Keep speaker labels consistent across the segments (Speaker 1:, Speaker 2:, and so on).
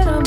Speaker 1: Oh,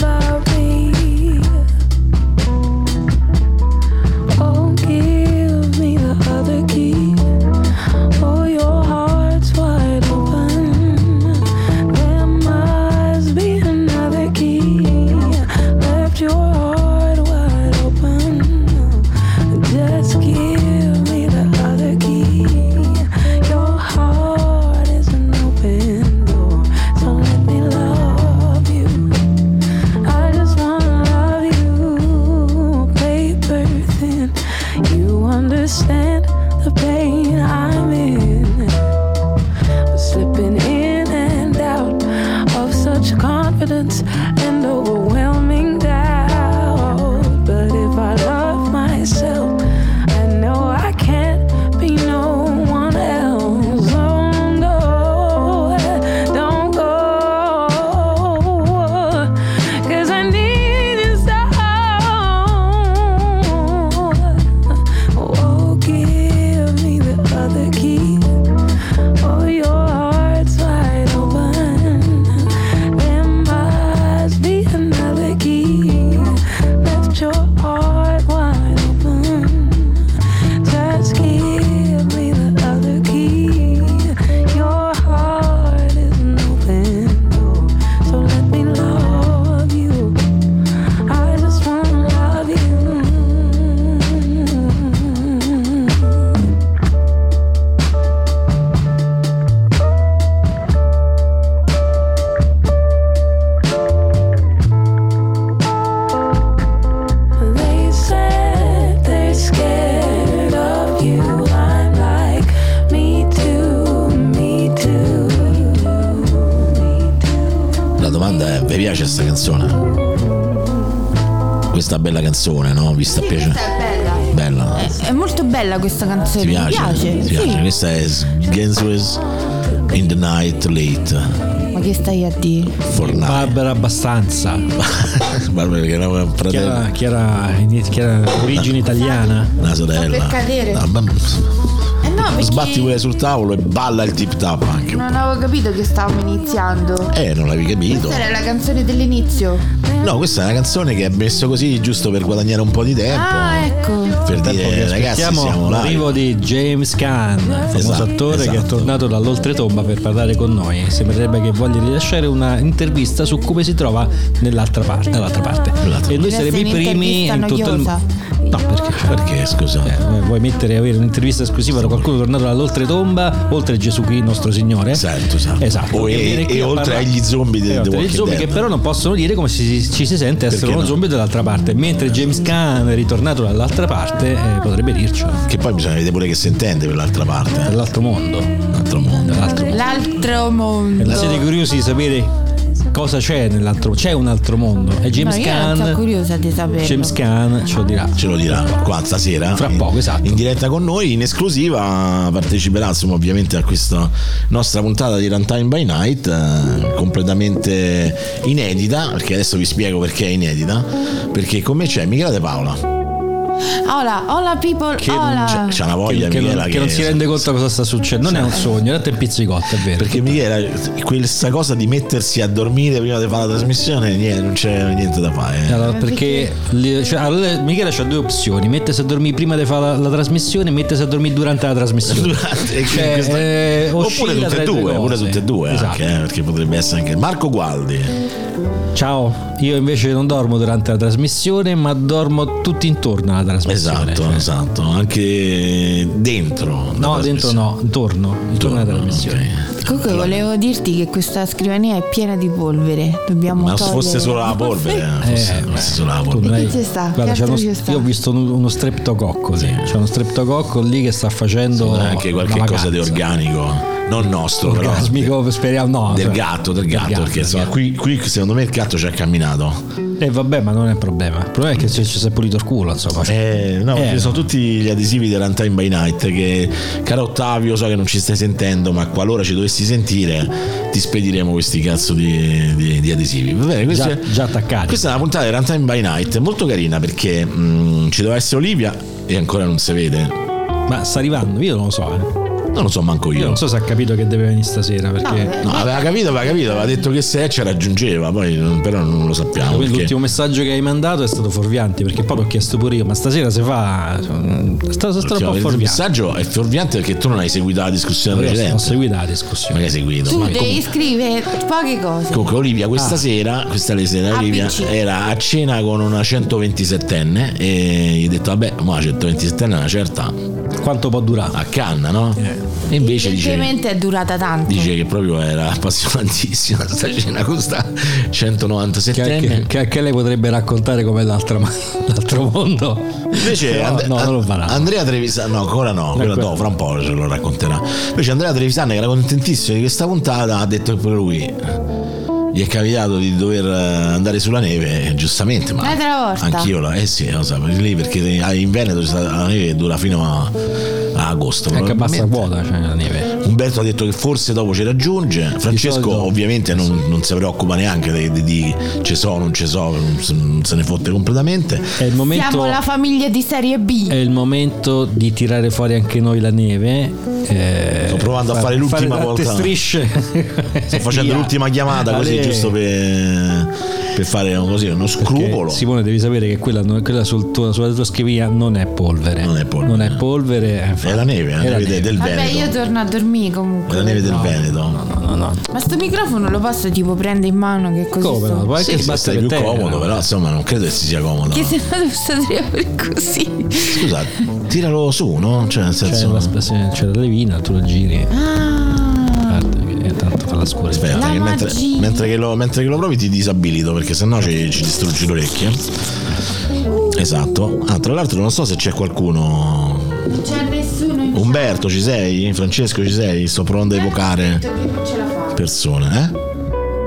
Speaker 1: confidence and overwhelming doubt. But if I love myself, I know I can't be no one else. Oh no, don't go. Cause I need you so. Oh, give me the other key. Oh, your heart's wide open. There must be another key. Left your heart wide open. Just give me the other key. Your heart is an open door. So let me love you. I just wanna love you. They said they're scared of you. I'm like, me too, me too, me too.
Speaker 2: La domanda è: vi piace questa canzone? Questa bella canzone, no? Vi sta piacendo?
Speaker 3: Questa è bella. Eh,
Speaker 2: Bella.
Speaker 4: È molto bella questa canzone,
Speaker 2: Ti piace? Ti
Speaker 4: Sì.
Speaker 2: piace? Questa è Genswes in the Night Late
Speaker 4: Ma che stai a dire?
Speaker 2: for Night.
Speaker 5: Barbara abbastanza.
Speaker 2: Barbara, che era un
Speaker 5: Che era,
Speaker 2: fratello,
Speaker 5: che era, che era origine italiana.
Speaker 2: una sorella.
Speaker 3: per cadere.
Speaker 2: No, ma-
Speaker 3: Eh no, perché
Speaker 2: Sbatti pure sul tavolo e balla il tip tap anche.
Speaker 3: non avevo capito che stavamo iniziando.
Speaker 2: Eh, non l'avevi capito.
Speaker 3: Questa era la canzone dell'inizio.
Speaker 2: No, questa è una canzone che è messo così giusto per guadagnare un po' di tempo.
Speaker 3: Ah, ecco.
Speaker 2: Per dire,
Speaker 5: Perché
Speaker 2: eh, ragazzi,
Speaker 5: aspettiamo
Speaker 2: siamo
Speaker 5: l'arrivo
Speaker 2: live.
Speaker 5: di James Caan, famoso
Speaker 2: Esatto,
Speaker 5: attore che è
Speaker 2: esatto.
Speaker 5: tornato dall'oltretomba per parlare con noi. Sembrerebbe che voglia rilasciare una intervista su come si trova nell'altra parte. Dall'altra parte.
Speaker 2: Nell'altra
Speaker 5: E noi
Speaker 4: parte.
Speaker 5: saremo i
Speaker 4: Deve essere
Speaker 5: primi in tutto il
Speaker 4: un'intervista
Speaker 5: mondo. No, perché?
Speaker 2: Perché, scusa?
Speaker 5: Eh, Vuoi mettere avere un'intervista esclusiva da qualcuno tornato dall'oltretomba, oltre Gesù qui, nostro Signore?
Speaker 2: Esatto, esatto.
Speaker 5: Esatto.
Speaker 2: O e-
Speaker 5: viene qui
Speaker 2: e
Speaker 5: a
Speaker 2: oltre agli zombie di
Speaker 5: E
Speaker 2: The
Speaker 5: oltre agli
Speaker 2: Walking
Speaker 5: Esatto, zombie
Speaker 2: Dead.
Speaker 5: che però non possono dire come si- ci, si sente essere
Speaker 2: Perché
Speaker 5: uno
Speaker 2: no?
Speaker 5: zombie dall'altra parte. Mentre James Caan, ritornato dall'altra parte, eh, potrebbe dircelo.
Speaker 2: Che poi bisogna vedere pure che si intende per l'altra parte. eh.
Speaker 5: Dall'altro mondo.
Speaker 2: L'altro mondo.
Speaker 5: Dall'altro mondo.
Speaker 4: L'altro
Speaker 5: E
Speaker 2: Eh,
Speaker 4: mondo.
Speaker 5: Siete curiosi di sapere cosa c'è nell'altro C'è un altro mondo. E James
Speaker 4: no, io
Speaker 5: Caan.
Speaker 4: sono curiosa di sapere.
Speaker 5: James Caan ce lo dirà. Cioè,
Speaker 2: Ce lo dirà qua stasera.
Speaker 5: Fra
Speaker 2: in-
Speaker 5: poco, esatto.
Speaker 2: In diretta con noi, in esclusiva, parteciperà insomma ovviamente a questa nostra puntata di Runtime by Night, eh, completamente inedita, perché adesso vi spiego perché è inedita, perché con me c'è Michela De Paola,
Speaker 4: Hola, hola people,
Speaker 5: Che non
Speaker 4: hola.
Speaker 2: c'è, c'è una voglia
Speaker 5: Che, che
Speaker 2: Michela
Speaker 5: non, che non si rende conto cosa sta succedendo. Non è un sogno, è un pizzicotto, è vero.
Speaker 2: Perché Michela, questa cosa di mettersi a dormire prima di fare la trasmissione, niente, non c'è niente da fare. eh.
Speaker 5: Allora, perché le- cioè, allora, Michela ha due opzioni: mettersi a dormire prima di fare la, la trasmissione, e mettersi a dormire durante la trasmissione.
Speaker 2: Durante- e
Speaker 5: Cioè,
Speaker 2: questa-
Speaker 5: eh, oscilla
Speaker 2: oppure tutte
Speaker 5: tra
Speaker 2: e
Speaker 5: le due
Speaker 2: due,
Speaker 5: cose.
Speaker 2: pure tutte e due
Speaker 5: Esatto.
Speaker 2: anche, eh, perché potrebbe essere anche Marco Gualdi.
Speaker 5: Ciao, io invece non dormo durante la trasmissione, ma dormo tutti intorno alla trasmissione.
Speaker 2: Esatto,
Speaker 5: Cioè,
Speaker 2: esatto, anche dentro. la
Speaker 5: No, dentro
Speaker 2: trasmissione.
Speaker 5: no, intorno, intorno alla trasmissione.
Speaker 2: ok.
Speaker 4: Comunque volevo dirti che questa scrivania è piena di polvere. Dobbiamo
Speaker 2: Ma se
Speaker 4: togliere.
Speaker 2: fosse solo la polvere, eh, fosse,
Speaker 5: Eh,
Speaker 2: fosse solo la
Speaker 5: Tu
Speaker 2: polvere.
Speaker 5: non hai-
Speaker 4: Ci sta, che
Speaker 5: Guarda, c'è
Speaker 4: altro
Speaker 5: uno,
Speaker 4: ci sta?
Speaker 5: io ho visto un- uno streptococco, sì. c'è uno streptococco lì che sta facendo
Speaker 2: Non è anche qualche
Speaker 5: una
Speaker 2: cosa di
Speaker 5: vacanza.
Speaker 2: organico, non nostro, però.
Speaker 5: Orgasmico, speriamo no.
Speaker 2: Del
Speaker 5: cioè,
Speaker 2: gatto, del gatto, perché
Speaker 5: del
Speaker 2: insomma,
Speaker 5: gatto.
Speaker 2: Qui, qui secondo me il gatto ci ha camminato.
Speaker 5: Eh vabbè, ma non è il problema. Il problema è che ci ci si è pulito il culo, insomma.
Speaker 2: Eh, no,
Speaker 5: Eh.
Speaker 2: ci sono tutti gli adesivi di Runtime by Night che, caro Ottavio, so che non ci stai sentendo, ma qualora ci dovessi sentire ti spediremo questi cazzo di, di- di adesivi. Va bene, questo
Speaker 5: già,
Speaker 2: è-
Speaker 5: già attaccati.
Speaker 2: Questa è una puntata di Runtime by Night molto carina perché mm, ci doveva essere Olivia e ancora non si vede.
Speaker 5: Ma sta arrivando, io non lo so. eh.
Speaker 2: Non lo so manco
Speaker 5: Io
Speaker 2: io.
Speaker 5: non so Ah. se ha capito che deve venire stasera. Perché
Speaker 2: No, aveva capito, aveva capito, aveva detto che se ci raggiungeva, poi non- però non lo sappiamo.
Speaker 5: Poi
Speaker 2: perché-
Speaker 5: l'ultimo messaggio che hai mandato è stato fuorviante. Perché poi l'ho chiesto pure io. Ma stasera si fa. Sta, sta, sta un po'
Speaker 2: perché il
Speaker 5: fuorviante.
Speaker 2: messaggio è fuorviante perché tu non hai seguito la discussione
Speaker 5: Io Ho
Speaker 2: precedente.
Speaker 5: seguito la
Speaker 2: Ma
Speaker 5: discussione.
Speaker 2: che hai seguito?
Speaker 4: Tu
Speaker 2: Ma
Speaker 4: devi scrivere poche cose.
Speaker 2: Comunque Olivia
Speaker 5: Ah.
Speaker 2: questa sera, questa è la sera
Speaker 4: Ah,
Speaker 2: Olivia
Speaker 4: PC.
Speaker 2: era a cena con una 127enne e gli ho detto vabbè, ma la 127enne è una certa
Speaker 5: Quanto può durare?
Speaker 2: a canna, no?
Speaker 5: Eh.
Speaker 2: E invece dice,
Speaker 4: Evidentemente è durata tanto.
Speaker 2: dice che proprio era appassionantissima sta cena con sta
Speaker 5: Che
Speaker 2: 197enne.
Speaker 5: anche, che anche lei potrebbe raccontare com'è l'altra ma- l'altro mondo.
Speaker 2: Invece
Speaker 5: No,
Speaker 2: And-
Speaker 5: no, non lo farà.
Speaker 2: Andrea Trevisano, no, ancora no, quella
Speaker 5: quella-
Speaker 2: dopo, fra un po' ce lo racconterà. Invece Andrea Trevisano, che era contentissimo di questa puntata, ha detto che pure lui. gli è capitato di dover eh, andare sulla neve, eh, giustamente, ma
Speaker 4: L'altra volta.
Speaker 2: anch'io, la- eh sì, lo so, per lì perché ah, in Veneto c'è stata la neve che dura fino a, a agosto.
Speaker 5: Anche abbastanza
Speaker 2: probabilmente.
Speaker 5: vuota c'è la neve.
Speaker 2: Umberto ha detto che forse dopo ci raggiunge. Francesco,
Speaker 5: solito-
Speaker 2: ovviamente, non, non si preoccupa neanche di, di, di ci so, non ci so, non se- non se ne fotte completamente.
Speaker 5: È il momento.
Speaker 4: Siamo la famiglia di serie B.
Speaker 5: È il momento di tirare fuori anche noi la neve. eh,
Speaker 2: Sto provando a fare l'ultima
Speaker 5: tante
Speaker 2: volta.
Speaker 5: strisce.
Speaker 2: Sto facendo
Speaker 5: Via.
Speaker 2: l'ultima chiamata così,
Speaker 5: Ale.
Speaker 2: giusto per, per fare così, uno
Speaker 5: Perché,
Speaker 2: scrupolo.
Speaker 5: Simone, devi sapere che quella, non- quella sul tuo- sulla tua scrivania non è polvere.
Speaker 2: Non è polvere.
Speaker 5: Non è polvere, eh,
Speaker 2: È la neve, la
Speaker 5: È la
Speaker 2: neve de-
Speaker 5: neve.
Speaker 2: del
Speaker 4: Vabbè, io
Speaker 2: Veneto.
Speaker 4: torno a dormire
Speaker 2: È
Speaker 4: comunque.
Speaker 2: la neve del Veneto.
Speaker 5: No, no, no.
Speaker 4: Ma sto microfono lo posso tipo prendere in mano che così
Speaker 5: Come?
Speaker 4: sto-
Speaker 5: No? Puoi
Speaker 2: Sì,
Speaker 5: anche
Speaker 2: se stai
Speaker 5: sbattere
Speaker 2: più
Speaker 5: terra.
Speaker 2: comodo, però insomma non credo che si sia comodo.
Speaker 4: Che se no devo stare per così.
Speaker 2: Scusa, tiralo su, no? Cioè, nel
Speaker 5: C'è
Speaker 2: senso.
Speaker 5: la, se c'è la levina, tu la giri.
Speaker 4: Ah,
Speaker 5: Guarda, che tanto fa la scuola.
Speaker 2: Aspetta,
Speaker 4: La
Speaker 2: che mentre,
Speaker 4: magia.
Speaker 2: mentre che lo, mentre che lo provi ti disabilito perché sennò ci, ci distruggi l'orecchia. Esatto. Ah, tra l'altro non so se c'è qualcuno.
Speaker 4: non c'è nessuno in
Speaker 2: Umberto, ci sei? Francesco, ci sei? Sto provando a
Speaker 4: Ha
Speaker 2: evocare
Speaker 4: detto che non ce la fa.
Speaker 2: persone, eh?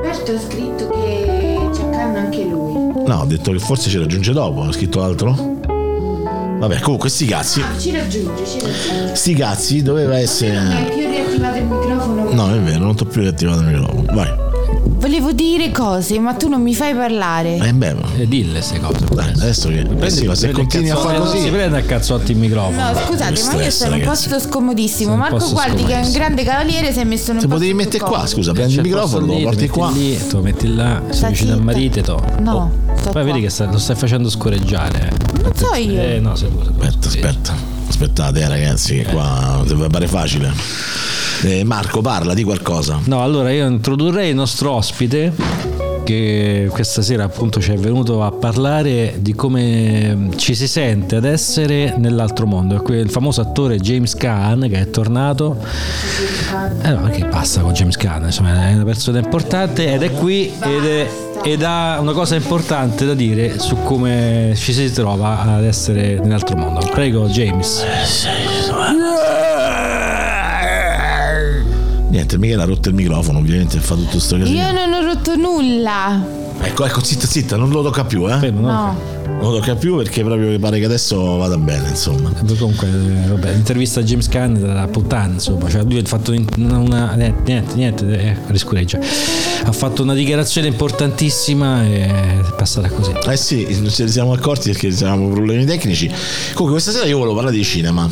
Speaker 4: Roberto ha scritto che c'è Canna anche lui.
Speaker 2: No, ho detto che forse ci raggiunge dopo, ho scritto altro. Vabbè, comunque sti cazzi.
Speaker 4: Ah, Ci raggiunge, ci raggiunge.
Speaker 2: Sti cazzi doveva essere.
Speaker 5: Ah.
Speaker 4: Hai più riattivato il microfono.
Speaker 2: No, è vero, non ti ho più riattivato il microfono. Vai.
Speaker 4: Volevo dire cose, ma tu non mi fai parlare.
Speaker 2: Eh beh,
Speaker 5: E dille queste cose.
Speaker 2: dai, adesso che. eh sì, ma se continui a fare
Speaker 5: Si
Speaker 2: così.
Speaker 5: prende a cazzotti il microfono.
Speaker 4: No, scusate, ma io
Speaker 2: stress,
Speaker 4: sono un
Speaker 2: ragazzi.
Speaker 4: posto scomodissimo.
Speaker 5: Sono un
Speaker 4: Marco,
Speaker 5: posto
Speaker 4: guardi che è un
Speaker 5: scomodissimo.
Speaker 4: grande cavaliere se è messo in un
Speaker 2: Se
Speaker 4: posto
Speaker 2: potevi
Speaker 4: più
Speaker 2: mettere qua,
Speaker 4: comodo.
Speaker 2: scusa, prendi il
Speaker 5: C'è
Speaker 2: microfono,
Speaker 5: posto
Speaker 2: lo
Speaker 5: lì,
Speaker 2: porti
Speaker 5: metti
Speaker 2: qua.
Speaker 5: Lì, tu lo metti là, sei vicino al
Speaker 4: zitta.
Speaker 5: marito. tu.
Speaker 4: No, sto
Speaker 5: Poi
Speaker 4: qua.
Speaker 5: vedi che sta- lo stai facendo scoreggiare.
Speaker 4: Non so io.
Speaker 5: Eh, no, sei tu, sei tu.
Speaker 2: Aspetta,
Speaker 5: Sì.
Speaker 2: aspetta. Aspettate, eh, ragazzi, che qua deve pare facile. Eh, Marco, parla di qualcosa.
Speaker 5: No, allora io introdurrei il nostro ospite che questa sera appunto ci è venuto a parlare di come ci si sente ad essere nell'altro mondo. È quel famoso attore James Caan che è tornato. Eh no, perché passa con James Caan, insomma, è una persona importante ed è qui ed, è- ed ha una cosa importante da dire su come ci si trova ad essere nell'altro mondo. Prego James.
Speaker 2: Niente, Michele ha rotto il microfono, ovviamente fa tutto sto
Speaker 4: Io
Speaker 2: casino.
Speaker 4: non ho rotto nulla.
Speaker 2: Ecco, ecco, zitta, zitta, non lo tocca più, eh.
Speaker 5: Fermo, no?
Speaker 4: No.
Speaker 2: Non lo tocca più perché proprio mi pare che adesso vada bene, insomma.
Speaker 5: Comunque, eh, vabbè, l'intervista a James Caan è da puttana, insomma, cioè lui ha fatto in- una, eh, niente, niente, eh, riscureggia. Ha fatto una dichiarazione importantissima e è passata così.
Speaker 2: Eh sì, non ce ne siamo accorti perché avevamo problemi tecnici. Comunque questa sera io volevo parlare di cinema.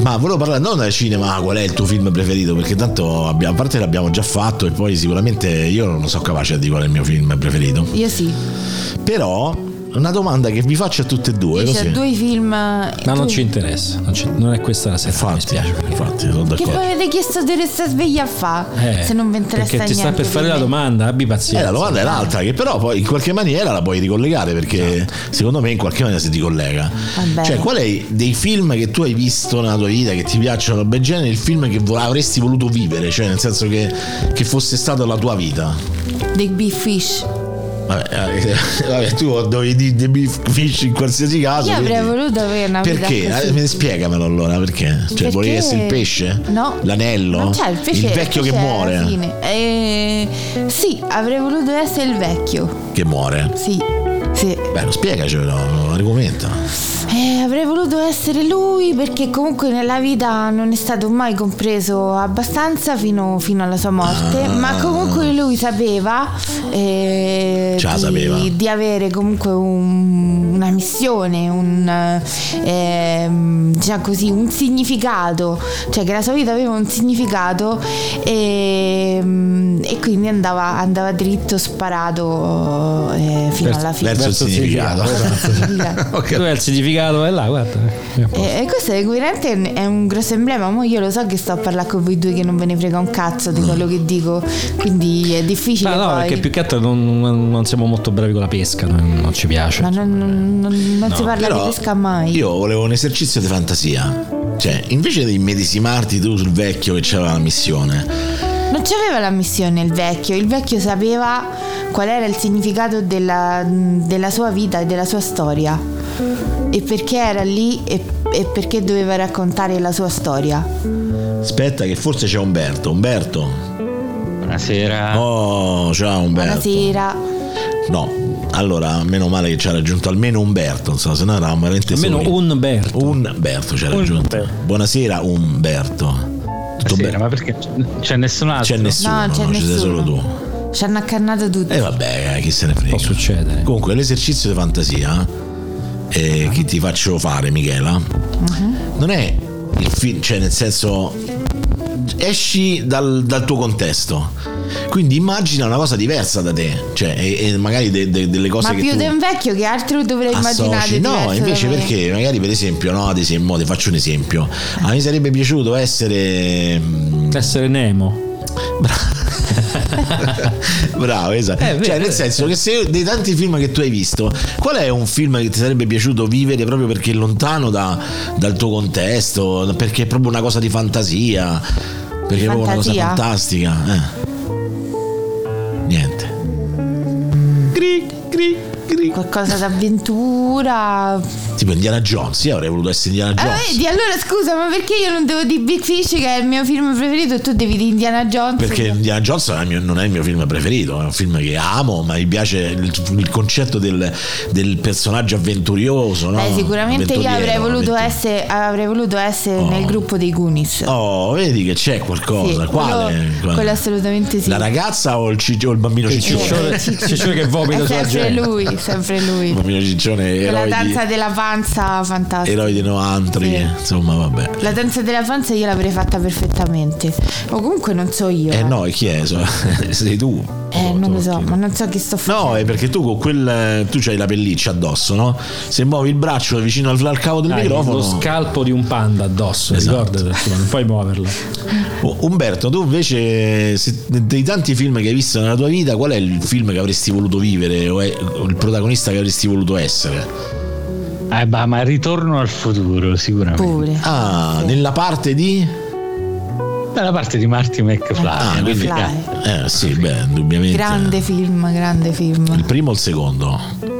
Speaker 2: Ma volevo parlare non del cinema, qual è il tuo film preferito? Perché tanto abbiamo- a parte l'abbiamo già fatto e poi sicuramente io non sono capace di qual è il mio film preferito.
Speaker 4: Io sì.
Speaker 2: Però una domanda che vi faccio a tutte e due.
Speaker 4: Io c'ho
Speaker 2: Così.
Speaker 4: due film. Ma
Speaker 5: Ma non ci interessa, non, ci- non è questa la sera. mi
Speaker 2: Infatti,
Speaker 5: spiace. perché-
Speaker 2: infatti, sono
Speaker 4: Che poi
Speaker 2: d'accordo.
Speaker 4: avete chiesto di restare sveglia a fa?
Speaker 5: Eh,
Speaker 4: se non vi interessa
Speaker 5: Perché ti sta
Speaker 4: niente
Speaker 5: per
Speaker 4: di
Speaker 5: fare la
Speaker 4: me.
Speaker 5: domanda, abbi
Speaker 2: Eh,
Speaker 5: pazienza.
Speaker 2: la domanda è l'altra, che però poi in qualche maniera la puoi ricollegare perché
Speaker 4: Esatto.
Speaker 2: secondo me in qualche maniera si ricollega.
Speaker 4: Vabbè.
Speaker 2: Cioè, qual è dei film che tu hai visto nella tua vita che ti piacciono ben genere, il film che vo- avresti voluto vivere, cioè nel senso che, che fosse stata la tua vita?
Speaker 4: Dei big fish.
Speaker 2: Vabbè, eh, vabbè, tu dovevi dire The Big Fish in qualsiasi caso.
Speaker 4: Io avrei
Speaker 2: quindi-
Speaker 4: voluto avere una vita
Speaker 2: Perché?
Speaker 4: così.
Speaker 2: Eh, me ne spiegamelo allora, perché? Cioè,
Speaker 4: Perché-
Speaker 2: volevi essere il pesce?
Speaker 4: No.
Speaker 2: L'anello?
Speaker 4: Non c'è il pesce.
Speaker 2: vecchio
Speaker 4: il
Speaker 2: che
Speaker 4: pesce alla
Speaker 2: muore.
Speaker 4: fine. Eh, sì, avrei voluto essere il vecchio.
Speaker 2: Che muore.
Speaker 4: Sì. Sì.
Speaker 2: Beh, lo spiegacelo, argomenta.
Speaker 4: Eh, avrei voluto essere lui perché comunque nella vita non è stato mai compreso abbastanza fino, fino alla sua morte,
Speaker 2: Ah.
Speaker 4: ma comunque lui sapeva, eh,
Speaker 2: Già
Speaker 4: di,
Speaker 2: sapeva.
Speaker 4: di avere comunque un- una missione, un, ehm, diciamo così, un significato, cioè che la sua vita aveva un significato ehm, e, quindi andava, andava dritto sparato eh, fino alla fine.
Speaker 2: Verso il
Speaker 5: Verso il
Speaker 2: significato. Ok.
Speaker 5: Dove è il significato? È là, guarda. È a posto.
Speaker 4: E, e questo è coerente, è un- è un grosso emblema. Mo io lo so che sto a parlare con voi due che non ve ne frega un cazzo di quello che dico, quindi è difficile.
Speaker 5: Ma Ah, no,
Speaker 4: poi.
Speaker 5: perché più che altro non, non- non siamo molto bravi con la pesca, non, non ci piace.
Speaker 4: Ma non, non- non- non si parla
Speaker 2: Però
Speaker 4: di pesca mai.
Speaker 2: Io volevo un esercizio di fantasia. Cioè, invece di medesimarti tu sul vecchio che c'era la missione,
Speaker 4: Non c'aveva la missione il vecchio, il vecchio sapeva qual era il significato della, della sua vita e della sua storia e perché era lì e, e perché doveva raccontare la sua storia.
Speaker 2: aspetta che forse c'è Umberto. Umberto,
Speaker 6: Buonasera.
Speaker 2: Oh, ciao Umberto.
Speaker 4: Buonasera.
Speaker 2: No, allora, meno male che ci ha raggiunto almeno Umberto, insomma, se no eravamo veramente
Speaker 5: Almeno
Speaker 2: soli.
Speaker 5: un Bert.
Speaker 2: Umberto ci ha raggiunto.
Speaker 7: Umberto.
Speaker 2: Buonasera Umberto. Tutto
Speaker 6: Buonasera,
Speaker 2: bene?
Speaker 6: Eh ma perché c'è- c'è nessun altro?
Speaker 2: C'è nessuno,
Speaker 4: No, non c'è
Speaker 2: no, ci sei
Speaker 4: nessuno.
Speaker 2: solo tu.
Speaker 4: Ci hanno accannato tutti.
Speaker 2: E vabbè, eh, chi se ne frega.
Speaker 5: Può succedere.
Speaker 2: Comunque, l'esercizio di fantasia eh, che ti faccio fare, Michela,
Speaker 4: Mhm.
Speaker 2: non è il film, cioè nel senso esci dal, dal tuo contesto. Quindi immagina una cosa diversa da te, cioè e, e magari de- de- delle cose
Speaker 4: Ma
Speaker 2: che
Speaker 4: più
Speaker 2: tu
Speaker 4: di un vecchio che altro dovrei immaginare.
Speaker 2: associ. No,
Speaker 4: diverso
Speaker 2: invece
Speaker 4: da me.
Speaker 2: perché magari per esempio, no, ad esempio, mo ti faccio un esempio. A me sarebbe piaciuto essere mm,
Speaker 5: Essere Nemo.
Speaker 2: Bravo, esatto.
Speaker 5: Eh, vero,
Speaker 2: cioè, nel
Speaker 5: vero.
Speaker 2: senso che se dei tanti film che tu hai visto, qual è un film che ti sarebbe piaciuto vivere proprio perché è lontano da- dal tuo contesto? Perché è proprio una cosa di fantasia? Perché è proprio una cosa
Speaker 4: Fantasia?
Speaker 2: fantastica? eh. Niente. Cri, cri, cri.
Speaker 4: Qualcosa d'avventura.
Speaker 2: Tipo Indiana Jones, io avrei voluto essere Indiana
Speaker 4: Ah,
Speaker 2: Jones.
Speaker 4: vedi, allora scusa, ma perché io non devo dire Big Fish che è il mio film preferito e tu devi dire Indiana Jones?
Speaker 2: Perché Indiana Jones non è, il mio, non è il mio film preferito, è un film che amo, ma mi piace il, il concetto del, del personaggio avventurioso. no?
Speaker 4: Beh, sicuramente io
Speaker 2: Avventuriero,
Speaker 4: avrei voluto
Speaker 2: avventuriero.
Speaker 4: essere, avrei voluto essere
Speaker 2: Oh.
Speaker 4: nel gruppo dei Goonies.
Speaker 2: Oh, vedi che c'è
Speaker 4: Sì,
Speaker 2: qualcosa.
Speaker 4: quello-
Speaker 2: Quale?
Speaker 4: quello, assolutamente sì.
Speaker 2: La ragazza o il, cic- o il bambino ciccione?
Speaker 5: ciccione. Ciccione che vomita
Speaker 4: È
Speaker 5: sulla
Speaker 4: sempre
Speaker 5: gente.
Speaker 4: lui, sempre
Speaker 2: Il
Speaker 4: lui.
Speaker 2: bambino ciccione,
Speaker 4: La
Speaker 2: eroi
Speaker 4: danza
Speaker 2: di,
Speaker 4: della panza, fantastica.
Speaker 2: eroi di Noantri,
Speaker 4: Sì.
Speaker 2: insomma vabbè.
Speaker 4: La danza della panza io l'avrei fatta perfettamente. O comunque non so io.
Speaker 2: Eh no, e chi è? So- Sei tu.
Speaker 4: Eh, non lo so, ma non so chi sto
Speaker 2: No, eh,
Speaker 4: facendo.
Speaker 2: è perché tu con quel. Tu hai la pelliccia addosso, no? Se muovi il braccio vicino al, al cavo del
Speaker 5: Dai,
Speaker 2: microfono.
Speaker 5: lo scalpo di un panda addosso,
Speaker 2: Esatto.
Speaker 5: ricordate, insomma, non puoi muoverlo. Eh,
Speaker 2: Oh, Umberto, tu invece, se- dei tanti film che hai visto nella tua vita, qual è il film che avresti voluto vivere? O, è- o il protagonista che avresti voluto essere?
Speaker 6: Eh, bah, ma ritorno al futuro, sicuramente.
Speaker 4: Pure.
Speaker 2: Ah, nella parte di.
Speaker 6: Dalla parte di Marty McFly.
Speaker 2: Ah,
Speaker 6: eh,
Speaker 2: quindi-
Speaker 6: mica-
Speaker 4: Fly.
Speaker 2: Eh sì, beh, indubbiamente.
Speaker 4: Grande film, grande
Speaker 2: Il
Speaker 4: film.
Speaker 2: primo o il secondo?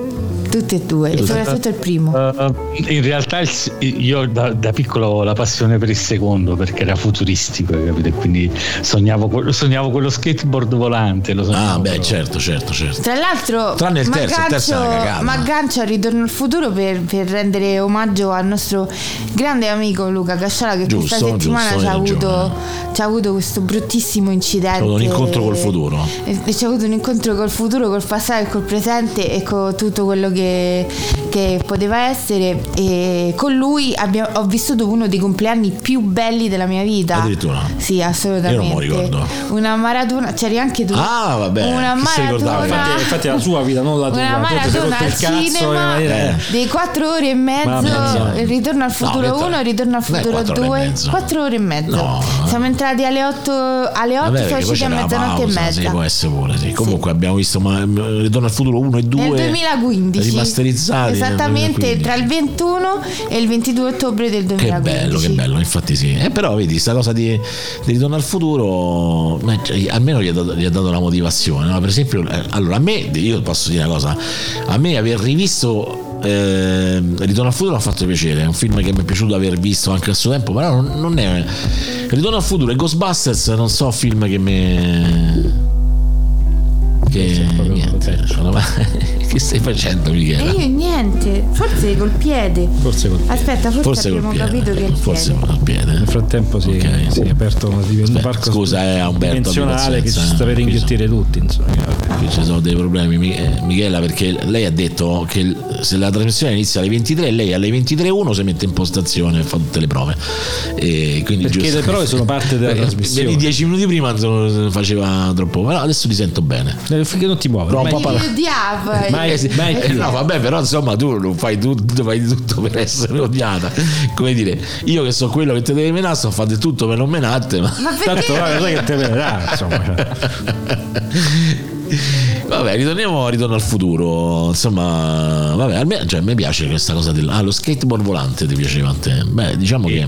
Speaker 4: Tutti e due, e soprattutto il primo.
Speaker 6: Eh, in realtà il s- io da, da piccolo avevo la passione per il secondo perché era futuristico, capite? Quindi sognavo, que- sognavo quello skateboard volante. Lo sognavo
Speaker 2: Ah, beh,
Speaker 6: proprio.
Speaker 2: certo, certo, certo.
Speaker 4: Tra l'altro,
Speaker 2: Tranne il terzo, il terzo è una cagata.
Speaker 4: ma aggancio a Ritorno al futuro per, per rendere omaggio al nostro grande amico Luca Casciala che
Speaker 2: Giusto,
Speaker 4: questa settimana
Speaker 2: giusto,
Speaker 4: ci, ha
Speaker 2: hai
Speaker 4: avuto, ci ha avuto questo bruttissimo incidente.
Speaker 2: C'è avuto un incontro col futuro.
Speaker 4: E- e Ci ha avuto un incontro col futuro, col passato e col presente e con tutto quello che, che poteva essere. E con lui abbia- ho vissuto uno dei compleanni più belli della mia vita.
Speaker 2: Addirittura?
Speaker 4: Sì, assolutamente.
Speaker 2: Io non me lo ricordo.
Speaker 4: Una maratona, c'eri anche tu.
Speaker 2: Ah, vabbè,
Speaker 4: Una
Speaker 2: chi si ricordava?
Speaker 4: maratona.
Speaker 5: Infatti, infatti è la sua vita, non la tua.
Speaker 4: Una
Speaker 5: Tu ti sei
Speaker 4: maratona
Speaker 5: rotto il
Speaker 4: al cinema
Speaker 5: in maniera-
Speaker 2: Eh.
Speaker 4: Dei 4 ore e mezzo,
Speaker 5: Mamma mia.
Speaker 4: il ritorno al
Speaker 2: No,
Speaker 4: futuro
Speaker 2: che
Speaker 4: 1,
Speaker 2: tra-
Speaker 4: il ritorno al
Speaker 2: non è
Speaker 4: futuro
Speaker 2: quattro ore e
Speaker 4: 2,
Speaker 2: mezzo.
Speaker 4: 4 ore e mezzo.
Speaker 2: No. eh.
Speaker 4: Siamo entrati alle 8,
Speaker 2: Vabbè,
Speaker 4: alle 8 siamo
Speaker 2: perché poi
Speaker 4: usciti
Speaker 2: c'era
Speaker 4: a
Speaker 2: la
Speaker 4: mezzanotte
Speaker 2: pausa,
Speaker 4: e mezza.
Speaker 2: Sì, può essere pure, sì. Comunque abbiamo visto ma, eh, Ritorno al futuro 1 e 2.
Speaker 4: Nel 2015
Speaker 2: Rimasterizzati. nel
Speaker 4: esattamente
Speaker 2: 2015.
Speaker 4: tra il 21 e il 22 ottobre del 2015
Speaker 2: Che bello, che bello, infatti sì. Eh, però vedi, sta cosa di, di ritorno al futuro, ma, cioè, almeno gli ha dato, gli ha dato la motivazione. no? Per esempio, eh, allora a me, io posso dire una cosa, a me aver rivisto eh, Ritorno al futuro ha fatto piacere, è un film che mi è piaciuto aver visto anche al suo tempo, però non, non è... Ritorno al futuro e Ghostbusters non so film che mi... Che, niente, sono- che stai facendo
Speaker 4: e
Speaker 2: Michela?
Speaker 4: io niente forse col piede
Speaker 5: Forse col
Speaker 4: aspetta forse,
Speaker 2: Forse col
Speaker 4: abbiamo capito che è
Speaker 2: piede,
Speaker 4: il
Speaker 2: forse
Speaker 4: piede
Speaker 2: col piede.
Speaker 5: Nel frattempo si,
Speaker 2: Ok.
Speaker 5: si è aperto una dimen-
Speaker 2: Beh,
Speaker 5: un parco
Speaker 2: scusa, eh, Umberto, abbi
Speaker 5: dimensionale che ci
Speaker 2: pazienza,
Speaker 5: sta
Speaker 2: eh,
Speaker 5: per inghiottire tutti. Insomma.
Speaker 2: Qui ci sono dei problemi, Mi- eh, Michela, perché lei ha detto che l- se la trasmissione inizia alle 23, lei alle 23.01 si mette in postazione e fa tutte le prove. E quindi
Speaker 5: Perché
Speaker 2: giusto-
Speaker 5: le prove sono parte della
Speaker 2: Perché
Speaker 5: trasmissione.
Speaker 2: vedi, dieci minuti prima non faceva troppo, però adesso ti sento bene.
Speaker 5: Eh, Finché non ti muovi.
Speaker 2: Però
Speaker 5: ormai-
Speaker 2: un po' parla-
Speaker 4: Odiava.
Speaker 5: Mai- mai
Speaker 2: Eh,
Speaker 5: più.
Speaker 2: no, vabbè, però insomma tu non fai tutto, fai di tutto per essere odiata. Come dire, io che so quello che te devi menare, sto fate tutto per non menarti, ma
Speaker 4: ma perché
Speaker 5: Tanto vabbè, sai che te verrà, insomma. cioè.
Speaker 2: Vabbè, ritorniamo a ritorno al futuro. Insomma, vabbè, a me, cioè, a me piace questa cosa del. Ah, lo skateboard volante ti piaceva a te. Beh, diciamo che.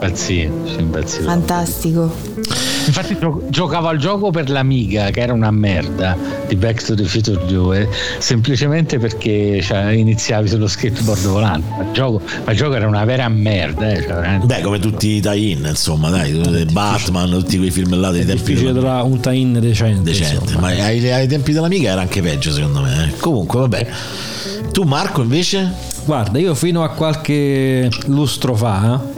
Speaker 6: Impazzì, sono impazzito.
Speaker 4: Fantastico.
Speaker 6: Infatti gio- giocavo al gioco per l'amiga che era una merda di Back to the Future 2 semplicemente perché cioè, iniziavi sullo skateboard volante. Ma il gioco, ma il gioco era una vera merda. eh, cioè, veramente.
Speaker 2: Beh, come tutti i tie-in, insomma, dai, Batman, tutti quei film là dei tempi
Speaker 5: Difficile
Speaker 2: della-
Speaker 5: tra un tie-in decente.
Speaker 2: decente,
Speaker 5: insomma.
Speaker 2: ma ai, ai tempi dell'amica era anche peggio, secondo me. eh. Comunque, vabbè. Tu Marco invece?
Speaker 5: Guarda, io fino a qualche lustro fa. eh,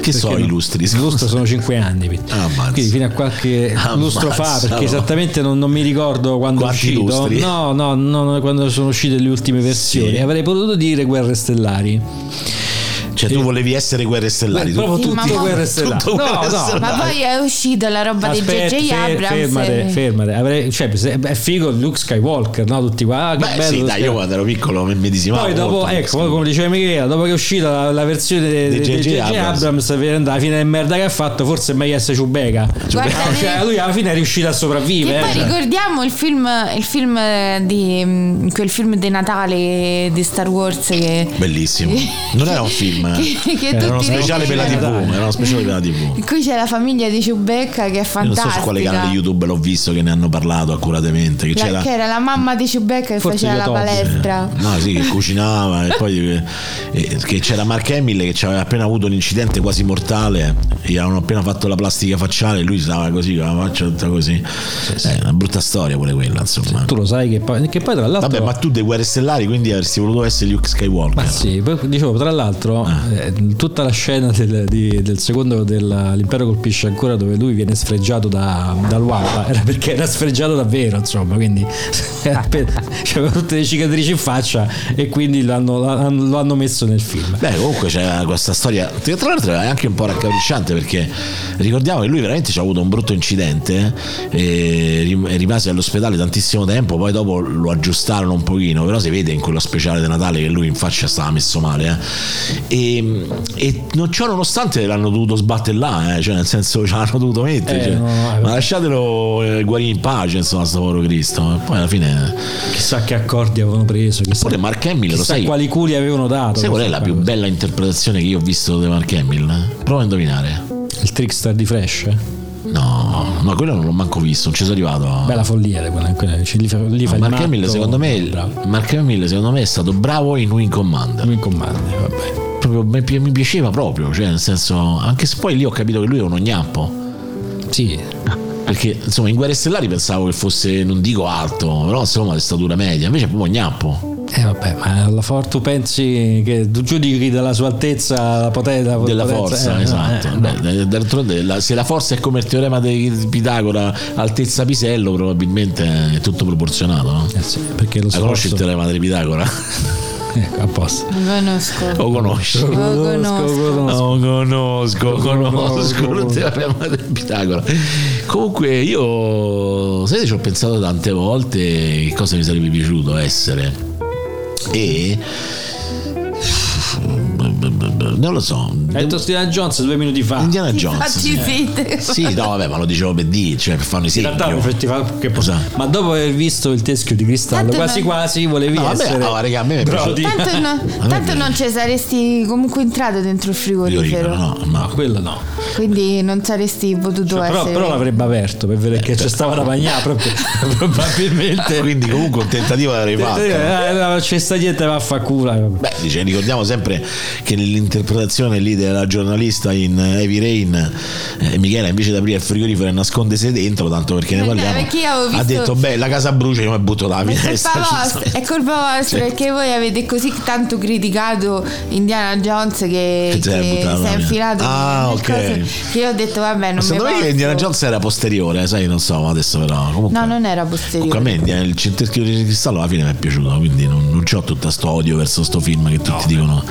Speaker 2: Che so,
Speaker 5: no?
Speaker 2: illustri.
Speaker 5: Il lustro sono 5 anni. quindi.
Speaker 2: Ah, ammazza.
Speaker 5: Quindi fino a qualche
Speaker 2: Ammazza,
Speaker 5: lustro fa, perché
Speaker 2: no.
Speaker 5: esattamente non, non mi ricordo quando
Speaker 2: Quanti
Speaker 5: è uscito.
Speaker 2: lustri?
Speaker 5: No, no, no, no, quando sono uscite le ultime versioni.
Speaker 2: Sì.
Speaker 5: Avrei potuto dire Guerre Stellari.
Speaker 2: Cioè, tu volevi essere Guerre Stellari. tu-
Speaker 5: Proprio
Speaker 4: Sì, ma
Speaker 5: tutte
Speaker 4: no.
Speaker 5: Guerre Stellari.
Speaker 2: Tutto
Speaker 5: no,
Speaker 2: Guerre
Speaker 5: no.
Speaker 2: Stellari.
Speaker 4: Ma
Speaker 2: Dai.
Speaker 4: poi è uscita la roba
Speaker 5: Aspetta,
Speaker 4: di JJ
Speaker 5: fer-
Speaker 4: Abrams.
Speaker 5: fermate, fermate. Avrei- cioè, per esempio, è figo Luke Skywalker, no? Tutti qua, ah, che
Speaker 2: Beh,
Speaker 5: bello.
Speaker 2: sì, dai, io quando ero piccolo mi medesimavo.
Speaker 5: Poi dopo,
Speaker 2: molto.
Speaker 5: ecco, poi come diceva Michela, dopo che è uscita la, la versione
Speaker 2: Di
Speaker 5: di
Speaker 2: J.J.
Speaker 5: JJ
Speaker 2: Abrams.
Speaker 5: Abrams, vedendo la fine di merda che ha fatto, forse è meglio essere Ciubeca.
Speaker 4: Guarda, devi-
Speaker 5: cioè, lui alla fine è riuscito a
Speaker 4: E
Speaker 5: sopravvivere.
Speaker 4: poi
Speaker 5: eh, cioè.
Speaker 4: ricordiamo il film, il film di mm, quel film di Natale di Star Wars che
Speaker 2: Bellissimo. Non era un film. eh.
Speaker 4: Che- che
Speaker 2: era uno
Speaker 4: tutti
Speaker 2: speciale per la TV.
Speaker 5: ridono.
Speaker 2: Era uno speciale per la TV.
Speaker 4: in cui c'è la famiglia di Ciubecca che
Speaker 2: Io non
Speaker 4: è
Speaker 2: so
Speaker 4: fantastica.
Speaker 2: su quale canale YouTube l'ho visto che ne hanno parlato accuratamente. Che
Speaker 4: La-
Speaker 2: c'era.
Speaker 4: che era la mamma di Ciubecca che
Speaker 5: Forse
Speaker 4: faceva la
Speaker 5: Yotobi.
Speaker 4: palestra.
Speaker 2: No, sì, che cucinava e poi eh, che c'era Mark Hamill che aveva appena avuto un incidente quasi mortale, gli avevano appena fatto la plastica facciale e lui stava così, con la faccia tutta così. Eh, una brutta storia pure quella, insomma.
Speaker 5: Tu lo sai che poi, che poi tra l'altro...
Speaker 2: Vabbè, ma tu dei Guerre Stellari quindi avresti voluto essere Luke Skywalker.
Speaker 5: Ma sì, poi dicevo, tra l'altro,
Speaker 2: Ah.
Speaker 5: eh, tutta la scena del, di- del secondo dell'Impero colpisce ancora dove lui viene sfregiato da, dal Wampa, era perché era sfregiato davvero, insomma, quindi era appena- c'aveva tutte le cicatrici in faccia e quindi l'hanno, l'hanno- lo hanno messo nel film.
Speaker 2: Beh, comunque c'è questa storia. che Tra l'altro è anche un po' raccapricciante perché ricordiamo che lui veramente ci ha avuto un brutto incidente. eh, rim- e rimase all'ospedale tantissimo tempo. Poi dopo lo aggiustarono un pochino. Però si vede in quello speciale di Natale che lui in faccia stava messo male. eh. E, e non, ciò nonostante l'hanno dovuto sbattere là, eh, cioè nel senso ce l'hanno dovuto mettere.
Speaker 5: Eh,
Speaker 2: cioè.
Speaker 5: no, no, eh.
Speaker 2: ma lasciatelo eh, guarire in pace, insomma, sto povero Cristo. E poi alla fine.
Speaker 5: Chissà che accordi avevano preso, chissà,
Speaker 2: Pure Mark Hamill, lo
Speaker 5: chissà
Speaker 2: sai.
Speaker 5: quali culi avevano dato.
Speaker 2: Sai qual è la più
Speaker 5: bella?
Speaker 2: bella interpretazione che io ho visto di Mark Hamill? Prova a indovinare.
Speaker 5: Il trickster di Fresh. eh?
Speaker 2: No, no, quello non l'ho manco visto, non ci sono arrivato.
Speaker 5: Bella follia di quella, quella- cioè, lì fa, lì fa
Speaker 2: No,
Speaker 5: il
Speaker 2: Mark, Hamill,
Speaker 5: matto,
Speaker 2: secondo me,
Speaker 5: bravo.
Speaker 2: Mark Hamill secondo me è stato bravo in Wing Commander.
Speaker 5: Mi comandi, vabbè.
Speaker 2: Proprio, mi, pi- mi piaceva proprio, cioè nel senso, anche se poi lì ho capito che lui è uno gnappo.
Speaker 5: Sì, eh,
Speaker 2: Perché insomma in Guerre Stellari pensavo che fosse, non dico alto, però insomma di statura media, invece è proprio gnappo.
Speaker 5: Eh vabbè, ma alla forza tu pensi che tu giudichi dalla sua altezza la potenza
Speaker 2: Della
Speaker 5: potenza-
Speaker 2: forza,
Speaker 5: eh,
Speaker 2: esatto.
Speaker 5: eh, no.
Speaker 2: Beh, d- d'altronde, la- se la forza è come il teorema di Pitagora, altezza pisello, probabilmente è tutto proporzionato. No?
Speaker 5: Eh sì, perché lo
Speaker 2: La conosci il
Speaker 5: sforzo
Speaker 2: teorema di Pitagora?
Speaker 5: ecco, apposta.
Speaker 4: Non conosco.
Speaker 2: Lo conosci? Lo conosco, conosco il teorema di Pitagora. Comunque io, sai, ci ho pensato tante volte che cosa mi sarebbe piaciuto essere. E... Non lo so.
Speaker 5: Hai detto Steven Jones due minuti fa.
Speaker 2: Indiana Jones.
Speaker 4: Facci
Speaker 2: sì.
Speaker 4: zitte.
Speaker 2: Eh. Sì, no, vabbè, ma lo dicevo per dire, cioè per fare un
Speaker 5: In realtà
Speaker 2: esempio.
Speaker 5: mi fatti fa- che posso-
Speaker 2: Esatto.
Speaker 5: Ma dopo aver visto il teschio di cristallo,
Speaker 4: Tanto
Speaker 5: quasi
Speaker 4: non-
Speaker 5: quasi volevi
Speaker 2: No, vabbè,
Speaker 5: essere.
Speaker 2: no, raga, a me mi è
Speaker 5: Brody.
Speaker 2: piaciuto.
Speaker 4: Tanto, no- tanto non ci saresti comunque entrato dentro il
Speaker 2: Io dico,
Speaker 4: frigorifero,
Speaker 2: no,
Speaker 5: No,
Speaker 2: no.
Speaker 5: quello no.
Speaker 4: quindi non saresti potuto
Speaker 2: Cioè,
Speaker 5: Però,
Speaker 4: essere.
Speaker 5: però l'avrebbe aperto per
Speaker 2: Eh,
Speaker 5: vedere che c'è
Speaker 2: certo.
Speaker 5: stava la bagnà proprio probabilmente.
Speaker 2: Quindi comunque un tentativo l'avrei fatto.
Speaker 5: Eh, la cestadietta va a fa culo. eh.
Speaker 2: Beh, dice, ricordiamo sempre che nell'interpretazione lì della giornalista in Heavy Rain, eh, Michela invece di aprire il frigorifero e nascondersi dentro, tanto perché ne
Speaker 4: Eh, dai,
Speaker 2: parliamo,
Speaker 4: perché io avevo
Speaker 2: ha
Speaker 4: visto-
Speaker 2: detto, beh, la casa brucia, io mi butto dalla
Speaker 4: È colpa
Speaker 2: finestra. ci
Speaker 4: vostra,
Speaker 2: sta.
Speaker 4: è colpa vostra
Speaker 2: Certo.
Speaker 4: perché voi avete così tanto criticato Indiana Jones che,
Speaker 2: Che te l'hai
Speaker 4: che
Speaker 2: buttata
Speaker 4: si
Speaker 2: via.
Speaker 4: è infilato
Speaker 2: Ah,
Speaker 4: nel
Speaker 2: ok.
Speaker 4: coso che io ho detto vabbè non mi
Speaker 2: Secondo me Indiana Jones era posteriore, sai, non so, adesso però... Comunque,
Speaker 4: No, non era
Speaker 2: Comunque Ecco, a
Speaker 4: posteriore.
Speaker 2: me Indiana- il cerchio di cristallo alla fine mi è piaciuto, quindi non, non ho tutto sto odio verso sto film che tutti dicono...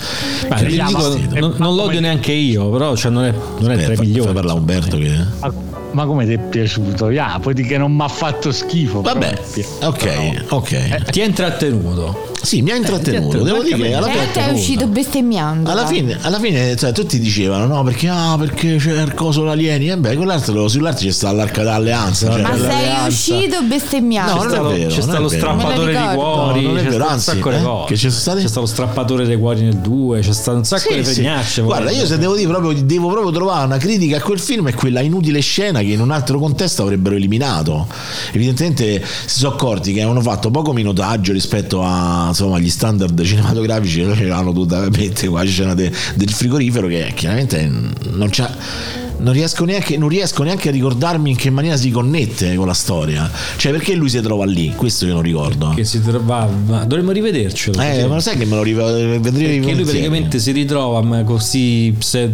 Speaker 5: Ma
Speaker 2: che
Speaker 5: vi
Speaker 2: è
Speaker 5: dico,
Speaker 2: esistito.
Speaker 5: non, non l'odio neanche io, però cioè, non è, non è
Speaker 2: Eh,
Speaker 5: tra i
Speaker 2: fa-
Speaker 5: migliori.
Speaker 2: Fai parlare a Umberto che...
Speaker 6: Ma, ma come ti è piaciuto? Ah, poi di che non mi ha fatto schifo. però
Speaker 2: Vabbè,
Speaker 6: mi è piaciuto.
Speaker 2: ok, ok.
Speaker 5: Eh, Ti è intrattenuto.
Speaker 2: Sì, mi ha intrattenuto.
Speaker 5: detto,
Speaker 2: Devo dire che alla
Speaker 5: francamente.
Speaker 2: fine
Speaker 4: E Eh, te è uscito bestemmiando.
Speaker 2: alla fine, alla fine, cioè, tutti dicevano no perché, ah, perché c'è il coso alieni e beh quell'altro sull'altro c'è sta l'arca d'alleanza cioè,
Speaker 4: Ma
Speaker 5: Alla
Speaker 4: sei
Speaker 5: alleanza.
Speaker 4: uscito
Speaker 2: No,
Speaker 4: bestemmiando.
Speaker 2: non è
Speaker 5: C'è
Speaker 2: vero,
Speaker 5: c'è
Speaker 2: non è
Speaker 5: stato lo
Speaker 2: vero.
Speaker 5: strappatore
Speaker 4: Me lo
Speaker 5: di
Speaker 4: ricordo.
Speaker 5: cuori,
Speaker 2: No, non è vero,
Speaker 5: c'è stato un
Speaker 2: anzi,
Speaker 5: sacco
Speaker 2: eh,
Speaker 5: di cose.
Speaker 2: che ci sono state?
Speaker 5: C'è stato lo strappatore dei cuori nel 2, c'è stato un sacco
Speaker 2: Sì,
Speaker 5: di
Speaker 2: sì.
Speaker 5: fregnacce.
Speaker 2: Guarda,
Speaker 5: guarda.
Speaker 2: io se devo dire proprio, devo proprio trovare una critica a quel film è quella inutile scena che in un altro contesto avrebbero eliminato. Evidentemente si sono accorti che avevano fatto poco minutaggio rispetto a, insomma, agli standard cinematografici e loro hanno dovuto mettere qua la scena de- del frigorifero che chiaramente non c'ha. Non riesco, neanche, non riesco neanche a ricordarmi in che maniera si connette con la storia. Cioè, perché lui si trova lì? Questo io non ricordo.
Speaker 5: Che si trova, ma dovremmo rivedercelo.
Speaker 2: Eh, ma lo sai che me lo rivedrei
Speaker 5: Perché lui praticamente si ritrova ma, con questi pse-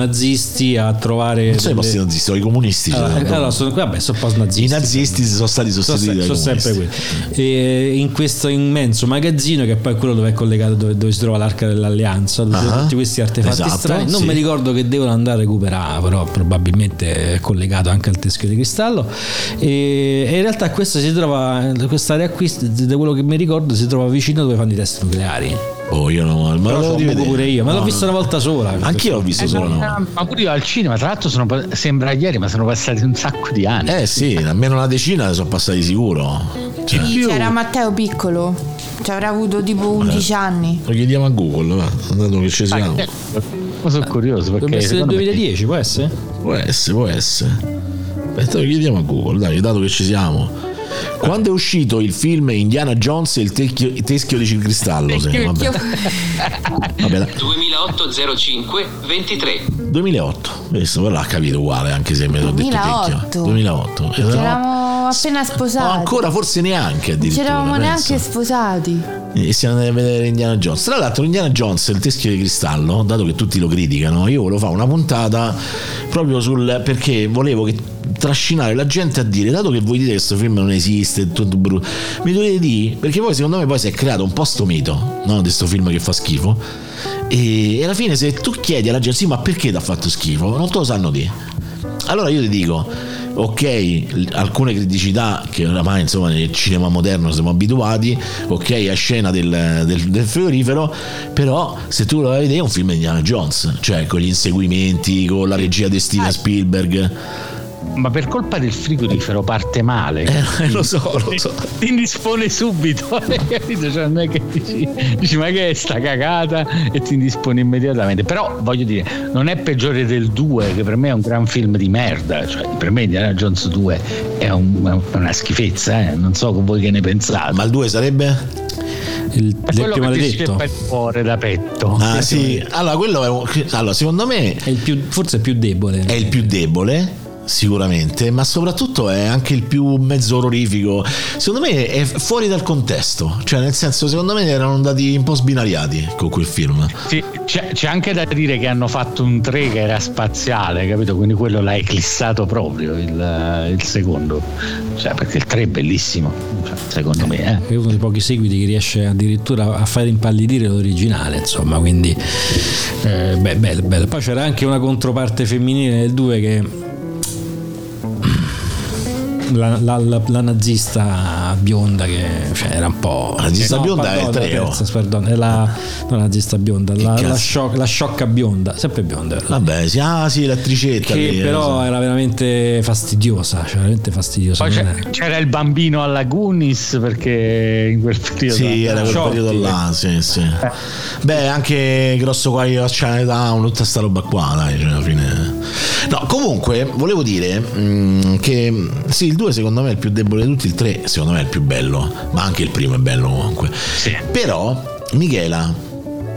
Speaker 5: post-nazisti a trovare.
Speaker 2: Non sono i
Speaker 5: delle-
Speaker 2: posti nazisti, sono i comunisti.
Speaker 5: Allora,
Speaker 2: cioè,
Speaker 5: allora, sono, vabbè, sono post-nazisti.
Speaker 2: I nazisti sono stati
Speaker 5: sono,
Speaker 2: sostituiti
Speaker 5: se-
Speaker 2: dai
Speaker 5: sono sempre
Speaker 2: comunisti.
Speaker 5: quelli. E in questo immenso magazzino che poi è quello dove è collegato dove, dove si trova l'arca dell'alleanza dove ci sono
Speaker 2: Ah,
Speaker 5: tutti questi artefatti
Speaker 2: esatto,
Speaker 5: strani non
Speaker 2: sì.
Speaker 5: mi ricordo che devono andare a recuperare però probabilmente è collegato anche al teschio di cristallo e, e in realtà questa si trova quest'area qui da quello che mi ricordo si trova vicino dove fanno i test nucleari
Speaker 2: Oh, io non ma
Speaker 5: però
Speaker 2: lo
Speaker 5: c'ho
Speaker 2: devo
Speaker 5: un buco
Speaker 2: rivedere.
Speaker 5: pure Eh, io ma
Speaker 2: No,
Speaker 5: l'ho vista
Speaker 2: no.
Speaker 5: una volta sola
Speaker 2: Anch'io l'ho visto solo una volta.
Speaker 6: ma, ma pure io al cinema, tra l'altro, sono pa- sembra ieri, ma sono passati un sacco di anni.
Speaker 2: Eh sì, almeno una decina sono passati sicuro. Cioè,
Speaker 4: Sì, C'era Matteo piccolo, ci avrà avuto tipo 11 anni.
Speaker 2: lo chiediamo a Google, va, andando che ci siamo.
Speaker 6: Ma sono curioso perché.
Speaker 5: Dovrebbe essere del
Speaker 6: secondo me-
Speaker 5: 2010 può essere?
Speaker 2: Può essere, può essere. Aspetta, lo chiediamo a Google, dai, dato che ci siamo. Quando è uscito il film Indiana Jones e il tecchio- il teschio di cristallo? se- Vabbè, vabbè dai.
Speaker 7: 2008-05-23.
Speaker 2: 2008, questo però l'ha capito uguale anche se me l'ho detto
Speaker 4: 2008.
Speaker 2: tecchio. 2008. Eh,
Speaker 4: Ci
Speaker 2: no.
Speaker 4: eravamo appena
Speaker 2: O
Speaker 4: sposati.
Speaker 2: ancora forse neanche
Speaker 4: Non ci
Speaker 2: addirittura.
Speaker 4: eravamo
Speaker 2: penso.
Speaker 4: neanche sposati.
Speaker 2: E siamo andati a vedere Indiana Jones. Tra l'altro, Indiana Jones, il teschio di cristallo, dato che tutti lo criticano, io volevo fare una puntata proprio sul perché volevo che trascinare la gente a dire dato che voi dite che questo film non esiste è tutto brutto mi dovete dire perché poi secondo me poi si è creato un po' sto mito no, di questo film che fa schifo e, e alla fine se tu chiedi alla gente sì ma perché ti ha fatto schifo non te lo sanno dire allora io ti dico, ok, l- alcune criticità che oramai insomma nel cinema moderno siamo abituati, ok, a scena del, del- del frigorifero, però se tu lo vedi è un film di Indiana Jones, cioè con gli inseguimenti, con la regia di Steven Spielberg.
Speaker 6: Ma per colpa del frigorifero parte male.
Speaker 2: Eh, lo so, lo so.
Speaker 6: ti indispone subito capito? Cioè, non è che dici, dici, ma che è sta cagata e ti indispone immediatamente però voglio dire non è peggiore del 2 che per me è un gran film di merda cioè, per me Indiana Jones 2 è, un- è una schifezza eh. non so voi che ne pensate
Speaker 2: Ma il 2 sarebbe?
Speaker 5: Il,
Speaker 6: è
Speaker 5: il
Speaker 6: quello
Speaker 5: più
Speaker 6: che ti si
Speaker 5: maledetto
Speaker 6: ceppa il cuore da petto
Speaker 2: Ah sì, allora quello è un- allora, secondo me
Speaker 5: è il più, forse è il più debole
Speaker 2: è il più debole sicuramente ma soprattutto è anche il più mezzo orrorifico secondo me è fuori dal contesto cioè nel senso secondo me erano andati un po' sbinariati con quel film
Speaker 6: Sì, c'è, c'è anche da dire che hanno fatto un 3 che era spaziale, capito? Quindi quello l'ha eclissato proprio il, il secondo. Cioè, perché il 3 è bellissimo, cioè, secondo me. eh.
Speaker 5: è uno dei pochi seguiti che riesce addirittura a far impallidire l'originale insomma quindi eh, beh, bello, bello. poi c'era anche una controparte femminile del 2 che la, la- la- la nazista bionda che cioè, era un po'
Speaker 2: La nazista bionda è
Speaker 5: pardon,
Speaker 2: il Treo.
Speaker 5: la terza, pardon, è la, non la nazista bionda la,
Speaker 2: cazzo.
Speaker 5: la sciocca, la sciocca bionda sempre bionda era.
Speaker 2: vabbè sì, ah sì l'attricetta
Speaker 5: che
Speaker 2: lì,
Speaker 5: però
Speaker 2: eh,
Speaker 5: era veramente fastidiosa cioè veramente fastidiosa
Speaker 6: Poi
Speaker 5: non
Speaker 6: c'è-
Speaker 5: era-
Speaker 2: Mm.
Speaker 6: c'era il bambino alla Goonies perché in quel periodo
Speaker 2: sì, era quel
Speaker 5: Sciotti.
Speaker 2: periodo là, sì, sì. Beh, anche grosso guaio a Chinatown, tutta sta roba qua, dai, cioè, alla fine. No, comunque, volevo dire mm, che mm, sì, il 2 secondo me è il più debole di tutti, il 3 secondo me è il più bello, ma anche il primo è bello comunque.
Speaker 6: Sì.
Speaker 2: Però, Michela,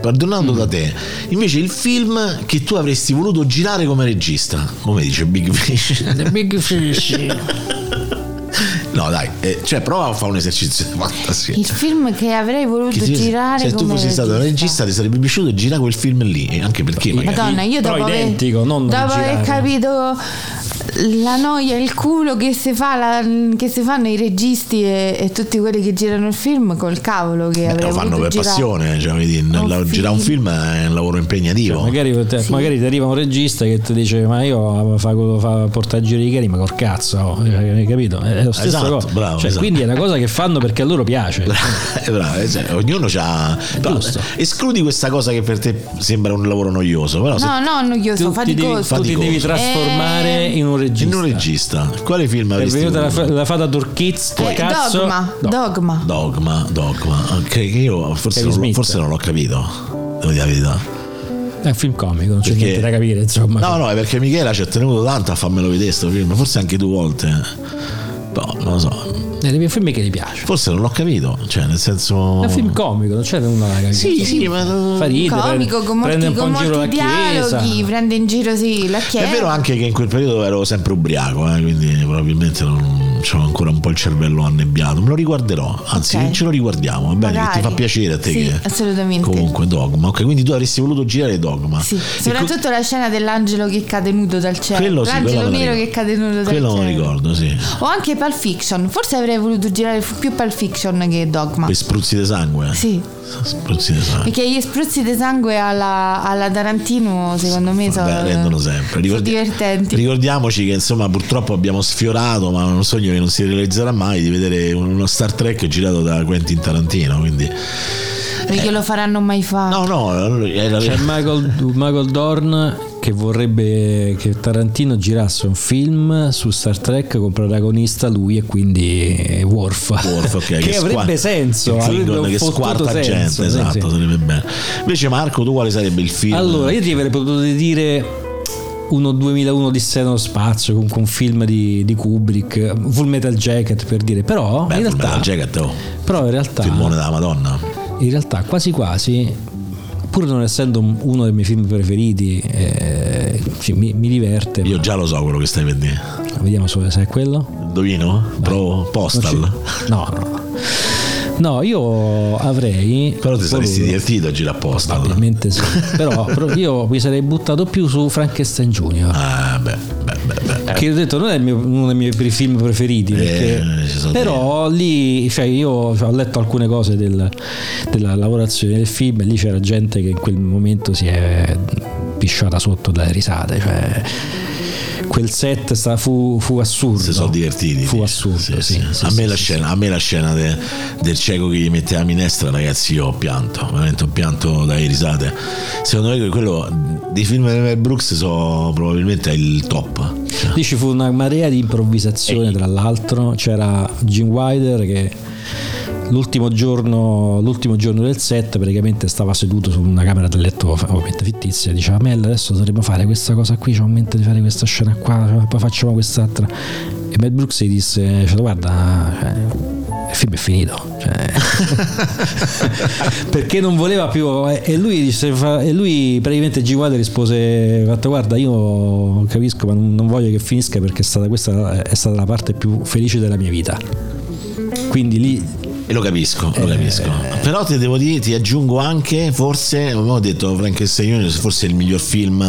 Speaker 2: perdonando da te, invece il film che tu avresti voluto girare come regista, come dice Big Fish.
Speaker 5: Big Fish
Speaker 2: No, dai, eh, cioè prova a fare un esercizio di fantasia.
Speaker 4: Il film che avrei voluto
Speaker 2: Che ti-
Speaker 4: girare
Speaker 2: se tu
Speaker 4: come
Speaker 2: fossi stato un regista ti sarebbe piaciuto girare quel film lì e eh, anche perché magari
Speaker 4: Madonna, io
Speaker 5: Però
Speaker 4: dopo aver,
Speaker 5: identico, non
Speaker 4: dopo aver
Speaker 5: girare.
Speaker 4: capito la noia, il culo che si, fa la- che si fanno i registi e, e tutti quelli che girano il film col cavolo che
Speaker 2: Beh,
Speaker 4: avrei
Speaker 2: Eh, lo fanno
Speaker 4: voluto
Speaker 2: per
Speaker 4: girare.
Speaker 2: passione, cioè, vedi, la- girare un film è un lavoro impegnativo.
Speaker 5: Magari, te- magari ti arriva un regista che ti dice: Ma io fa quello fa portare a giro i cani, ma col cazzo, oh",
Speaker 4: Mm.
Speaker 5: eh, hai capito? È lo stesso
Speaker 2: Esatto,
Speaker 5: cosa.
Speaker 2: bravo,
Speaker 5: Cioè,
Speaker 2: esatto.
Speaker 5: Quindi è una cosa che fanno perché a loro piace.
Speaker 2: Eh, bravo, eh, cioè, ognuno ha.
Speaker 5: Giusto.
Speaker 2: Escludi questa cosa che per te sembra un lavoro noioso, però se
Speaker 4: No, no, noioso,
Speaker 5: tu, ti devi,
Speaker 4: faticoso.
Speaker 5: tu ti devi trasformare
Speaker 4: Eh,
Speaker 5: in un regista.
Speaker 2: in un regista, quale film
Speaker 5: È
Speaker 2: avresti
Speaker 5: venuta la,
Speaker 2: voluto?
Speaker 5: fa- la fata Dorkiz,
Speaker 4: Eh,
Speaker 5: cazzo.
Speaker 4: dogma,
Speaker 5: No.
Speaker 4: dogma.
Speaker 2: Dogma, dogma. Ok, che io forse
Speaker 5: Kevin
Speaker 2: non, l'ho-
Speaker 5: Smith.
Speaker 2: forse non l'ho capito. Devo dire la verità.
Speaker 5: È un film comico, non c'è
Speaker 2: Perché-
Speaker 5: niente da capire, insomma.
Speaker 2: No, no, è perché Michela ci ha tenuto tanto a farmelo vedere sto film, forse anche due volte. Però non lo so.
Speaker 5: Eh, È dei film che gli piace.
Speaker 2: Forse non l'ho capito. Cioè, nel senso.
Speaker 5: È un film comico, non c'è nulla da capire.
Speaker 2: Sì, sì, ma.
Speaker 5: Fa ridere,
Speaker 4: Comico, con
Speaker 5: prende
Speaker 4: molti,
Speaker 5: un
Speaker 4: con
Speaker 5: po' in giro la
Speaker 4: molti dialoghi,
Speaker 5: chiesa.
Speaker 4: prende in giro sì, la chiesa.
Speaker 2: È vero anche che in quel periodo ero sempre ubriaco, eh, quindi probabilmente non c'ho ancora un po' il cervello annebbiato. Me lo riguarderò, anzi,
Speaker 4: Ok.
Speaker 2: ce lo riguardiamo, va bene? Che
Speaker 4: Magari.
Speaker 2: ti fa piacere a te
Speaker 4: Sì,
Speaker 2: che.
Speaker 4: assolutamente.
Speaker 2: Comunque, dogma. Ok, quindi tu avresti voluto girare dogma.
Speaker 4: Sì,
Speaker 2: E
Speaker 4: soprattutto la scena dell'angelo che cade nudo dal cielo.
Speaker 2: Quello sì,
Speaker 4: L'angelo
Speaker 2: quello me lo
Speaker 4: nero
Speaker 2: ricordo.
Speaker 4: che cade nudo dal
Speaker 2: Quello non
Speaker 4: cielo.
Speaker 2: lo ricordo, sì.
Speaker 4: O anche Pulp Fiction. Forse avrei voluto girare fu- più Pulp Fiction che Dogma.
Speaker 2: Quei spruzzi di sangue.
Speaker 4: Ah. Sì,
Speaker 2: Spruzzi di sangue.
Speaker 4: perché gli spruzzi di sangue alla, alla Tarantino, secondo me, sono,
Speaker 2: Vabbè, rendono sempre. Ricordi-
Speaker 4: sono divertenti.
Speaker 2: Ricordiamoci che insomma purtroppo abbiamo sfiorato, ma è un sogno che non si realizzerà mai, di vedere uno Star Trek girato da Quentin Tarantino. Quindi...
Speaker 4: Ah. perché lo faranno mai fa.
Speaker 2: eh. No, no, era...
Speaker 5: C'è Michael, Michael Dorn che vorrebbe che Tarantino girasse un film su Star Trek con protagonista lui e quindi Worf.
Speaker 2: Worf, ok,
Speaker 5: che, avrebbe
Speaker 2: squa-
Speaker 5: senso, eh.
Speaker 2: che
Speaker 5: avrebbe
Speaker 2: Klingon
Speaker 5: un
Speaker 2: che
Speaker 5: fottuto
Speaker 2: squarta
Speaker 5: senso,
Speaker 2: gente
Speaker 5: sì,
Speaker 2: esatto
Speaker 5: sì.
Speaker 2: sarebbe bene invece Marco tu quale sarebbe il film
Speaker 5: Allora, io ti avrei potuto dire uno 2001 di Seno Spazio, comunque un film di, di Kubrick, Full Metal Jacket per dire, però
Speaker 2: Beh,
Speaker 5: in
Speaker 2: Full
Speaker 5: realtà
Speaker 2: Metal Jacket, oh,
Speaker 5: però in realtà
Speaker 2: filmone della Madonna
Speaker 5: in realtà quasi quasi pur non essendo un- uno dei miei film preferiti eh, sì, mi, mi diverte
Speaker 2: io già lo so quello che stai per dire
Speaker 5: ma vediamo solo se è quello
Speaker 2: indovino provo
Speaker 5: Non ci-
Speaker 2: postal
Speaker 5: no no no io avrei
Speaker 2: però ti saresti
Speaker 5: voluto-
Speaker 2: divertito a girare postal
Speaker 5: probabilmente sì però però io mi sarei buttato più su Frankenstein Junior
Speaker 2: ah beh beh beh, beh.
Speaker 5: che ho detto non è il mio- uno dei miei pre- film
Speaker 2: eh,
Speaker 5: preferiti perché-
Speaker 2: ci sono
Speaker 5: però lì cioè io cioè, ho letto alcune cose del- della lavorazione del film e lì c'era gente che in quel momento si è pisciata sotto dalle risate cioè, quel set sta- fu, fu assurdo
Speaker 2: Si sono divertiti.
Speaker 5: fu
Speaker 2: sì.
Speaker 5: assurdo
Speaker 2: Sì,
Speaker 5: sì,
Speaker 2: sì.
Speaker 5: sì,
Speaker 2: a,
Speaker 5: sì,
Speaker 2: me la
Speaker 5: sì,
Speaker 2: scena, a me la scena de- del cieco che gli mette la minestra, ragazzi, io ho pianto, veramente ho pianto dalle risate. Secondo me quello dei film di Mel Brooks sono probabilmente il top. Cioè,
Speaker 5: Lì ci fu una marea di improvvisazione, tra l'altro. C'era Jim Wilder che l'ultimo giorno, l'ultimo giorno del set praticamente stava seduto su una camera da letto f- ovviamente fittizia e diceva Mel adesso dovremmo fare questa cosa qui, c'ho in mente di fare questa scena qua, cioè, poi facciamo quest'altra. E Mel Brooks gli disse cioè, guarda cioè, il film è finito. cioè, perché non voleva più eh, e lui disse fa- e lui praticamente G. Wilder rispose fatto guarda io capisco ma non, non voglio che finisca perché è stata, questa è stata la parte più felice della mia vita quindi lì
Speaker 2: E lo capisco, lo capisco.
Speaker 5: Eh.
Speaker 2: Però ti devo dire, ti aggiungo anche, forse, come ho detto Frankenstein Junior, forse è il miglior film,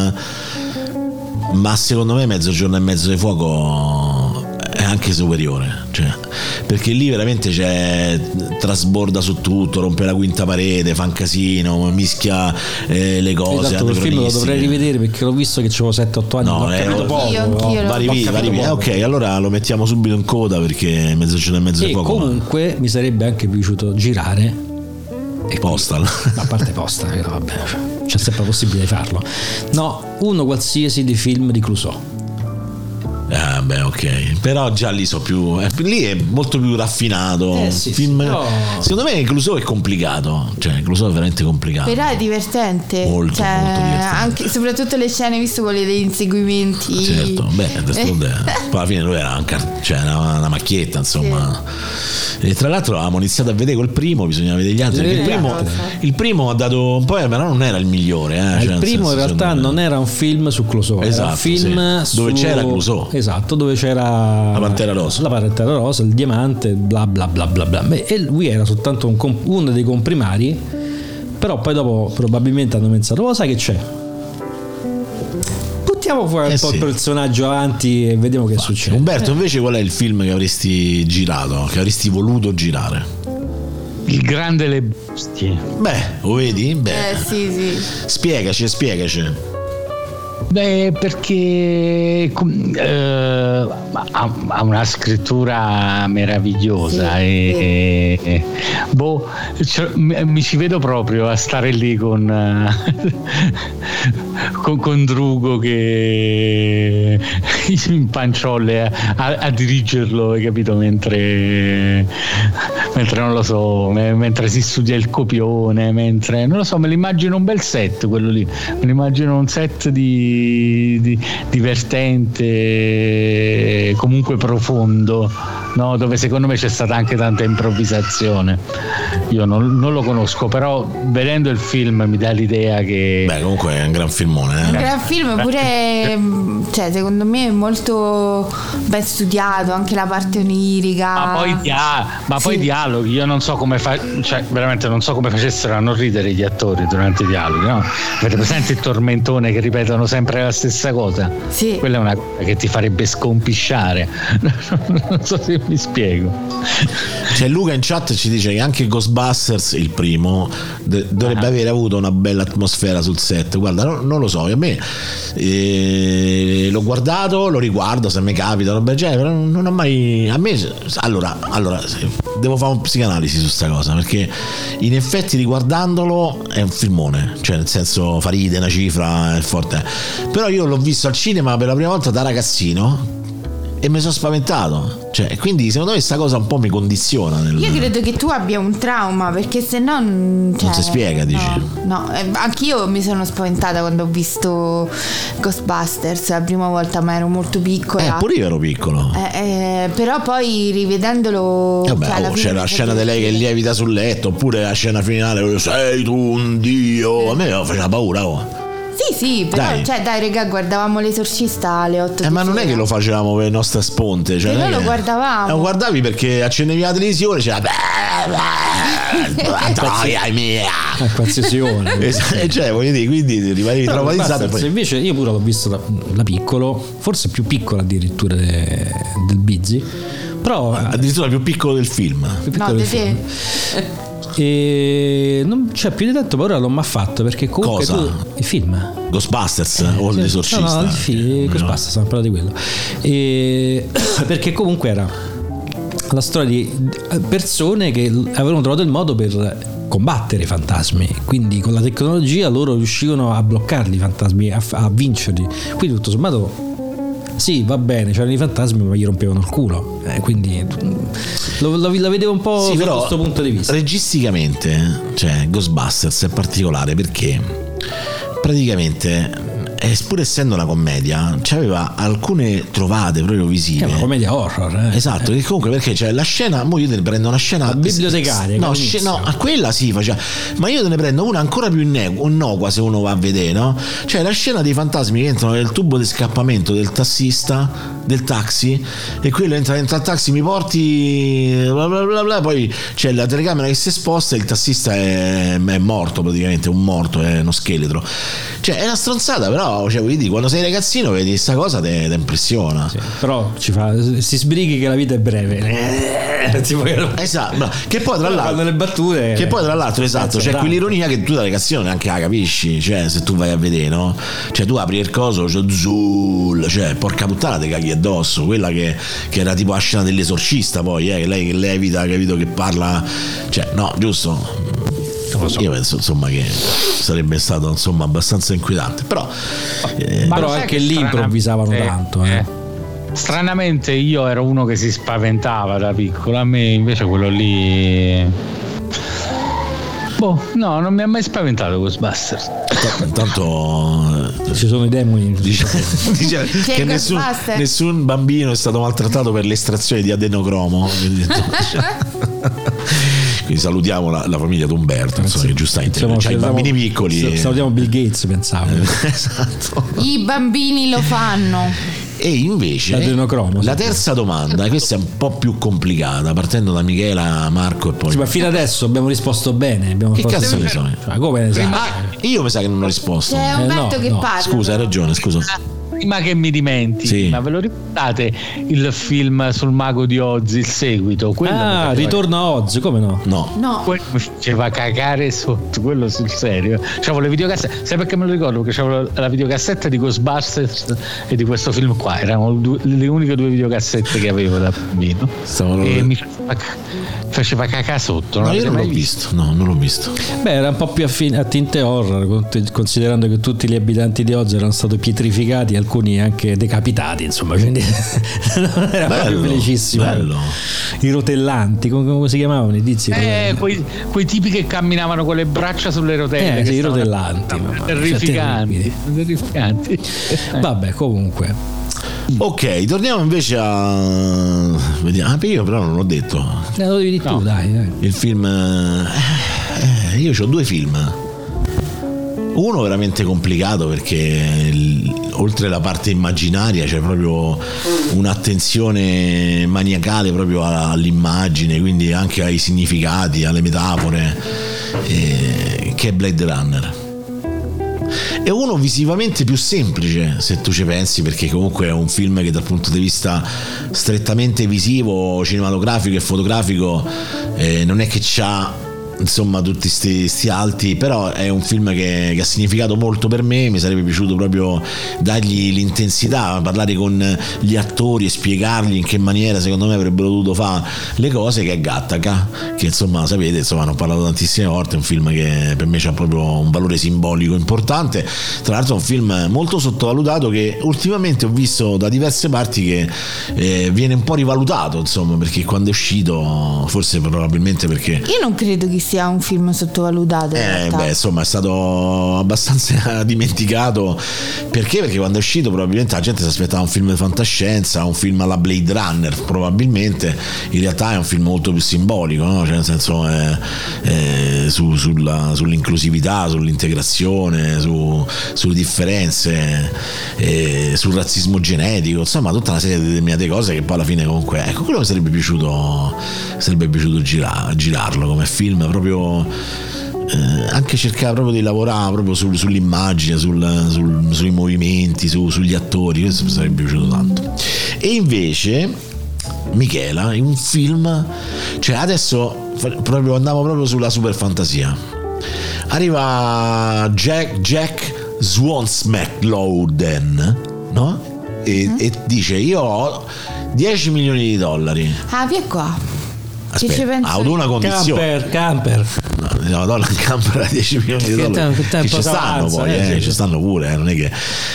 Speaker 2: ma secondo me Mezzogiorno e Mezzo di Fuoco è anche superiore. cioè, perché lì veramente c'è trasborda su tutto, rompe la quinta parete, fa un casino, mischia eh, le cose.
Speaker 5: esatto quel film lo dovrei
Speaker 2: anacronistiche.
Speaker 5: rivedere perché l'ho visto che avevo 7-8 anni
Speaker 2: No,
Speaker 5: l'ho
Speaker 2: eh,
Speaker 5: capito
Speaker 2: lo-
Speaker 5: poco
Speaker 4: Anch'io,
Speaker 5: no?
Speaker 4: anch'io lo-
Speaker 2: Va rivi-
Speaker 5: Ho
Speaker 2: va
Speaker 5: capito
Speaker 2: rivi- eh,
Speaker 5: poco.
Speaker 2: ok, allora lo mettiamo subito in coda perché Mezzogiorno e Mezzo di
Speaker 5: e
Speaker 2: Fuoco ma-
Speaker 5: comunque mi sarebbe anche piaciuto girare e
Speaker 2: Postal.
Speaker 5: a parte posta che no, vabbè c'è sempre la possibilità di farlo no uno qualsiasi di film di Clouseau
Speaker 2: Ah, beh, ok. Però già lì so più. eh, lì è molto più raffinato.
Speaker 5: Eh, sì,
Speaker 2: Film-
Speaker 5: sì, però-
Speaker 2: Secondo me Clouseau è complicato. Cioè, Clouseau è veramente complicato.
Speaker 4: Però è divertente,
Speaker 2: Molto,
Speaker 4: Cioè,
Speaker 2: molto divertente.
Speaker 4: anche- soprattutto le scene, visto quelle degli inseguimenti. Eh,
Speaker 2: Certo, beh, d'altronde, poi alla fine lui era un car- cioè, era una, una macchietta, insomma. E tra l'altro avevamo iniziato a vedere col primo, bisognava vedere gli altri. perché Il
Speaker 5: Sì,
Speaker 2: primo, il primo ha dato. Poi però non era il migliore. eh, cioè,
Speaker 5: il
Speaker 2: nel
Speaker 5: primo
Speaker 2: senso,
Speaker 5: in realtà
Speaker 2: secondo me-
Speaker 5: non era un film su Clouseau, era
Speaker 2: Esatto,
Speaker 5: un film
Speaker 2: sì. Dove
Speaker 5: su-
Speaker 2: c'era Clouseau.
Speaker 5: Esatto, dove c'era
Speaker 2: La Pantera Rosa.
Speaker 5: La Pantera Rosa, il diamante, bla bla bla bla bla. Beh, e lui era soltanto un comp- uno dei comprimari, però poi dopo probabilmente hanno pensato, "Oh, sai che c'è? Buttiamo Portiamo fuori
Speaker 2: Eh
Speaker 5: un po'
Speaker 2: sì.
Speaker 5: il personaggio avanti e vediamo che succede.
Speaker 2: Umberto, invece, qual è il film che avresti girato? Che avresti voluto girare?
Speaker 6: Il grande Le Bestie.
Speaker 2: Beh, lo vedi? Beh,
Speaker 3: Eh sì, sì.
Speaker 2: spiegaci, spiegaci.
Speaker 6: Beh, perché com- eh, ha, ha una scrittura meravigliosa
Speaker 3: Sì,
Speaker 6: e, e- boh, cioè, mi, mi ci vedo proprio a stare lì con, eh, con, con Drugo che in panciolle a, a- a dirigerlo, hai capito? Mentre, mentre non lo so, me- mentre si studia il copione, mentre non lo so, me lo immagino un bel set quello lì, me lo immagino un set di, di- divertente, comunque profondo, no? dove secondo me c'è stata anche tanta improvvisazione. Io non, non lo conosco, però vedendo il film mi dà l'idea che...
Speaker 2: Beh, comunque è un gran filmone.
Speaker 3: Un
Speaker 2: Eh?
Speaker 3: gran film pure, mh, cioè, secondo me è molto ben studiato, anche la parte onirica.
Speaker 6: Ma poi, dia- ma poi
Speaker 3: Ah, Sì.
Speaker 6: dialoghi, io non so come fa- cioè, veramente non so come facessero a non ridere gli attori durante i dialoghi, no? Avete presente il tormentone che ripetono sempre la stessa cosa?
Speaker 3: Sì.
Speaker 6: Quella è una cosa che ti farebbe scompisciare. non so se mi spiego.
Speaker 2: Cioè, Luca in chat ci dice che anche Ghostbusters, il primo, de- dovrebbe avere avuto una bella atmosfera sul set. Guarda, no- non lo so, a me eh, l'ho guardato, lo riguardo se mi capita, roba del genere, però non ho mai. A me. Allora, allora se- devo fare un psicanalisi su sta cosa, perché in effetti riguardandolo è un filmone, cioè nel senso fa ride, una cifra, è forte. Però io l'ho visto al cinema per la prima volta da ragazzino e mi sono spaventato. Cioè, quindi secondo me questa cosa un po' mi condiziona. Nel...
Speaker 4: Io credo che tu abbia un trauma perché se no. Non
Speaker 2: si spiega, dici?
Speaker 4: No, eh, anch'io mi sono spaventata quando ho visto Ghostbusters la prima volta, ma ero molto
Speaker 2: Eh,
Speaker 4: piccola.
Speaker 2: pure io ero piccolo.
Speaker 4: Eh, eh, però poi rivedendolo.
Speaker 2: Eh, vabbè,
Speaker 4: cioè, alla
Speaker 2: oh,
Speaker 4: fine
Speaker 2: c'è
Speaker 4: mi
Speaker 2: la
Speaker 4: fa
Speaker 2: scena di lei che
Speaker 4: piacere.
Speaker 2: lievita sul letto, oppure la scena finale dove sei tu un dio. A me faceva paura. oh.
Speaker 4: Sì, sì, però,
Speaker 2: Dai.
Speaker 4: cioè, dai, regà, guardavamo l'esorcista alle 8.
Speaker 2: Eh, ma non è che lo facevamo per le nostre sponte. Cioè,
Speaker 4: Però
Speaker 2: non è
Speaker 4: lo
Speaker 2: che-
Speaker 4: guardavamo.
Speaker 2: Eh, Lo guardavi perché accendevi la televisione e c'era. Troia mia!
Speaker 5: È qualsiasi ora.
Speaker 2: Es- eh, cioè, voglio dire, quindi rimanevi
Speaker 5: Però
Speaker 2: traumatizzato. e
Speaker 5: Ghostbusters,
Speaker 2: poi-
Speaker 5: invece io pure l'ho visto da, da piccolo, forse più piccolo addirittura de- del Bizzi, però
Speaker 2: Addirittura più piccolo del film.
Speaker 5: più
Speaker 4: No,
Speaker 5: piccolo
Speaker 4: te
Speaker 5: del film.
Speaker 4: te.
Speaker 5: E non c'è più di tanto, per ora l'ho mai fatto perché comunque
Speaker 2: Cosa?
Speaker 5: tu- il film
Speaker 2: Ghostbusters o
Speaker 5: Sì,
Speaker 2: l'esorcista.
Speaker 5: Eh, cioè, No, no, il film,
Speaker 2: Eh,
Speaker 5: questo basta, stiamo parlando di quello. E- perché comunque era la storia di eh, persone che l- avevano trovato il modo per combattere i fantasmi, quindi con la tecnologia loro riuscivano a bloccarli i fantasmi, a, f- a vincerli. Quindi tutto sommato sì, va bene, c'erano i fantasmi ma gli rompevano il culo. Eh, quindi mm, lo, lo- la vedevo un po'
Speaker 2: Sì,
Speaker 5: da
Speaker 2: però
Speaker 5: questo punto di vista.
Speaker 2: Registicamente, cioè Ghostbusters è particolare perché praticamente, eh, pur essendo una commedia, c'aveva alcune trovate proprio
Speaker 5: È una
Speaker 2: visive.
Speaker 5: commedia horror. eh.
Speaker 2: Esatto, che comunque perché c'è la scena, mo io te ne prendo una scena
Speaker 5: La bibliotecaria,
Speaker 2: No,
Speaker 5: che
Speaker 2: sce-
Speaker 5: all'inizio.
Speaker 2: no, a quella si faceva, ma io te ne prendo una ancora più inne- innocua se uno va a vedere, no? Cioè la scena dei fantasmi che entrano nel tubo di scappamento del tassista, del taxi, e quello entra dentro al taxi, mi porti, bla bla bla bla, poi c'è la telecamera che si sposta e il tassista è, è morto praticamente, un morto, è uno scheletro. Cioè è una stronzata, però cioè, voglio dire, quando sei ragazzino vedi questa cosa, te te impressiona.
Speaker 5: Però ci fa, si sbrighi che la vita è breve. Eh, tipo che non-
Speaker 2: Esatto, ma- che poi tra
Speaker 5: Però fanno
Speaker 2: l'altro
Speaker 5: le battute.
Speaker 2: che poi tra l'altro esatto,
Speaker 5: Cazzo,
Speaker 2: c'è
Speaker 5: bravo.
Speaker 2: quell'ironia che tu da ragazzino neanche la capisci, cioè se tu vai a vedere, no? Cioè tu apri il coso, c'è Zul, cioè porca puttana te caghi addosso, quella che, che era tipo la scena dell'esorcista poi, eh, che lei che levita, capito che parla, cioè no, giusto? Io penso insomma che sarebbe stato insomma abbastanza inquietante, però eh,
Speaker 6: Ma
Speaker 5: Però
Speaker 6: lo sai
Speaker 5: anche
Speaker 6: che
Speaker 5: lì
Speaker 6: stranamente-
Speaker 5: improvvisavano tanto, eh.
Speaker 6: Stranamente io ero uno che si spaventava da piccolo, a me invece quello lì... Boh, no, non mi ha mai spaventato Ghostbusters.
Speaker 2: t- intanto eh,
Speaker 5: Ci sono i demoni.
Speaker 2: Dice- dice
Speaker 4: C'è
Speaker 2: che
Speaker 4: il
Speaker 2: nessun,
Speaker 4: Ghostbuster.
Speaker 2: nessun bambino è stato maltrattato per l'estrazione di adenocromo. Quindi, insomma, quindi salutiamo la, la famiglia di Umberto, insomma, che giustamente
Speaker 5: Insomma,
Speaker 2: c'ha i
Speaker 5: salutiamo-
Speaker 2: bambini piccoli. Eh,
Speaker 5: Salutiamo Bill Gates, pensavo. Cioè,
Speaker 2: Esatto.
Speaker 4: I bambini lo fanno.
Speaker 2: E invece
Speaker 5: L'adenocromo,
Speaker 2: la
Speaker 5: sì.
Speaker 2: terza domanda, questa è un po' più complicata, partendo da Michela, Marco e poi.
Speaker 5: Sì, ma fino adesso abbiamo risposto bene. Abbiamo
Speaker 2: Che
Speaker 5: fatto-
Speaker 2: cazzo ne so? eh.
Speaker 5: Cioè, come ne sai?
Speaker 2: Ah, io mi sa che non ho risposto.
Speaker 4: C'è
Speaker 5: no,
Speaker 4: Umberto che
Speaker 5: no,
Speaker 4: parla.
Speaker 2: Scusa, hai ragione, scusa.
Speaker 7: Io
Speaker 6: prima che mi dimentichi,
Speaker 2: Sì.
Speaker 6: ma ve lo ricordate il film sul mago di Oz, il seguito? Quello mi
Speaker 5: Ah,
Speaker 6: faceva-
Speaker 5: ritorno a Oz, come no?
Speaker 2: No.
Speaker 3: No,
Speaker 6: Quello mi faceva cagare sotto, quello sul serio. C'avevo le videocassette, sai perché me lo ricordo? Perché c'avevo la videocassetta di Ghostbusters e di questo film qua, erano due- le uniche due videocassette che avevo da bambino.
Speaker 2: Stavo-
Speaker 6: E mi faceva, ca- faceva cagare sotto.
Speaker 2: Eh, No, io
Speaker 6: l'avete
Speaker 2: non
Speaker 6: mai
Speaker 2: l'ho visto. No, non l'ho visto.
Speaker 5: Beh, era un po' più affin- a tinte horror, cont- considerando che tutti gli abitanti di Oz erano stati pietrificati, alcuni anche decapitati, insomma, quindi non era proprio
Speaker 2: Bello,
Speaker 5: felicissimo.
Speaker 2: bello.
Speaker 5: I rotellanti, come, come si chiamavano i tizi?
Speaker 6: Eh, quei, quei tipi che camminavano con le braccia sulle rotelle.
Speaker 5: Eh,
Speaker 6: che
Speaker 5: sì, i
Speaker 6: stavano-
Speaker 5: rotellanti, Cioè, mamma mia,
Speaker 6: Terrificanti.
Speaker 5: terribili.
Speaker 6: terrificanti.
Speaker 2: Eh.
Speaker 5: Vabbè, comunque.
Speaker 2: Mm. Ok, torniamo invece a. Vediamo. Ah, io però non l'ho detto.
Speaker 5: Eh, lo devi dire tu, dai. dai.
Speaker 2: Il film. eh, eh, io ho due film. Uno veramente complicato perché il- oltre la parte immaginaria c'è proprio un'attenzione maniacale proprio alla- all'immagine, quindi anche ai significati, alle metafore, eh, che è Blade Runner. È uno visivamente più semplice, se tu ci pensi, perché comunque è un film che dal punto di vista strettamente visivo, cinematografico e fotografico eh, non è che c'ha insomma tutti sti, sti alti però è un film che, che ha significato molto per me mi sarebbe piaciuto proprio dargli l'intensità parlare con gli attori e spiegargli in che maniera secondo me avrebbero dovuto fare le cose che è Gattaca che insomma sapete insomma ne ho parlato tantissime volte è un film che per me ha proprio un valore simbolico importante tra l'altro è un film molto sottovalutato che ultimamente ho visto da diverse parti che eh, viene un po' rivalutato insomma perché quando è uscito forse probabilmente perché
Speaker 4: Io non credo che sia un film sottovalutato. in
Speaker 2: eh,
Speaker 4: realtà.
Speaker 2: beh, insomma, è stato abbastanza dimenticato. Perché? Perché quando è uscito, probabilmente la gente si aspettava un film di fantascienza, un film alla Blade Runner. Probabilmente in realtà è un film molto più simbolico, no? Cioè, nel senso, eh, eh, su- sulla- sull'inclusività, sull'integrazione, su- sulle differenze, eh, sul razzismo genetico, insomma, tutta una serie di determinate cose che poi alla fine, comunque, ecco, quello mi sarebbe piaciuto, sarebbe piaciuto gira- girarlo come film proprio. Eh, anche cercare proprio di lavorare proprio sul- sull'immagine, sul- sul- sui movimenti, su- sugli attori, questo mi sarebbe piaciuto tanto. E invece Michela in un film, cioè adesso fa- proprio andiamo proprio sulla super fantasia. Arriva Jack, Jack Swansmacklowden, no? E, e dice io ho 10 milioni di dollari.
Speaker 4: Ah, via qua. ci
Speaker 2: Aspetta, ah,
Speaker 4: penso
Speaker 2: ha
Speaker 4: io?
Speaker 2: una condizione.
Speaker 5: Camper, camper.
Speaker 2: No, la Madonna in camera 10 milioni di
Speaker 5: Che
Speaker 2: dollari.
Speaker 5: tempo- che tempo
Speaker 2: Che ci stanno
Speaker 5: avanza,
Speaker 2: poi,
Speaker 5: eh,
Speaker 2: eh,
Speaker 5: sì.
Speaker 2: ci stanno pure, eh, non è che.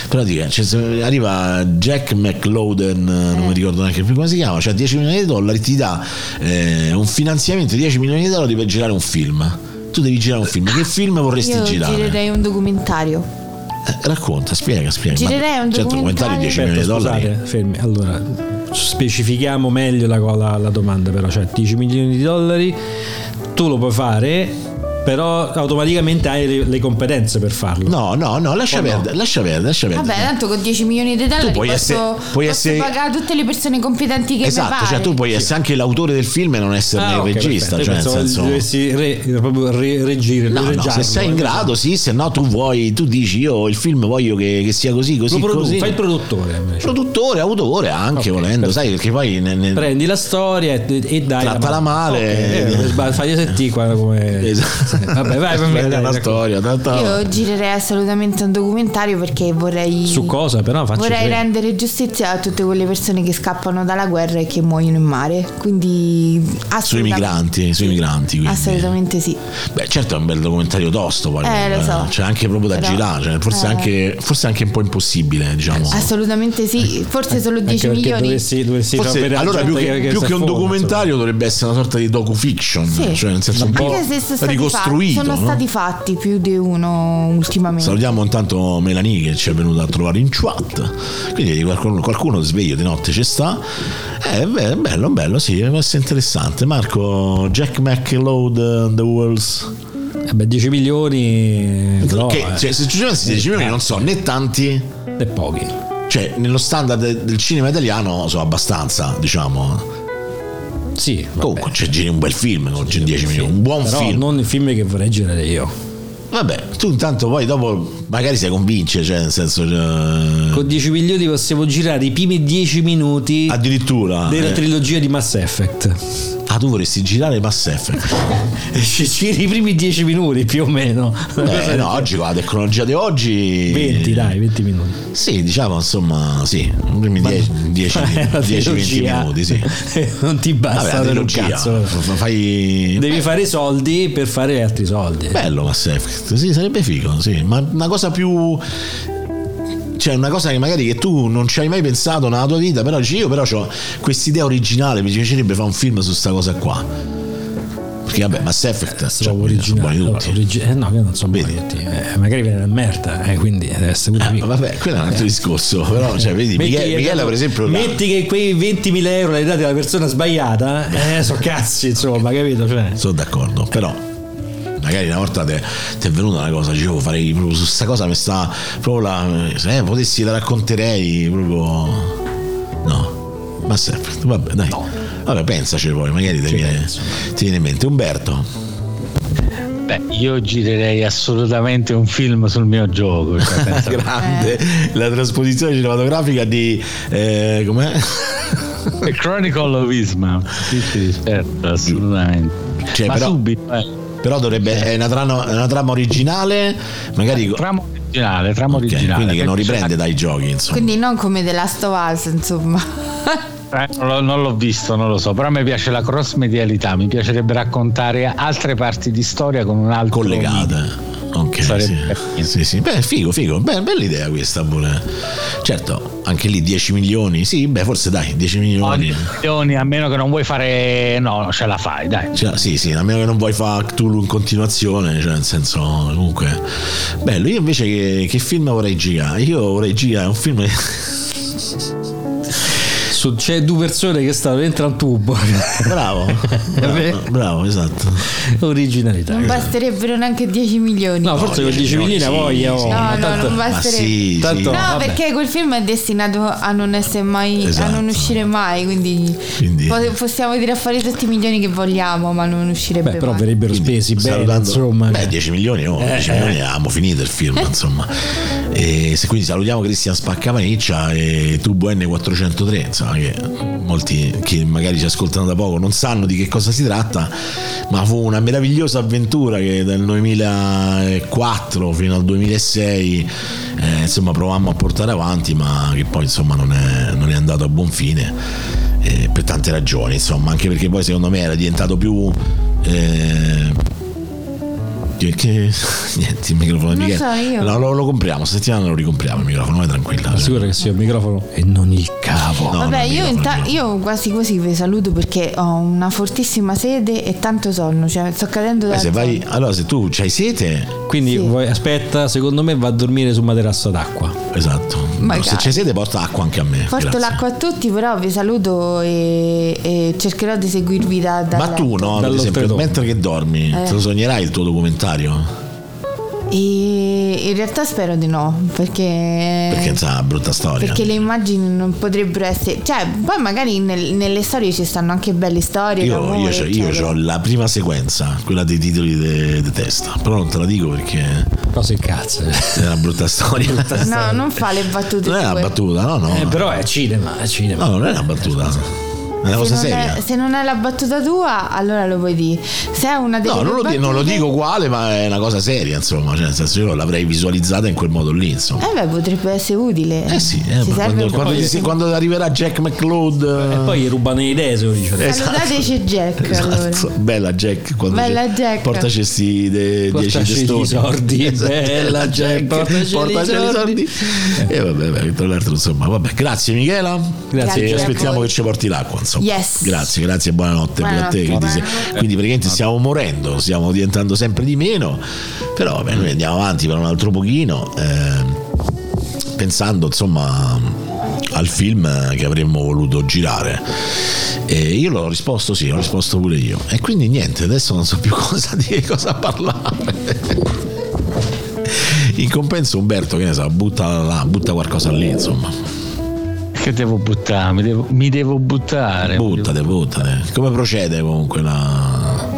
Speaker 2: Però dico, cioè, se arriva Jack McLoden, eh, non mi ricordo neanche più come si chiama, cioè 10 milioni di dollari, ti dà eh, un finanziamento di 10 milioni di dollari per girare un film. Tu devi girare un film. Che film vorresti
Speaker 4: Io
Speaker 2: girare?
Speaker 4: girerei un documentario.
Speaker 2: Eh, racconta, spiega, spiega. Ma-
Speaker 4: Girerei un
Speaker 2: certo,
Speaker 4: documentario.
Speaker 2: 10
Speaker 5: Aspetta,
Speaker 2: milioni di dollari.
Speaker 5: scusate, fermi. Allora, specifichiamo meglio la, la- la domanda, però, cioè 10 milioni di dollari tu lo puoi fare, però automaticamente hai le, le competenze per farlo.
Speaker 2: No, no, no,
Speaker 5: Oh,
Speaker 2: lascia perdere, lascia perdere, lascia perdere.
Speaker 4: Vabbè, tanto con 10 milioni di dollari
Speaker 2: puoi
Speaker 4: posso,
Speaker 2: essere- puoi
Speaker 4: posso
Speaker 2: essere-
Speaker 4: pagare tutte le persone competenti che mi
Speaker 2: Esatto,
Speaker 4: pare.
Speaker 2: cioè tu puoi essere anche l'autore del film e non esserne
Speaker 5: Ah,
Speaker 2: il
Speaker 5: ok,
Speaker 2: regista.
Speaker 5: perfetto. Io
Speaker 2: Cioè, nel
Speaker 5: pensavo
Speaker 2: senso...
Speaker 5: dovessi re- proprio re- reggire,
Speaker 2: No, no, se
Speaker 5: reggiarlo,
Speaker 2: sei in
Speaker 5: eh,
Speaker 2: grado, sì, se no tu vuoi, tu dici io il film voglio che, che sia così,
Speaker 5: lo
Speaker 2: così,
Speaker 5: produ-
Speaker 2: così.
Speaker 5: fai il produttore invece.
Speaker 2: Produttore, autore anche volendo, sai, perché poi ne- ne-
Speaker 5: Prendi la storia e, e dai
Speaker 2: Trattala Eh. male.
Speaker 5: Ok, eh, sbag- fagli sentire qua come
Speaker 2: Esatto.
Speaker 5: Vabbè, vai, ecco. fammi
Speaker 2: Bella
Speaker 5: dai,
Speaker 2: la
Speaker 5: racconta.
Speaker 2: storia, tanto-
Speaker 4: Io girerei assolutamente un documentario perché vorrei.
Speaker 5: Su cosa però faccio
Speaker 4: Vorrei rendere giustizia a tutte quelle persone che scappano dalla guerra e che muoiono in mare. Quindi
Speaker 2: sui
Speaker 4: assolutamente,
Speaker 2: migranti, sui migranti, quindi.
Speaker 4: assolutamente sì.
Speaker 2: Beh, certo è un bel documentario tosto, poi,
Speaker 4: Eh, lo so.
Speaker 2: cioè anche proprio da
Speaker 4: Però-
Speaker 2: girare, cioè, forse,
Speaker 4: eh.
Speaker 2: anche, forse anche un po' impossibile, diciamo.
Speaker 4: Assolutamente sì, forse solo 10 milioni.
Speaker 5: Dovessi, dovessi
Speaker 2: Forse-
Speaker 5: sapere
Speaker 2: allora più
Speaker 5: gente
Speaker 2: che, più
Speaker 5: si
Speaker 2: che un
Speaker 5: affonda,
Speaker 2: documentario dovrebbe essere una sorta di docufiction,
Speaker 4: Sì.
Speaker 2: cioè nel senso un po'
Speaker 4: Anche se sono stati, fatti,
Speaker 2: ricostruito.
Speaker 4: sono
Speaker 2: no?
Speaker 4: stati fatti più di uno ultimamente.
Speaker 2: Salutiamo intanto Melanie che ci è venuta a trovare in chat. Quindi qualcuno, qualcuno sveglio di notte ci sta. Eh, beh, bello, bello, sì, è essere interessante. Marco, Jack McLeod, uh, The Worlds.
Speaker 5: insomma. Eh beh, 10 milioni no,
Speaker 2: che,
Speaker 5: eh,
Speaker 2: cioè, se ci pensi, 10 milioni non so né tanti.
Speaker 5: e pochi.
Speaker 2: Cioè, nello standard de- del cinema italiano so abbastanza, diciamo. cioè,
Speaker 5: Sì, vabbè.
Speaker 2: Comunque, c'è giri un bel film, non c'è 10
Speaker 5: Sì,
Speaker 2: milioni, un buon
Speaker 5: però
Speaker 2: film.
Speaker 5: non i film che vorrei girare io.
Speaker 2: Vabbè, tu intanto poi dopo magari si convince, cioè nel senso... cioè,
Speaker 5: Con 10 milioni possiamo girare i primi 10 minuti
Speaker 2: addirittura...
Speaker 5: della
Speaker 2: eh.
Speaker 5: trilogia di Mass Effect.
Speaker 2: Ah, tu vorresti girare Mass Effect.
Speaker 5: E ci giri i primi 10 minuti più o meno.
Speaker 2: Beh, Eh, no, oggi con la tecnologia di oggi...
Speaker 5: 20, dai, 20 minuti.
Speaker 2: Sì, diciamo, insomma, sì, i primi
Speaker 5: Ma-
Speaker 2: 10
Speaker 5: ma è una
Speaker 2: 10-20
Speaker 5: Eh, trilogia.
Speaker 2: minuti, sì.
Speaker 5: non ti
Speaker 2: Vabbè,
Speaker 5: basta
Speaker 2: la
Speaker 5: per un
Speaker 2: trilogia.
Speaker 5: cazzo.
Speaker 2: F- Fai...
Speaker 5: Devi fare i soldi per fare altri soldi.
Speaker 2: Bello Mass Effect, sì, sarebbe figo, sì, ma una cosa più... Cioè, una cosa che magari che tu non ci hai mai pensato nella tua vita, però dici io però ho quest'idea originale, mi piacerebbe fare un film su sta cosa qua. Perché vabbè, Mass Effect cioè,
Speaker 5: Trovo
Speaker 2: sono
Speaker 5: originale.
Speaker 2: buoni
Speaker 5: no,
Speaker 2: tutti.
Speaker 5: origi- eh, no, io non so
Speaker 2: Vedi?
Speaker 5: buoni tutti. Eh, magari viene una merda, eh, quindi deve essere pure
Speaker 2: Ma
Speaker 5: figo.
Speaker 2: Vabbè, quello è un altro discorso, però cioè, vedi,
Speaker 5: Eh. Metti
Speaker 2: Michele,
Speaker 5: che-
Speaker 2: Michela, per esempio... la-
Speaker 5: metti che quei 20.000 euro li hai dati alla persona sbagliata, eh, so cazzi, insomma, capito? Cioè,
Speaker 2: Sono d'accordo, però magari una volta ti è venuta una cosa, dicevo, farei proprio su sta cosa mi sta proprio la. Se eh, potessi la racconterei proprio. No. Ma sempre, vabbè, dai. Vabbè, pensaci poi, magari ti viene, ti viene in mente. Umberto.
Speaker 6: Beh, io girerei assolutamente un film sul mio gioco. cioè, penso-
Speaker 2: Grande la trasposizione cinematografica di. Eh, com'è?
Speaker 6: The Chronicle of Isma. Sì, sì, certo, assolutamente.
Speaker 2: Cioè,
Speaker 6: Ma
Speaker 2: però-
Speaker 6: subito, eh.
Speaker 2: Però dovrebbe. È una trama, è una trama originale, magari. ok,
Speaker 6: Trama originale, trama originale.
Speaker 2: quindi che non
Speaker 6: Perché-
Speaker 2: riprende dai giochi, insomma.
Speaker 4: Quindi non come The Last of Us, insomma.
Speaker 6: Eh, non l'ho- non l'ho visto, non lo so, però a me piace la cross medialità, mi piacerebbe raccontare altre parti di storia con un altro
Speaker 2: collegata. Ok,
Speaker 6: Sarebbe-
Speaker 2: sì. sì, sì. Beh, figo, figo. Beh, bella idea questa pure. Certo, anche lì 10 milioni. Sì, beh, forse dai, 10 milioni.
Speaker 6: Milioni, a meno che non vuoi fare no, ce la fai, dai.
Speaker 2: Cioè, sì, sì, a meno che non vuoi fare Cthulhu in continuazione, cioè nel senso, comunque. Bello, io invece che, che film vorrei girare? Io vorrei girare un film.
Speaker 5: su- c'è due persone che stanno dentro un tubo.
Speaker 2: bravo, bravo, bravo, esatto.
Speaker 5: Originalità.
Speaker 4: Non basterebbero neanche 10 milioni.
Speaker 5: No, forse con 10 milioni la
Speaker 2: sì,
Speaker 5: voglia.
Speaker 2: sì.
Speaker 5: oh,
Speaker 4: no,
Speaker 5: ma
Speaker 4: no,
Speaker 5: tanto-
Speaker 4: non
Speaker 2: Ma
Speaker 4: basterebbe.
Speaker 2: sì,
Speaker 5: Tanto-
Speaker 2: sì.
Speaker 4: No,
Speaker 5: vabbè.
Speaker 4: perché quel film è destinato a non essere mai a
Speaker 2: Esatto.
Speaker 4: non uscire mai, quindi,
Speaker 2: Quindi-
Speaker 4: po- possiamo dire a fare tutti i milioni che vogliamo, ma non uscirebbe
Speaker 5: Beh, però
Speaker 4: mai.
Speaker 5: verrebbero spesi bene,
Speaker 2: Salutando-
Speaker 5: insomma.
Speaker 2: Beh, 10 milioni, oh, 10 milioni abbiamo finito il film, insomma. E se- quindi salutiamo Cristian Spaccapaniccia e Tubo N403, insomma, che molti che magari ci ascoltano da poco non sanno di che cosa si tratta, ma fu una meravigliosa avventura che dal 2004 fino al 2006 eh, insomma provammo a portare avanti, ma che poi insomma non è, non è andato a buon fine. eh, per tante ragioni, insomma, anche perché poi secondo me era diventato più eh, che, che- niente, il microfono di
Speaker 4: Non
Speaker 2: Michele.
Speaker 4: so, io.
Speaker 2: No, lo, lo compriamo, settimana lo ricompriamo il microfono, vai tranquilla.
Speaker 5: Sicuro che sia il microfono e non il cavo.
Speaker 2: No,
Speaker 4: Vabbè,
Speaker 2: non
Speaker 4: io,
Speaker 2: il
Speaker 4: inta-
Speaker 2: microfono.
Speaker 4: io quasi quasi vi saluto perché ho una fortissima sede e tanto sonno, cioè sto cadendo da
Speaker 2: Eh, se vai, allora se tu hai sete,
Speaker 5: Quindi vuoi- aspetta, secondo me va a dormire su un materasso d'acqua.
Speaker 2: esatto.
Speaker 4: Magari.
Speaker 2: Se c'hai sete porta acqua anche a me.
Speaker 4: Porto
Speaker 2: grazie.
Speaker 4: l'acqua a tutti, però vi saluto e, e cercherò di seguirvi da, da
Speaker 2: Ma tu no, per esempio,
Speaker 5: Dall'oltretomba.
Speaker 2: mentre che dormi,
Speaker 4: Eh.
Speaker 2: te lo sognerai il tuo documentario?
Speaker 4: E in realtà spero di no, perché
Speaker 2: Perché è una brutta storia.
Speaker 4: Eh. Perché le immagini non potrebbero essere. Cioè, poi magari nel- nelle storie ci stanno anche belle storie.
Speaker 2: Io,
Speaker 4: d'amore,
Speaker 2: io, c'ho- io
Speaker 4: eccetera.
Speaker 2: ho la prima sequenza, quella dei titoli de- di testa, però non te la dico perché
Speaker 5: Però si incazza.
Speaker 2: è una brutta storia.
Speaker 4: No, non fa le battute.
Speaker 2: non è una
Speaker 4: tue.
Speaker 2: battuta, no, no.
Speaker 5: Eh, però è cinema, è cinema.
Speaker 2: No, non è una battuta. È una
Speaker 4: Se
Speaker 2: cosa
Speaker 4: non,
Speaker 2: seria.
Speaker 4: è, se non è la battuta tua, allora lo puoi dire. Se è una delle
Speaker 2: No,
Speaker 4: tue
Speaker 2: non lo, di- non lo
Speaker 4: battute-
Speaker 2: dico uguale, ma è una cosa seria, insomma. Cioè, nel senso, io l'avrei visualizzata in quel modo lì, insomma.
Speaker 4: Eh beh, potrebbe essere utile.
Speaker 2: Eh sì, eh,
Speaker 4: Ci serve
Speaker 2: quando,
Speaker 4: un po'.
Speaker 2: quando gli si- quando arriverà Jack McLeod.
Speaker 5: E poi gli rubano le idee se lo dice.
Speaker 4: Salutateci Jack allora.
Speaker 2: Esatto. Bella Jack quando
Speaker 4: Bella
Speaker 2: c'è-
Speaker 4: Jack.
Speaker 2: portaci sti de-
Speaker 5: Portaci
Speaker 2: 10
Speaker 5: gli
Speaker 2: testoni
Speaker 5: sordi, bella Jack, portaci gli
Speaker 2: i sordi e vabbè, vabbè, tra l'altro insomma vabbè grazie Michela
Speaker 5: Grazie.
Speaker 2: e
Speaker 4: Grazie a
Speaker 2: aspettiamo
Speaker 4: voi.
Speaker 2: che ci porti l'acqua insomma
Speaker 4: Yes.
Speaker 2: grazie grazie e buonanotte, pure a te,
Speaker 4: Buonanotte.
Speaker 2: quindi, se- quindi praticamente stiamo morendo stiamo diventando sempre di meno però vabbè, noi andiamo avanti per un altro pochino ehm, pensando insomma al film che avremmo voluto girare e io l'ho risposto sì, ho risposto pure io e quindi niente, adesso non so più cosa dire, cosa parlare in compenso Umberto che ne sa, butta, là, butta qualcosa lì insomma,
Speaker 6: Che devo buttare? Mi devo, mi
Speaker 5: Eh,
Speaker 6: devo buttare.
Speaker 2: buttate, buttate come procede comunque la...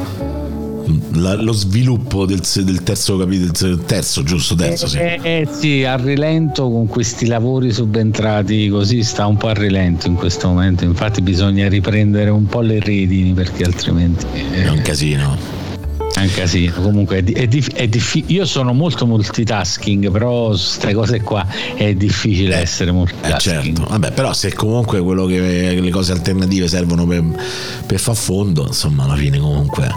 Speaker 2: la- lo sviluppo del, se- del terzo capitolo, del terzo giusto, terzo sì.
Speaker 6: Eh, eh, sì, a rilento con questi lavori subentrati così sta un po' a rilento in questo momento, infatti bisogna riprendere un po' le redini perché altrimenti
Speaker 2: È
Speaker 6: eh,
Speaker 2: un casino.
Speaker 6: è un casino. Comunque è di- è dif- è diffi- io sono molto multitasking, però queste cose qua è difficile
Speaker 2: Eh,
Speaker 6: essere
Speaker 2: Eh,
Speaker 6: multitasking.
Speaker 2: certo, vabbè, però se comunque quello che le cose alternative servono per, per far fondo, insomma, alla fine comunque.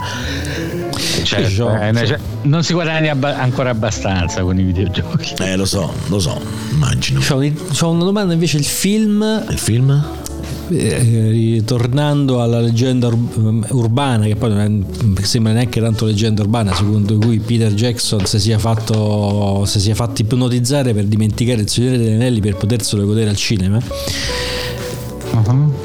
Speaker 6: Certo,
Speaker 5: Certo.
Speaker 6: eh, ne- cioè, non si guadagna abba- ancora abbastanza con i videogiochi.
Speaker 2: Eh, lo so, lo so, immagino.
Speaker 5: C'ho, un- c'ho una domanda invece, il film,
Speaker 2: Il film?
Speaker 5: eh, ritornando alla leggenda ur- ehm, urbana, che poi non è- sembra neanche tanto leggenda urbana, secondo cui Peter Jackson si sia fatto, si sia fatto ipnotizzare per dimenticare il Signore degli Anelli per poterselo godere al cinema.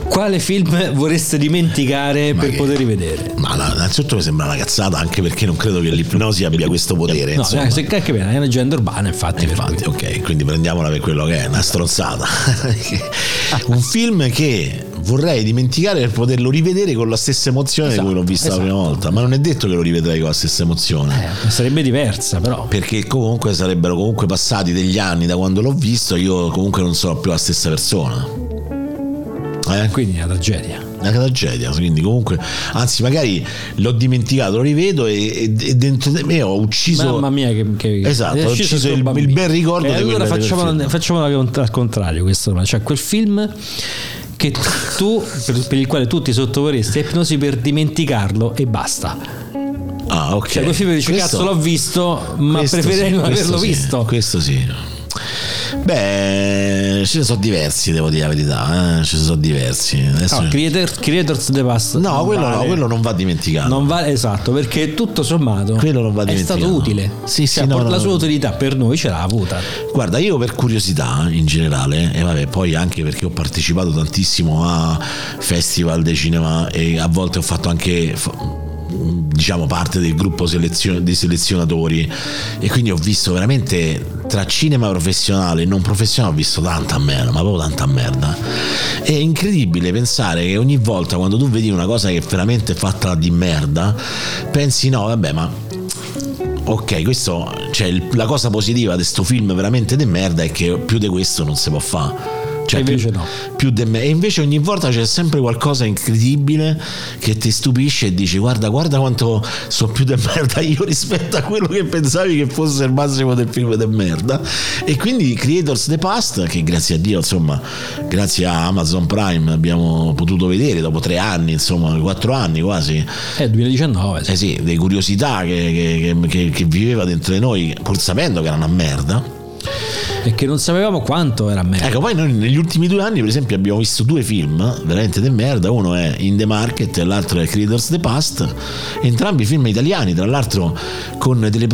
Speaker 5: Quale film vorreste dimenticare
Speaker 2: Uh-huh. Ma
Speaker 5: per
Speaker 2: che-
Speaker 5: poter rivedere?
Speaker 2: Ma la- innanzitutto mi sembra una cazzata, anche perché non credo che l'ipnosi abbia questo potere.
Speaker 5: No,
Speaker 2: insomma.
Speaker 5: eh, se anche bene, è una leggenda urbana, infatti. per
Speaker 2: Infatti,
Speaker 5: cui-
Speaker 2: ok, quindi prendiamola per quello che è, una stronzata. Un film che vorrei dimenticare per poterlo rivedere con la stessa emozione di
Speaker 5: Esatto,
Speaker 2: cui l'ho visto la prima volta, ma non è detto che lo rivedrei con la stessa emozione.
Speaker 5: eh, sarebbe diversa, però.
Speaker 2: perché comunque sarebbero comunque passati degli anni da quando l'ho visto, io comunque non sono più la stessa persona. Eh?
Speaker 5: Quindi è una tragedia.
Speaker 2: Una tragedia, quindi comunque, anzi magari l'ho dimenticato, lo rivedo e, e- e dentro di me ho ucciso...
Speaker 5: Mamma mia, che, Eh, che
Speaker 2: Esatto,
Speaker 5: è
Speaker 2: ho
Speaker 5: uscito
Speaker 2: ucciso
Speaker 5: sto
Speaker 2: il- il
Speaker 5: bambino.
Speaker 2: bel ricordo
Speaker 5: E
Speaker 2: di
Speaker 5: Eh, allora
Speaker 2: quella- del
Speaker 5: facciamola,
Speaker 2: film.
Speaker 5: facciamola cont- al contrario questa domanda, cioè quel film che tu per, per il quale tu ti sottoporresti a ipnosi per dimenticarlo e basta.
Speaker 2: Ah, ok.
Speaker 5: Cioè quel film che dici
Speaker 2: Questo-
Speaker 5: cazzo l'ho visto, ma
Speaker 2: questo
Speaker 5: preferirei
Speaker 2: sì,
Speaker 5: non
Speaker 2: questo
Speaker 5: averlo
Speaker 2: sì,
Speaker 5: visto.
Speaker 2: Questo sì. Beh, ce ne sono diversi, devo dire la verità. eh, Ce ne sono diversi. Adesso-
Speaker 5: Ah, Creator- Creators the Past.
Speaker 2: no,
Speaker 5: non
Speaker 2: quello no,
Speaker 5: vale.
Speaker 2: quello non va dimenticato.
Speaker 5: Non vale esatto, perché tutto sommato
Speaker 2: Quello non va
Speaker 5: è stato
Speaker 2: dimenticato.
Speaker 5: utile.
Speaker 2: Sì, sì,
Speaker 5: Cioè,
Speaker 2: no,
Speaker 5: por-
Speaker 2: no,
Speaker 5: la sua
Speaker 2: no.
Speaker 5: utilità per noi ce l'ha avuta.
Speaker 2: Guarda, io per curiosità in generale, e vabbè, poi anche perché ho partecipato tantissimo a festival di cinema e a volte ho fatto anche fa- diciamo parte del gruppo selezio- dei selezionatori e quindi ho visto veramente tra cinema professionale e non professionale ho visto tanta merda, ma proprio tanta merda. È incredibile pensare che ogni volta quando tu vedi una cosa che è veramente fatta di merda, pensi no, vabbè, ma Ok, questo, cioè, il- la cosa positiva di questo film veramente de merda è che più di questo non si può fare. Cioè,
Speaker 5: E invece
Speaker 2: più,
Speaker 5: no.
Speaker 2: più de me- e invece ogni volta c'è sempre qualcosa incredibile che ti stupisce e dici guarda guarda quanto so più de merda io rispetto a quello che pensavi che fosse il massimo del film de merda e quindi Creators The Past che grazie a Dio insomma grazie a Amazon Prime abbiamo potuto vedere dopo tre anni insomma quattro anni quasi
Speaker 5: È 2019. sì.
Speaker 2: eh sì, le curiosità che, che- che- che viveva dentro di noi, pur sapendo che era una merda. Eh.
Speaker 5: E che non sapevamo quanto era merda.
Speaker 2: Ecco, poi noi negli ultimi due anni, per esempio, abbiamo visto due film veramente de merda. Uno è In the Market e l'altro è Creators the Past. Entrambi film italiani, tra l'altro con delle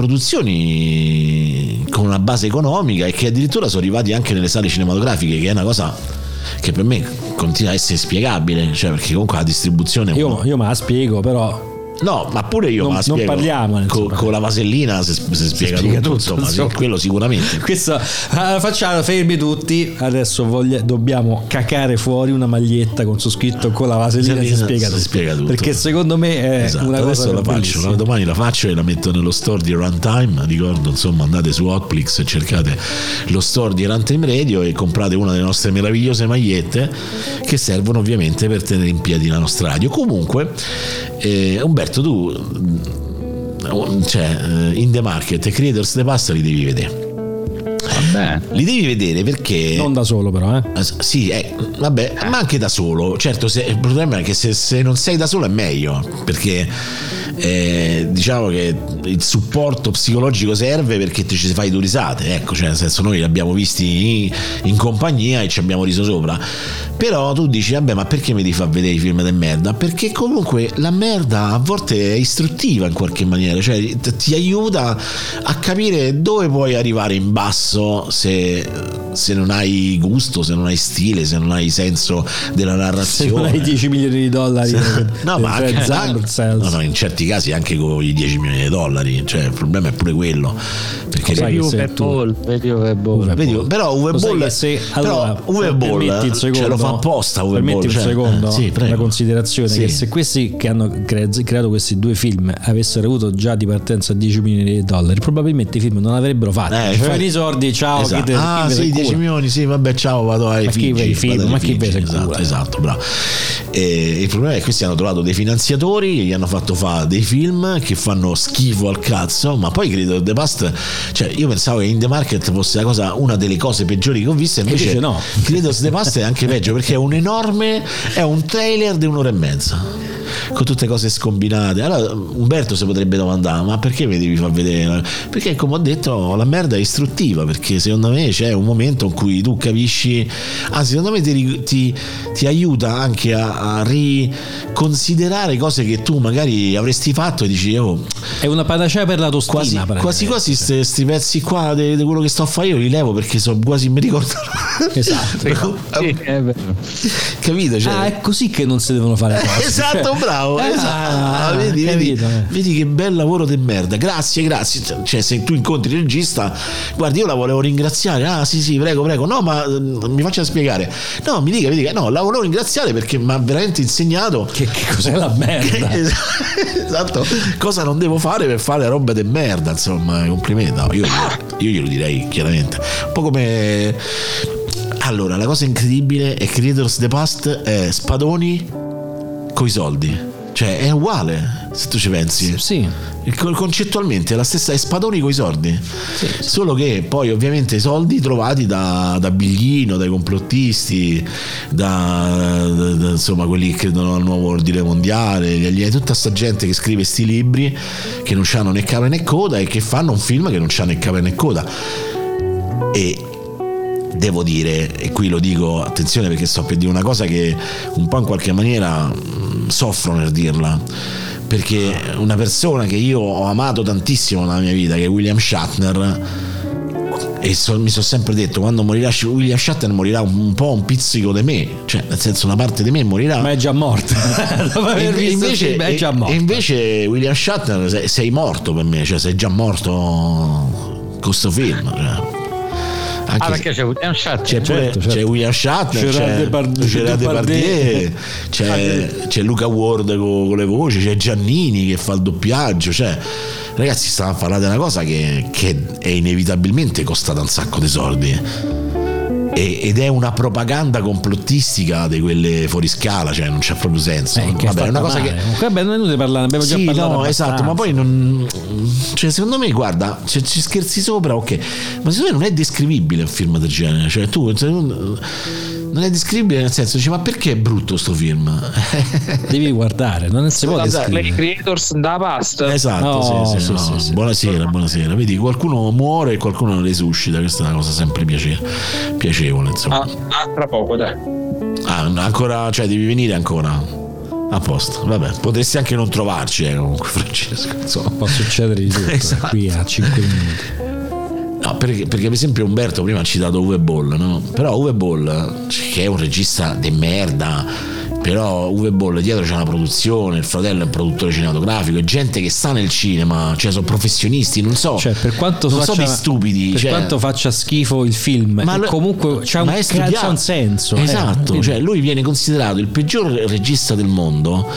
Speaker 2: produzioni con una base economica e che addirittura sono arrivati anche nelle sale cinematografiche, che è una cosa che per me continua a essere spiegabile, cioè perché comunque la distribuzione è uno-
Speaker 5: Io, io me la spiego, però
Speaker 2: No, ma pure io
Speaker 5: Non-
Speaker 2: me la
Speaker 5: non
Speaker 2: spiego.
Speaker 5: parliamone,
Speaker 2: Co-
Speaker 5: insomma.
Speaker 2: con la vasellina si, si spiega,
Speaker 5: spiega
Speaker 2: tutto,
Speaker 5: tutto,
Speaker 2: insomma, sì,
Speaker 5: insomma.
Speaker 2: quello sicuramente.
Speaker 5: Questo, allora, facciamo, fermi tutti. Adesso voglia- dobbiamo cacare fuori una maglietta con su scritto con la vaselina. Si
Speaker 2: Vaselina,
Speaker 5: spiega,
Speaker 2: si
Speaker 5: tutto.
Speaker 2: spiega tutto.
Speaker 5: Perché secondo me è
Speaker 2: Esatto,
Speaker 5: Eh, una cosa
Speaker 2: adesso la faccio,
Speaker 5: bellissima.
Speaker 2: la- domani la faccio e la metto nello store di Runtime, ricordo insomma andate su Hotplix e cercate lo store di Runtime Radio e comprate una delle nostre meravigliose magliette che servono ovviamente per tenere in piedi la nostra radio. Comunque, eh, Umberto tu, mm, cioè, eh, in the market, e Creators the Past li devi vedere.
Speaker 6: Vabbè.
Speaker 2: Li devi vedere perché...
Speaker 5: Non da solo, però. Eh.
Speaker 2: Eh, Sì, eh, vabbè, ma anche da solo. Certo, se- il problema è che se, se non sei da solo è meglio, perché eh, diciamo che il supporto psicologico serve perché ti ci fai due risate. Ecco, cioè, nel senso, noi li abbiamo visti in, in compagnia e ci abbiamo riso sopra. Però tu dici, vabbè, ma perché mi devi far vedere i film del merda? Perché comunque la merda a volte è istruttiva in qualche maniera, cioè t- ti aiuta a capire dove puoi arrivare in basso se, se non hai gusto, se non hai stile, se non hai senso della
Speaker 5: Se non
Speaker 2: narrazione. esatto.
Speaker 5: hai 10 milioni di dollari, Cioè,
Speaker 2: No, ma anche, no, no, in certi casi anche con i 10 milioni di dollari, cioè il problema è pure quello. Perché
Speaker 5: Sai che
Speaker 6: Vedi
Speaker 5: sei
Speaker 6: Uwe
Speaker 5: tu.
Speaker 6: Ball, vedi Uwe Ball.
Speaker 5: Uwe
Speaker 2: Vedi, però Uwe
Speaker 5: Lo sai
Speaker 2: Boll-
Speaker 5: che se,
Speaker 2: però
Speaker 5: allora,
Speaker 2: Uwe
Speaker 5: se
Speaker 2: Boll,
Speaker 5: permetti un
Speaker 2: ce lo
Speaker 5: secondo,
Speaker 2: fa apposta Uwe
Speaker 5: permetti
Speaker 2: Boll,
Speaker 5: un
Speaker 2: cioè,
Speaker 5: secondo
Speaker 2: eh, sì, prego.
Speaker 5: la considerazione
Speaker 2: Sì.
Speaker 5: che se questi che hanno cre- creato questi due film avessero avuto già di partenza 10 milioni di dollari probabilmente i film non avrebbero fatto
Speaker 2: Eh,
Speaker 5: cioè
Speaker 2: infatti-
Speaker 5: fanno i sordi ciao
Speaker 2: Esatto.
Speaker 5: chi te-
Speaker 2: ah,
Speaker 5: chi te
Speaker 2: sì,
Speaker 5: cura.
Speaker 2: 10 milioni, sì, vabbè, ciao, vado ai
Speaker 5: Ma chi
Speaker 2: Figi,
Speaker 5: vede i film?
Speaker 2: vado ai
Speaker 5: Ma chi
Speaker 2: Figi,
Speaker 5: vede il
Speaker 2: Esatto,
Speaker 5: culo?
Speaker 2: esatto, bravo. E il problema è che questi hanno trovato dei finanziatori che gli hanno fatto fare dei film che fanno schifo al cazzo, ma poi credo che The Past, cioè io pensavo che In The Market fosse la cosa, una delle cose peggiori che ho visto, invece,
Speaker 5: Invece no.
Speaker 2: Credo che The Past è anche peggio perché è un enorme, è un trailer di un'ora e mezza. Con tutte cose scombinate, allora Umberto si potrebbe domandare: ma perché mi devi far vedere? Perché, come ho detto, la merda è istruttiva. Perché secondo me c'è un momento in cui tu capisci, anzi, secondo me ti, ri- ti- ti aiuta anche a, a riconsiderare cose che tu magari avresti fatto e dici, oh,
Speaker 5: è una panacea per l'autostima
Speaker 2: quasi
Speaker 5: praticamente.
Speaker 2: quasi, quasi ste- sti pezzi qua di di quello che sto a fare io li levo perché so quasi mi ricordo.
Speaker 5: esatto
Speaker 6: Sì, è vero.
Speaker 2: Capito? Cioè,
Speaker 5: ah è così che non si devono fare le cose
Speaker 2: Esatto,
Speaker 5: Cioè,
Speaker 2: bravo.
Speaker 5: ah,
Speaker 2: esatto. Vedi, vedi,
Speaker 5: capito, eh.
Speaker 2: vedi che bel lavoro di merda. Grazie, grazie. Cioè, se tu incontri il regista, guardi, io la volevo ringraziare. Ah, sì, sì, prego, prego. No, ma eh, mi faccia spiegare. No, mi dica, mi dica. No, la volevo ringraziare perché mi ha veramente insegnato.
Speaker 5: che, che cos'è la merda
Speaker 2: Es- esatto, cosa non devo fare per fare roba di merda? Insomma, complimenti. No, io, io glielo direi chiaramente. Un po' come. Allora, la cosa incredibile è che Creators The Past è Spadoni coi soldi. Cioè, è uguale se tu ci pensi.
Speaker 5: sì
Speaker 2: Il co- Concettualmente è la stessa, è Spadoni coi soldi. Solo che poi, ovviamente, i soldi trovati da, da Biglino, dai complottisti, da, da- da- insomma quelli che credono al nuovo ordine mondiale, gli alieni, tutta sta gente che scrive sti libri che non hanno né capa né coda e che fanno un film che non c'ha né capa né coda. E devo dire, e qui lo dico attenzione perché sto per dire una cosa che un po' in qualche maniera mh, soffro nel dirla. Perché una persona che io ho amato tantissimo nella mia vita, che è William Shatner, e so- mi sono sempre detto quando morirà Sh- William Shatner morirà un, un po' un pizzico di me, cioè nel senso una parte di me morirà.
Speaker 5: ma è già morta dopo
Speaker 2: E
Speaker 5: aver
Speaker 2: inve-
Speaker 5: visto il film, è
Speaker 2: e-
Speaker 5: già morta
Speaker 2: e invece William Shatner sei, sei morto per me, cioè sei già morto con questo film. cioè. Anche
Speaker 6: Ah,
Speaker 2: se-
Speaker 6: perché c'è un chat.
Speaker 2: c'è, pure,
Speaker 5: Certo, certo.
Speaker 2: c'è William Shatner,
Speaker 5: Gerard
Speaker 2: c'è
Speaker 5: Depard-
Speaker 2: Gerard
Speaker 5: Depardieu. Ah,
Speaker 2: Depardieu, c'è, c'è Luca Ward co- con, le voci, c'è Giannini che fa il doppiaggio. Cioè, ragazzi, stavamo a parlare di una cosa che, che è inevitabilmente costata un sacco di soldi. eh. E- ed è una propaganda complottistica di quelle fuori scala, cioè non c'ha proprio senso.
Speaker 5: Eh, che
Speaker 2: Vabbè, è una cosa che
Speaker 5: Vabbè, non è inutile parlare, abbiamo già
Speaker 2: sì,
Speaker 5: parlato.
Speaker 2: no,
Speaker 5: abbastanza.
Speaker 2: esatto, ma poi non. Cioè, secondo me, guarda, se ci scherzi sopra, ok. Ma secondo me non è descrivibile un film del genere. Cioè, tu. se non- non è descrivibile nel senso, dici, ma perché è brutto sto film?
Speaker 5: Devi guardare, non si può
Speaker 2: Guarda,
Speaker 7: Play
Speaker 5: descrivere.
Speaker 7: Creators da past.
Speaker 2: esatto,
Speaker 5: No,
Speaker 2: sì, sì,
Speaker 5: sì,
Speaker 2: no.
Speaker 5: sì, sì.
Speaker 2: Buonasera, buonasera. Vedi, qualcuno muore e qualcuno resuscita. Questa è una cosa sempre piace- piacevole, insomma.
Speaker 7: Ah, ah, tra poco, dai.
Speaker 2: Ah, ancora, cioè, devi venire ancora. A posto, vabbè, potresti anche non trovarci, eh, comunque, Francesco. Insomma.
Speaker 5: Può succedere di tutto
Speaker 2: Esatto.
Speaker 5: qui a 5 minuti.
Speaker 2: No, perché, perché per esempio Umberto prima ha citato Uwe Boll, no? Però Uwe Boll, cioè, che è un regista di merda, però Uwe Boll dietro c'è una produzione, il fratello è un produttore cinematografico, è gente che sta nel cinema, cioè sono professionisti, non so.
Speaker 5: Cioè, per quanto
Speaker 2: Oh. non
Speaker 5: faccia,
Speaker 2: so di stupidi,
Speaker 5: per
Speaker 2: cioè-
Speaker 5: quanto faccia schifo il film,
Speaker 2: Ma
Speaker 5: ma
Speaker 2: lo-
Speaker 5: comunque c'ha un,
Speaker 2: ma è
Speaker 5: ca-
Speaker 2: studiato.
Speaker 5: c'ha un senso. eh.
Speaker 2: Esatto,
Speaker 5: Quindi-
Speaker 2: cioè lui viene considerato il peggior regista del mondo,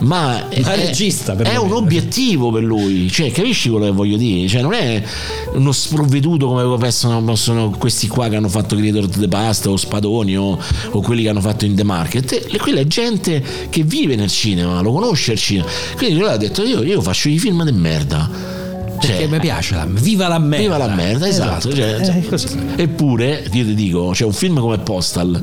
Speaker 2: ma è,
Speaker 5: Ma regista, per
Speaker 2: è
Speaker 5: lo
Speaker 2: un
Speaker 5: meno.
Speaker 2: obiettivo per lui, cioè capisci quello che voglio dire? Cioè, non è uno sprovveduto come pensano, possono questi qua che hanno fatto Creator de Pasta o Spadoni o, o quelli che hanno fatto In The Market, e quella è gente che vive nel cinema, lo conosce il cinema, quindi lui ha detto io, io faccio i film di merda. Cioè,
Speaker 5: Perché mi piace la viva la merda.
Speaker 2: Viva la merda, esatto. cioè,
Speaker 5: Eh, così.
Speaker 2: Eppure, io ti dico, c'è un film come Postal.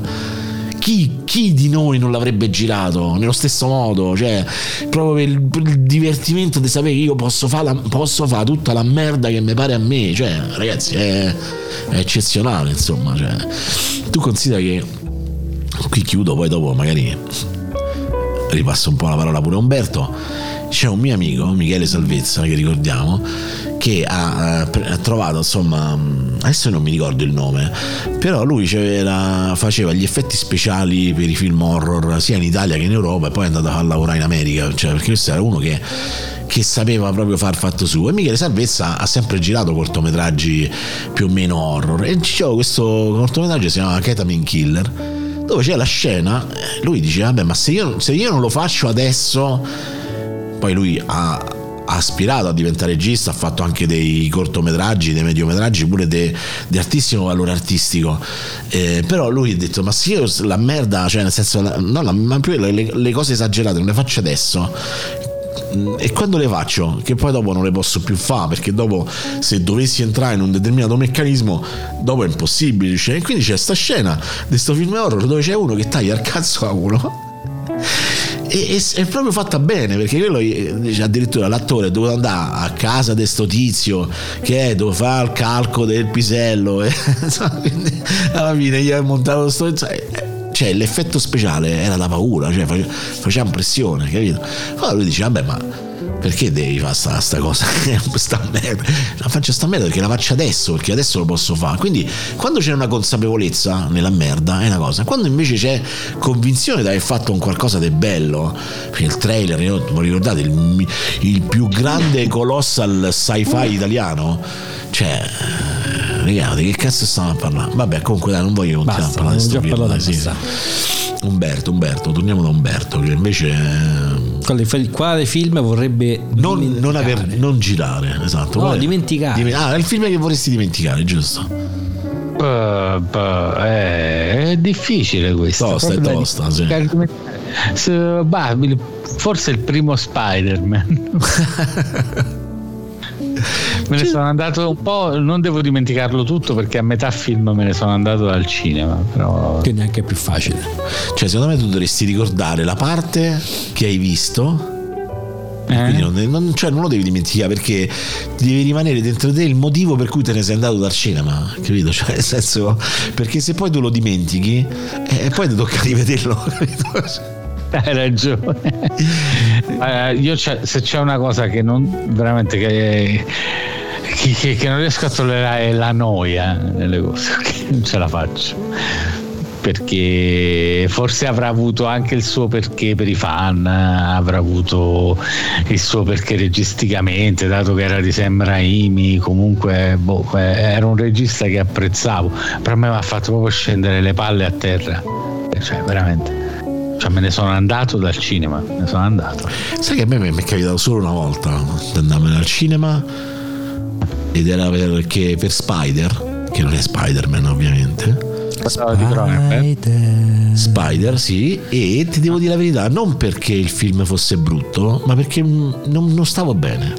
Speaker 2: Chi, chi di noi non l'avrebbe girato nello stesso modo? Cioè, proprio per il, per il divertimento di sapere che io posso fare tutta la merda che mi pare a me. Cioè, ragazzi, è, è eccezionale, insomma. cioè. tu considera che qui chiudo, poi dopo magari ripasso un po' la parola pure a Umberto. C'è un mio amico, Michele Salvezza, che ricordiamo, che ha, eh, pre- ha trovato, insomma, mh, adesso non mi ricordo il nome, però lui c'era- faceva gli effetti speciali per i film horror sia in Italia che in Europa e poi è andato a lavorare in America, cioè, perché questo era uno che che sapeva proprio far fatto suo. E Michele Salvezza ha sempre girato cortometraggi più o meno horror. E c'è questo cortometraggio che si chiama Ketamine Killer, dove c'è la scena, eh, lui dice, vabbè, ma se io, se io non lo faccio adesso... Poi lui ha ha aspirato a diventare regista, ha fatto anche dei cortometraggi, dei mediometraggi, pure de- di altissimo valore artistico. Eh, però lui ha detto: Ma se io la merda, cioè nel senso, la- no, la- ma più le, le- le cose esagerate non le faccio adesso. mm, E quando le faccio, che poi dopo non le posso più fare, perché dopo se dovessi entrare in un determinato meccanismo, dopo è impossibile. dice. E quindi c'è sta scena di sto film horror dove c'è uno che taglia il cazzo a uno e, e- è proprio fatta bene perché quello eh, dice, addirittura l'attore è dovuto andare a casa di sto tizio che è, dove fa il calco del pisello e insomma, quindi alla fine gli ha montato sto cioè, cioè, l'effetto speciale era da paura cioè face- faceva impressione capito allora lui dice vabbè ma perché devi fare sta, sta cosa? sta merda. La faccio sta merda perché la faccio adesso, perché adesso lo posso fare. Quindi quando c'è una consapevolezza nella merda è una cosa. Quando invece c'è convinzione di aver fatto un qualcosa di bello, perché il trailer, io, vi ricordate, il, mi- il più grande colossal sci-fi italiano? Cioè, eh, raga, di che cazzo stiamo a parlare? Vabbè, comunque dai, non voglio continuare
Speaker 5: Basta,
Speaker 2: a parlare di
Speaker 5: abbiamo
Speaker 2: sto film,
Speaker 5: già parlato
Speaker 2: dai, sì, sì. Umberto, Umberto, torniamo da Umberto, che invece... eh,
Speaker 5: Quale, fi- quale film vorrebbe
Speaker 2: non, non
Speaker 5: dimenticare?
Speaker 2: aver- non girare, esatto.
Speaker 5: No,
Speaker 2: Qual è?
Speaker 5: dimenticare.
Speaker 2: Dime- ah, è il film che vorresti dimenticare, giusto?
Speaker 6: Eh, beh, eh, è difficile questo.
Speaker 2: Tosta, è
Speaker 6: proprio da
Speaker 2: tosta, sì.
Speaker 6: dimenticare. Se- bah, il- forse il primo Spider-Man. me ne sono andato un po', non devo dimenticarlo tutto perché a metà film me ne sono andato dal cinema, però
Speaker 5: Che neanche è più facile.
Speaker 2: Cioè, secondo me tu dovresti ricordare la parte che hai visto.
Speaker 6: eh?
Speaker 5: Eh?
Speaker 2: Quindi non, non- cioè, non lo devi dimenticare perché ti devi rimanere dentro te il motivo per cui te ne sei andato dal cinema, capito? Cioè, nel senso, perché se poi tu lo dimentichi, eh, e poi ti tocca rivederlo, capito?
Speaker 6: Hai ragione. Eh, io c'è- se c'è una cosa che non veramente che, che- che- che non riesco a tollerare è la noia nelle cose, che non ce la faccio. Perché forse avrà avuto anche il suo perché per i fan, avrà avuto il suo perché registicamente, dato che era di Sam Raimi, comunque boh, eh, era un regista che apprezzavo, però a me mi ha fatto proprio scendere le palle a terra, cioè veramente. Cioè me ne sono andato dal cinema, me ne sono andato.
Speaker 2: Sai che a me mi è capitato solo una volta di andarmene al cinema ed era perché per Spider, che non è Spider-Man ovviamente.
Speaker 6: di Cronenberg.
Speaker 2: Spider, sì, e ti devo dire la verità, non perché il film fosse brutto, ma perché mm, non, non stavo bene.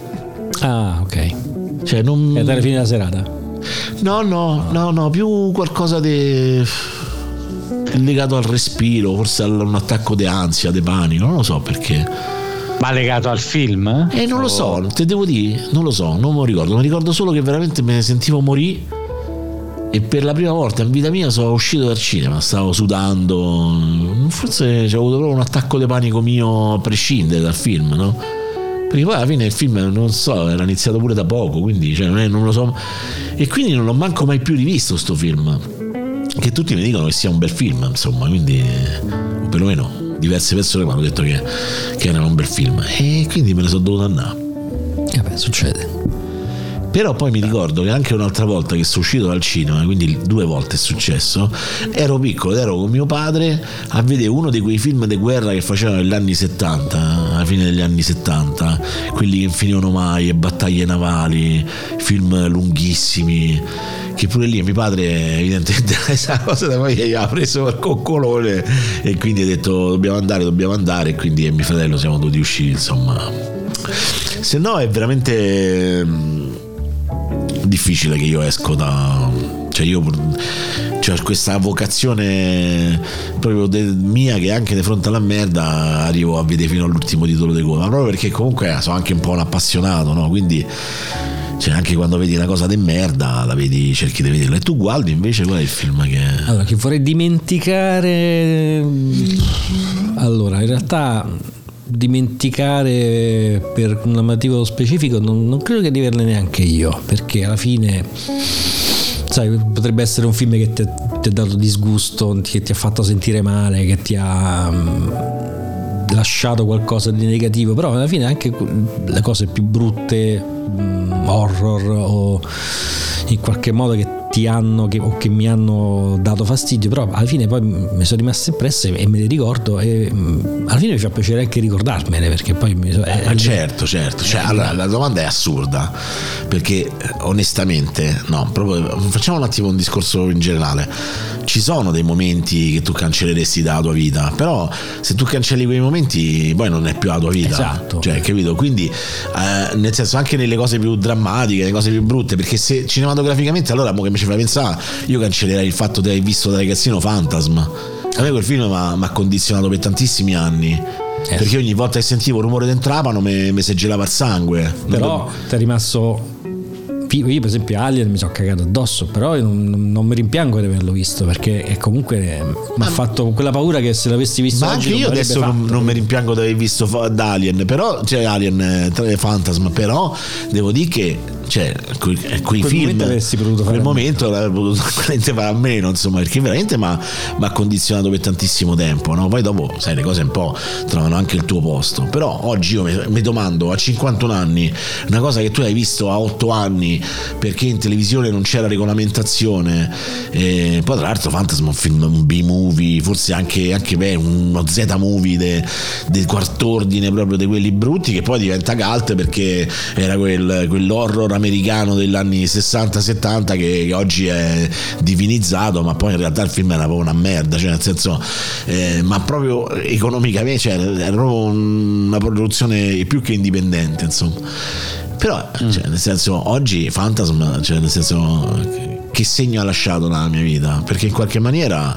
Speaker 5: Ah, ok.
Speaker 2: Cioè, non...
Speaker 5: E alla fine della serata. Eh,
Speaker 2: No, no, no, no, più qualcosa di legato al respiro, forse a un attacco di ansia, di panico, non lo so perché.
Speaker 6: Ma legato al film?
Speaker 2: E Eh, non lo so, te devo dire, non lo so, non me lo ricordo, mi ricordo solo che veramente me ne sentivo morì e per la prima volta in vita mia sono uscito dal cinema, stavo sudando, forse c'è avuto proprio un attacco di panico mio a prescindere dal film, no? Perché poi alla fine il film, non so, era iniziato pure da poco, quindi cioè, non, è- non lo so. E quindi non l'ho manco mai più rivisto sto film. Che tutti mi dicono che sia un bel film, insomma, quindi... O perlomeno diverse persone mi hanno detto che, che era un bel film. E quindi me ne sono dovuto andare.
Speaker 5: Vabbè, succede.
Speaker 2: Però poi mi ricordo che anche un'altra volta che sono uscito dal cinema, quindi due volte è successo, ero piccolo, ero con mio padre a vedere uno di quei film di guerra che facevano negli anni 70, alla fine degli anni 70, quelli che non finivano mai, battaglie navali, film lunghissimi, che pure lì mio padre evidentemente questa cosa da poi gli ha preso per coccolone e quindi ha detto dobbiamo andare, dobbiamo andare e quindi io e mio fratello siamo dovuti uscire, insomma. Se no è veramente... mm, difficile che io esco da cioè io cioè questa vocazione proprio de- mia che anche di fronte alla merda arrivo a vedere fino all'ultimo titolo di coda ma proprio perché comunque sono anche un po' un appassionato no? quindi cioè anche quando vedi una cosa di merda la vedi cerchi di vederla e tu guardi invece qual è il film che
Speaker 5: Allora, che vorrei dimenticare. mm, Allora, in realtà dimenticare per un motivo specifico non, non credo che di averne neanche io, perché alla fine sai, potrebbe essere un film che ti ha- ti ha dato disgusto, che ti ha fatto sentire male, che ti ha mm, lasciato qualcosa di negativo, però alla fine anche le cose più brutte, mh, horror o in qualche modo che ti hanno che, o che mi hanno dato fastidio, però alla fine poi mm, mi sono rimaste impresse e me le ricordo e mh, alla fine mi fa piacere anche ricordarmene perché poi mi so, eh, è-
Speaker 2: Ma
Speaker 5: è-
Speaker 2: certo, certo. Cioè, allora, la domanda è assurda, perché eh, onestamente, no, proprio, facciamo un attimo un discorso in generale. Ci sono dei momenti che tu cancelleresti dalla tua vita, però se tu cancelli quei momenti, poi non è più la tua vita.
Speaker 5: Esatto.
Speaker 2: Cioè, capito? Quindi, eh, nel senso, anche nelle cose più drammatiche, le cose più brutte, perché se cinematograficamente, allora, mo che mi ci fai pensare, io cancellerei il fatto di aver visto da ragazzino Phantasm. A me quel film mi ha mi ha condizionato per tantissimi anni.
Speaker 5: Eh.
Speaker 2: Perché ogni volta che sentivo il rumore del trapano mi, mi si gelava il sangue.
Speaker 5: però ti è rimasto io per esempio Alien mi sono cagato addosso però io non, non- non mi rimpiango di averlo visto perché è comunque eh, mi ha fatto quella paura che se l'avessi visto
Speaker 2: Ah, Ma
Speaker 5: oggi
Speaker 2: anche
Speaker 5: non
Speaker 2: io
Speaker 5: mi
Speaker 2: adesso
Speaker 5: avrebbe
Speaker 2: non,
Speaker 5: fatto.
Speaker 2: non mi rimpiango di aver visto fa- da Alien, però cioè Alien eh, tra- Phantasm, però devo dire che cioè, quei, eh, quei
Speaker 5: Quel
Speaker 2: film
Speaker 5: momento avresti potuto fare
Speaker 2: quel
Speaker 5: a meno.
Speaker 2: momento l'avrei potuto sicuramente fare a meno, insomma, perché veramente mi ha condizionato per tantissimo tempo. no? Poi dopo, sai, le cose un po' trovano anche il tuo posto. Però oggi io mi, mi domando a 51 anni una cosa che tu hai visto a 8 anni perché in televisione non c'era regolamentazione. eh, poi tra l'altro Phantasm è un film, un B-movie, forse anche, anche, beh, uno Z-movie de- del quart'ordine proprio di quelli brutti che poi diventa cult perché era quel- quell'horror americano degli anni 60-70 che, che oggi è divinizzato ma poi in realtà il film era proprio una merda cioè nel senso eh, ma proprio economicamente cioè era proprio un- una produzione più che indipendente insomma però cioè, nel senso oggi Phantasm cioè nel senso che- che segno ha lasciato nella mia vita perché in qualche maniera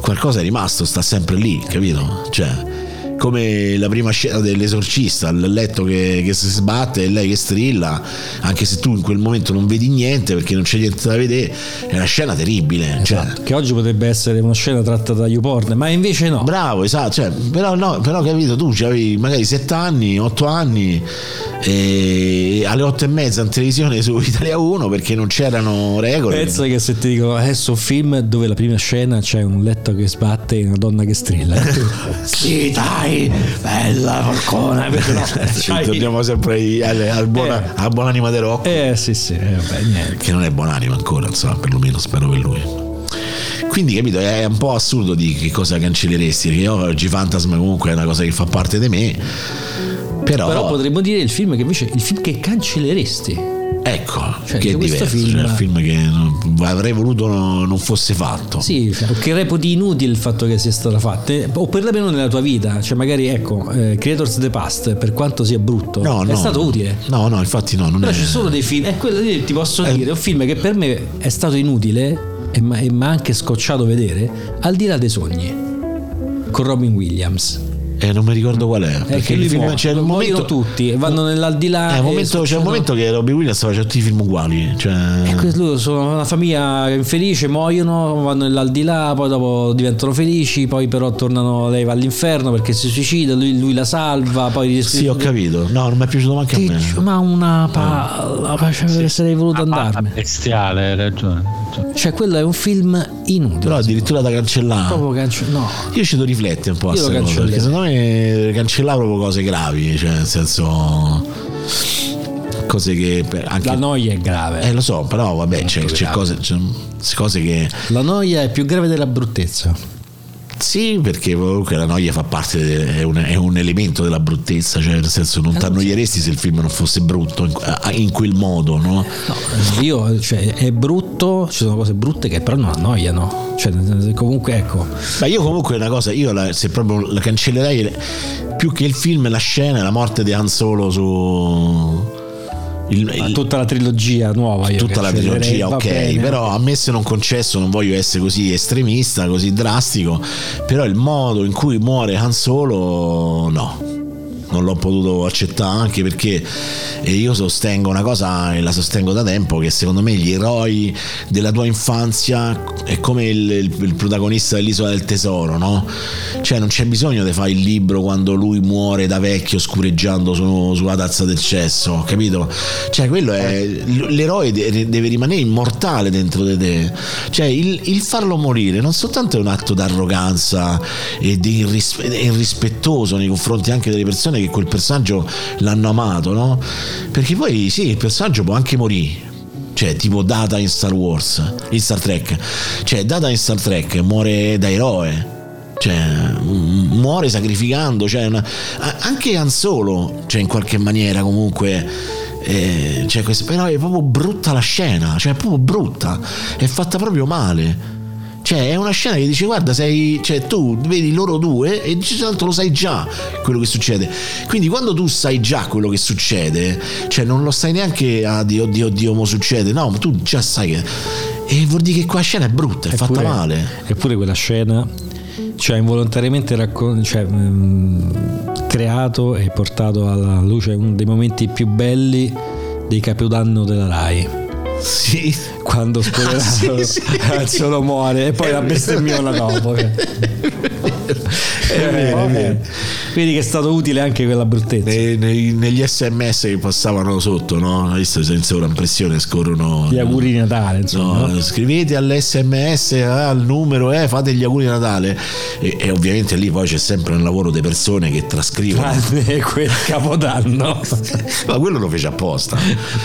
Speaker 2: qualcosa è rimasto sta sempre lì capito cioè come la prima scena dell'esorcista, il letto che, che si sbatte e lei che strilla, anche se tu in quel momento non vedi niente perché non c'è niente da vedere, è una scena terribile. Cioè,
Speaker 5: Esatto, che oggi potrebbe essere una scena tratta da YouPorn ma invece no
Speaker 2: Bravo, esatto, cioè, però, no, però capito, tu avevi magari 7 anni, 8 anni, e alle 8 e mezza in televisione su Italia 1 perché non c'erano regole.
Speaker 5: Pensa che se ti dicono adesso un film dove la prima scena c'è un letto che sbatte e una donna che strilla.
Speaker 2: Sì, dai, bella porcona. Ci torniamo eh, sempre ai- alle- al buona- alla buona anima di Rocco.
Speaker 5: eh sì sì, eh, vabbè, niente.
Speaker 2: che non è buonanima ancora, insomma, perlomeno spero per lui. Quindi, capito, è un po' assurdo di che cosa cancelleresti, perché io oggi Fantasma comunque è una cosa che fa parte di me. Però,
Speaker 5: Però potremmo dire il film che invece il film che cancelleresti.
Speaker 2: ecco,
Speaker 5: Cioè,
Speaker 2: che è
Speaker 5: che questo
Speaker 2: diverso, film... cioè, è un film che non- avrei voluto no- non fosse fatto.
Speaker 5: Sì, cioè, che reputi inutile il fatto che sia stata fatta, eh, o perlomeno nella tua vita, cioè magari ecco, eh, Creators of the Past, per quanto sia brutto,
Speaker 2: No,
Speaker 5: è
Speaker 2: no.
Speaker 5: stato utile.
Speaker 2: No, no, infatti no, non
Speaker 5: Però
Speaker 2: è...
Speaker 5: ci sono dei film, è quello lì ti posso
Speaker 2: Eh.
Speaker 5: dire, un film che per me è stato inutile e ma- e mi ha anche scocciato vedere, Al di là dei sogni, con Robin Williams.
Speaker 2: eh, non mi ricordo qual è. Perché
Speaker 5: che
Speaker 2: il
Speaker 5: lui
Speaker 2: film
Speaker 5: muore.
Speaker 2: c'è il
Speaker 5: Muoiono
Speaker 2: momento...
Speaker 5: tutti, vanno nell'aldilà
Speaker 2: Eh,
Speaker 5: e
Speaker 2: un momento- c'è un
Speaker 5: succedono-
Speaker 2: momento che Robbie Williams stava facendo tutti i film uguali. Cioè...
Speaker 5: Eh, questo- loro sono una famiglia infelice, muoiono, vanno nell'aldilà, poi dopo diventano felici, poi però tornano, lei va all'inferno perché si suicida, lui, lui la salva, poi...
Speaker 2: Sì, ho capito. No, non mi è piaciuto neanche a
Speaker 5: Ti-
Speaker 2: me.
Speaker 5: Ma una palla, ma cioè, sarei voluto andarmene.
Speaker 6: Bestiale, hai ragione. hai
Speaker 2: Ah,
Speaker 6: ragione.
Speaker 5: Cioè, quello è un film inutile. Ah.
Speaker 2: Però addirittura da cancellare.
Speaker 5: proprio cancio- No,
Speaker 2: Io ci devo riflettere un po' a
Speaker 5: Io lo
Speaker 2: questa cosa,
Speaker 5: cancellerei.
Speaker 2: perché secondo me cancellare proprio cose gravi, cioè nel senso cose che per- anche
Speaker 5: la noia è grave.
Speaker 2: eh, lo so, però vabbè, c'è, c'è
Speaker 5: grave.
Speaker 2: cose, c'è- c'è cose che
Speaker 5: La noia è più grave della bruttezza.
Speaker 2: sì, perché comunque la noia fa parte, de- è, un, è un elemento della bruttezza, cioè nel senso
Speaker 5: Eh,
Speaker 2: non ti annoieresti se il film non fosse brutto in, a- in quel modo, no?
Speaker 5: No, eh, io, cioè, è brutto, ci sono cose brutte che però non annoiano. Cioè, nel senso, comunque, ecco,
Speaker 2: Ma io comunque una cosa, io la- se proprio la cancellerei più che il film, la scena, è la morte di Han Solo su... Il,
Speaker 5: Ma
Speaker 2: il-
Speaker 5: tutta la trilogia nuova. io
Speaker 2: tutta la
Speaker 5: cancellerei,
Speaker 2: trilogia,
Speaker 5: va
Speaker 2: ok,
Speaker 5: bene.
Speaker 2: però a me se non concesso non voglio essere così estremista, così drastico, però il modo in cui muore Han Solo no. non l'ho potuto accettare anche perché eh, io sostengo una cosa e la sostengo da tempo che secondo me gli eroi della tua infanzia è come il, il- il protagonista dell'isola del tesoro no? cioè non c'è bisogno di fare il libro quando lui muore da vecchio scureggiando su- sulla tazza del cesso capito? cioè quello è l- l'eroe de- deve rimanere immortale dentro di te cioè il, il farlo morire non soltanto è un atto d'arroganza e di irris- e irrispettoso nei confronti anche delle persone che quel personaggio l'hanno amato, no? Perché poi sì, il personaggio può anche morire. Cioè, tipo Data in Star Wars, in Star Trek. Cioè, Data in Star Trek muore da eroe. Cioè, m- muore sacrificando. Cioè, una- a- anche Han Solo, cioè, in qualche maniera comunque. eh, cioè, questo- però è proprio brutta la scena. Cioè, è proprio brutta. È fatta proprio male. Cioè, è una scena che dice: Guarda, sei. Cioè, tu vedi loro due e dici, tanto lo sai già quello che succede. Quindi, quando tu sai già quello che succede, cioè, non lo stai neanche "Ah, a Dio, Dio, Dio, mo succede. No, ma tu già sai che. E vuol dire che quella scena è brutta, è fatta
Speaker 5: Eppure-
Speaker 2: male.
Speaker 5: Eppure quella scena ci ha involontariamente raccon- cioè, mh, creato e portato alla luce uno dei momenti più belli dei capodanno della Rai.
Speaker 2: Sì.
Speaker 5: Quando spoilerato
Speaker 2: Ah, sì, sì.
Speaker 5: Han Solo muore e poi la bestemmiola dopo. cioè.
Speaker 2: È vero, è vero.
Speaker 5: Vedi che è stato utile anche quella bruttezza.
Speaker 2: E nei- negli sms che passavano sotto, no? Hai visto senza un'impressione scorrono.
Speaker 5: Gli auguri di Natale, insomma.
Speaker 2: No,
Speaker 5: no?
Speaker 2: scrivete all'SMS al numero, eh, fate gli auguri di Natale. E, e ovviamente lì poi c'è sempre un lavoro di persone che trascrivono.
Speaker 5: Tranne quel capodanno.
Speaker 2: Ma quello lo fece apposta.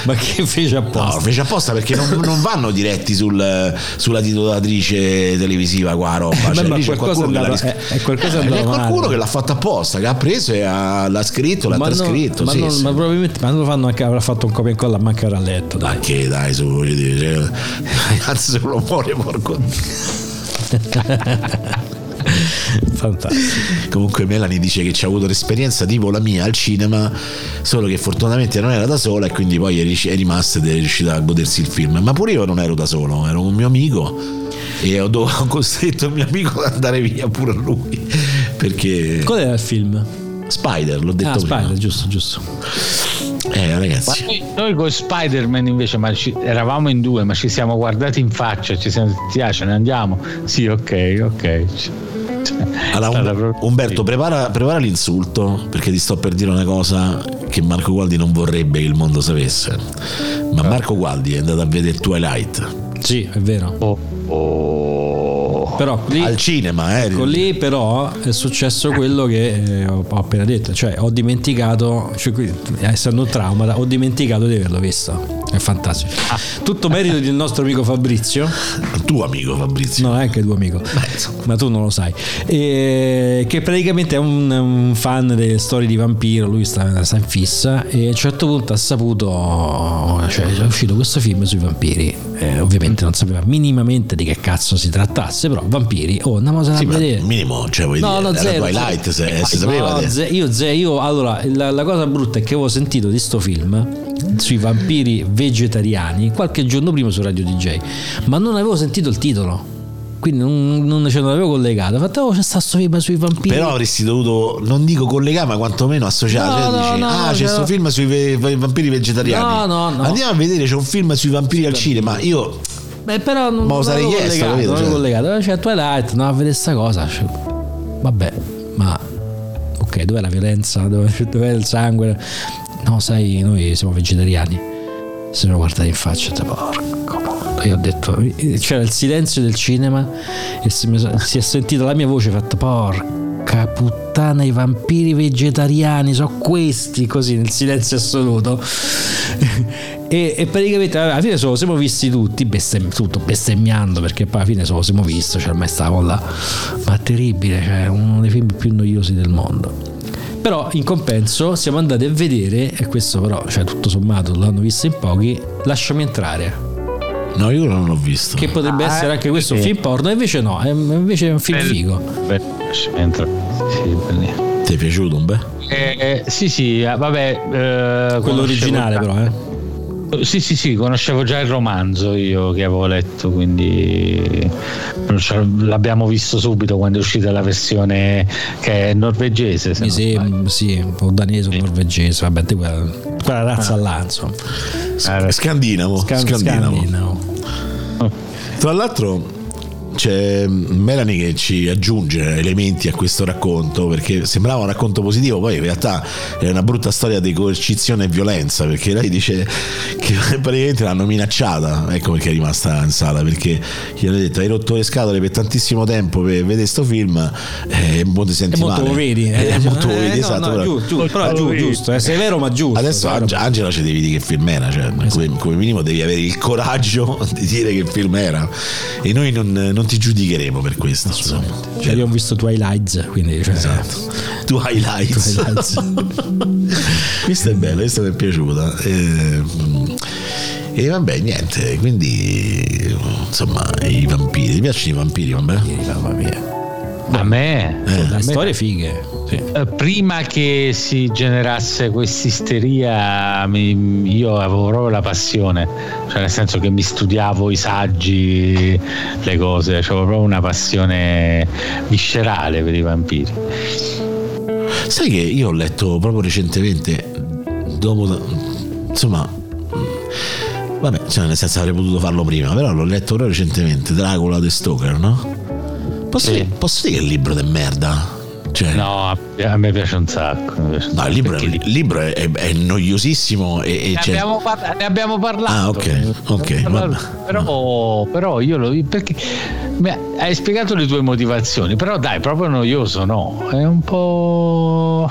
Speaker 5: Ma che fece
Speaker 2: No, lo
Speaker 5: apposta?
Speaker 2: fece apposta perché non, non vanno diretti sul- sulla titolatrice televisiva qua roba.
Speaker 5: Beh,
Speaker 2: Cioè,
Speaker 5: Eh, ma
Speaker 2: lì c'è
Speaker 5: qualcosa
Speaker 2: qualcuno,
Speaker 5: è
Speaker 2: che, l'ha
Speaker 5: andato-
Speaker 2: ris-
Speaker 5: è- è qualcosa è
Speaker 2: Eh,
Speaker 5: andato
Speaker 2: c'è qualcuno
Speaker 5: male.
Speaker 2: che l'ha fatto apposta, che ha preso e ha- l'ha scritto, l'ha
Speaker 5: Ma no-
Speaker 2: trascritto.
Speaker 5: ma
Speaker 2: sì,
Speaker 5: non-
Speaker 2: sì.
Speaker 5: ma probabilmente ma non lo fanno anche, avrà fatto un copia e incolla, ma anche avrà letto. Dai.
Speaker 2: Anche dai, su, voglio dire, cioè, anzi se lo muore, porco.
Speaker 5: Fantastico.
Speaker 2: Comunque Melanie dice che ci ha avuto un'esperienza tipo la mia al cinema, solo che fortunatamente non era da sola e quindi poi è ric- è rimasta ed è riuscita a godersi il film. Ma pure io non ero da solo, ero con un mio amico e ho, dov- ho costretto il mio amico ad andare via pure lui. Perché
Speaker 5: Qual era il film?
Speaker 2: Spider, l'ho detto
Speaker 5: ah,
Speaker 2: prima.
Speaker 5: Spider, giusto, giusto.
Speaker 2: Eh,
Speaker 6: Ma
Speaker 2: ragazzi.
Speaker 6: noi, noi con Spider-Man invece ma ci- eravamo in due, ma ci siamo guardati in faccia, ci siamo detti, ah, ce ne andiamo. Sì, ok, ok. Cioè,
Speaker 2: Allora,
Speaker 6: è stata
Speaker 2: Um-
Speaker 6: proprio-
Speaker 2: Umberto, prepara, prepara l'insulto perché ti sto per dire una cosa che Marco Gualdi non vorrebbe che il mondo sapesse. Ma Marco Gualdi è andato a vedere Twilight
Speaker 5: Ah. Sì, è vero.
Speaker 6: Oh, oh.
Speaker 5: Però lì,
Speaker 2: al cinema, eh?
Speaker 5: ecco, lì però è successo quello che eh, ho, ho appena detto, cioè ho dimenticato, cioè, qui, essendo un trauma, ho dimenticato di averlo visto. È fantastico.
Speaker 2: Ah.
Speaker 5: Tutto merito del nostro amico Fabrizio.
Speaker 2: tuo amico Fabrizio.
Speaker 5: No, è anche il tuo amico, ma tu non lo sai. E- che praticamente è un, un fan delle storie di vampiro. Lui sta, sta in fissa e a un certo punto ha saputo, cioè è uscito questo film sui vampiri. Eh, ovviamente non sapeva minimamente di che cazzo si trattasse, però vampiri, oh, andiamo a
Speaker 2: Sì, ma
Speaker 5: vedere.
Speaker 2: minimo, cioè vuoi
Speaker 5: No,
Speaker 2: dire,
Speaker 5: no,
Speaker 2: era
Speaker 5: zero.
Speaker 2: Twilight, se,
Speaker 5: Eh,
Speaker 2: se sapeva.
Speaker 5: no,
Speaker 2: te.
Speaker 5: ze- io, ze- io- allora, la, la cosa brutta è che avevo sentito di sto film sui vampiri vegetariani qualche giorno prima su Radio DJ, ma non avevo sentito il titolo. Quindi non, non, cioè, non l'avevo collegato. Ho fatto, oh, c'è sta sto film sui vampiri.
Speaker 2: Però avresti dovuto, non dico collegare, ma quantomeno associare.
Speaker 5: No,
Speaker 2: cioè,
Speaker 5: no,
Speaker 2: dici,
Speaker 5: no,
Speaker 2: ah, c'è
Speaker 5: cioè-
Speaker 2: questo film sui ve- ve- vampiri vegetariani.
Speaker 5: No, no, no.
Speaker 2: Andiamo a vedere, c'è un film sui vampiri al cinema. Io
Speaker 5: Beh, però non
Speaker 2: Ma lo
Speaker 5: non
Speaker 2: sarei
Speaker 5: l'avevo
Speaker 2: chiesto,
Speaker 5: collegato,
Speaker 2: capito,
Speaker 5: non l'avevo
Speaker 2: cioè.
Speaker 5: collegato. Allora c'è Twilight, no, a vedere sta cosa. cioè, Vabbè, ma ok, dov'è la violenza? Dov'è, dov'è il sangue? No, sai, noi siamo vegetariani. Se me lo guardate in faccia, te, porco. porco". Io ho detto, c'era il silenzio del cinema e si, mi- si è sentita la mia voce fatta porca puttana i vampiri vegetariani so questi così nel silenzio assoluto e, e praticamente alla fine solo siamo visti tutti bestem- tutto bestemmiando perché poi alla fine solo siamo visti cioè ormai stavamo là ma terribile cioè uno dei film più noiosi del mondo però in compenso siamo andati a vedere e questo però cioè tutto sommato l'hanno visto in pochi lasciami entrare
Speaker 2: No, io non l'ho visto.
Speaker 5: che potrebbe
Speaker 2: Ah,
Speaker 5: essere anche questo un
Speaker 6: sì.
Speaker 5: film porno, invece no, è invece è un film
Speaker 6: Bel-
Speaker 5: figo.
Speaker 6: Beh, ci entra. Sì, bene.
Speaker 2: Ti è piaciuto un bel?
Speaker 6: Eh, eh, sì, sì, eh, vabbè. eh,
Speaker 5: Quello
Speaker 6: conoscevo
Speaker 5: originale
Speaker 6: già-
Speaker 5: però, eh.
Speaker 6: Sì, sì, sì, conoscevo già il romanzo io che avevo letto, quindi cioè, l'abbiamo visto subito quando è uscita la versione che è norvegese. se
Speaker 5: Mi
Speaker 6: non sbaglio.
Speaker 5: sembra, sì, o danese o norvegese, vabbè, di quella,
Speaker 2: Ah.
Speaker 5: quella razza là, insomma.
Speaker 6: Eh,
Speaker 2: Scandinavo,
Speaker 5: Scan-
Speaker 2: scandinavo.
Speaker 5: scandinavo.
Speaker 2: Tra l'altro c'è Melanie che ci aggiunge elementi a questo racconto perché sembrava un racconto positivo, poi in realtà è una brutta storia di coercizione e violenza perché lei dice che praticamente l'hanno minacciata, ecco perché è rimasta in sala perché gli hanno detto hai rotto le scatole per tantissimo tempo per vedere sto film eh, e non ti senti
Speaker 5: E molto
Speaker 2: male".
Speaker 5: lo vedi,
Speaker 2: Eh,
Speaker 5: eh,
Speaker 2: molto lo
Speaker 5: eh,
Speaker 2: vedi,
Speaker 5: no,
Speaker 2: esatto.
Speaker 5: no,
Speaker 2: però-
Speaker 5: giusto, giusto, però giusto, giusto, eh, severo ma giusto.
Speaker 2: Adesso
Speaker 5: severo.
Speaker 2: Ange- Angela ci devi dire che film era,
Speaker 5: Eh,
Speaker 2: cioè, come, come minimo devi avere il coraggio di dire che film era e noi non, non ti giudicheremo per questo. insomma.
Speaker 5: Cioè, io ho visto Twilight, quindi cioè,
Speaker 2: Esatto. Tu highlights. questa è bella, questa mi è piaciuta. E, e vabbè, niente, quindi insomma i vampiri, ti piacciono i vampiri, vabbè?
Speaker 5: mamma mia.
Speaker 6: a me
Speaker 2: Eh.
Speaker 5: Le storie fighe. Sì.
Speaker 6: Eh, prima che si generasse quest'isteria mi- io avevo proprio la passione cioè nel senso che mi studiavo i saggi le cose avevo proprio una passione viscerale per i vampiri
Speaker 2: Sai che io ho letto proprio recentemente, dopo, da- insomma, vabbè, cioè nel senso avrei potuto farlo prima, però l'ho letto proprio recentemente, Dracula The Stoker, no? Posso,
Speaker 6: Sì.
Speaker 2: dire, posso dire che il libro è di merda? Cioè,
Speaker 6: no a, a me piace un sacco, mi piace un
Speaker 2: no, il
Speaker 6: sacco,
Speaker 2: libro, è,
Speaker 6: perché li-
Speaker 2: il libro è- è- è noiosissimo e, e
Speaker 6: ne
Speaker 2: cioè-
Speaker 6: abbiamo, par- ne abbiamo parlato
Speaker 2: Ah, ok, ok, vabbè.
Speaker 6: però, però io lo perché beh, hai spiegato le tue motivazioni però dai proprio noioso no è un po'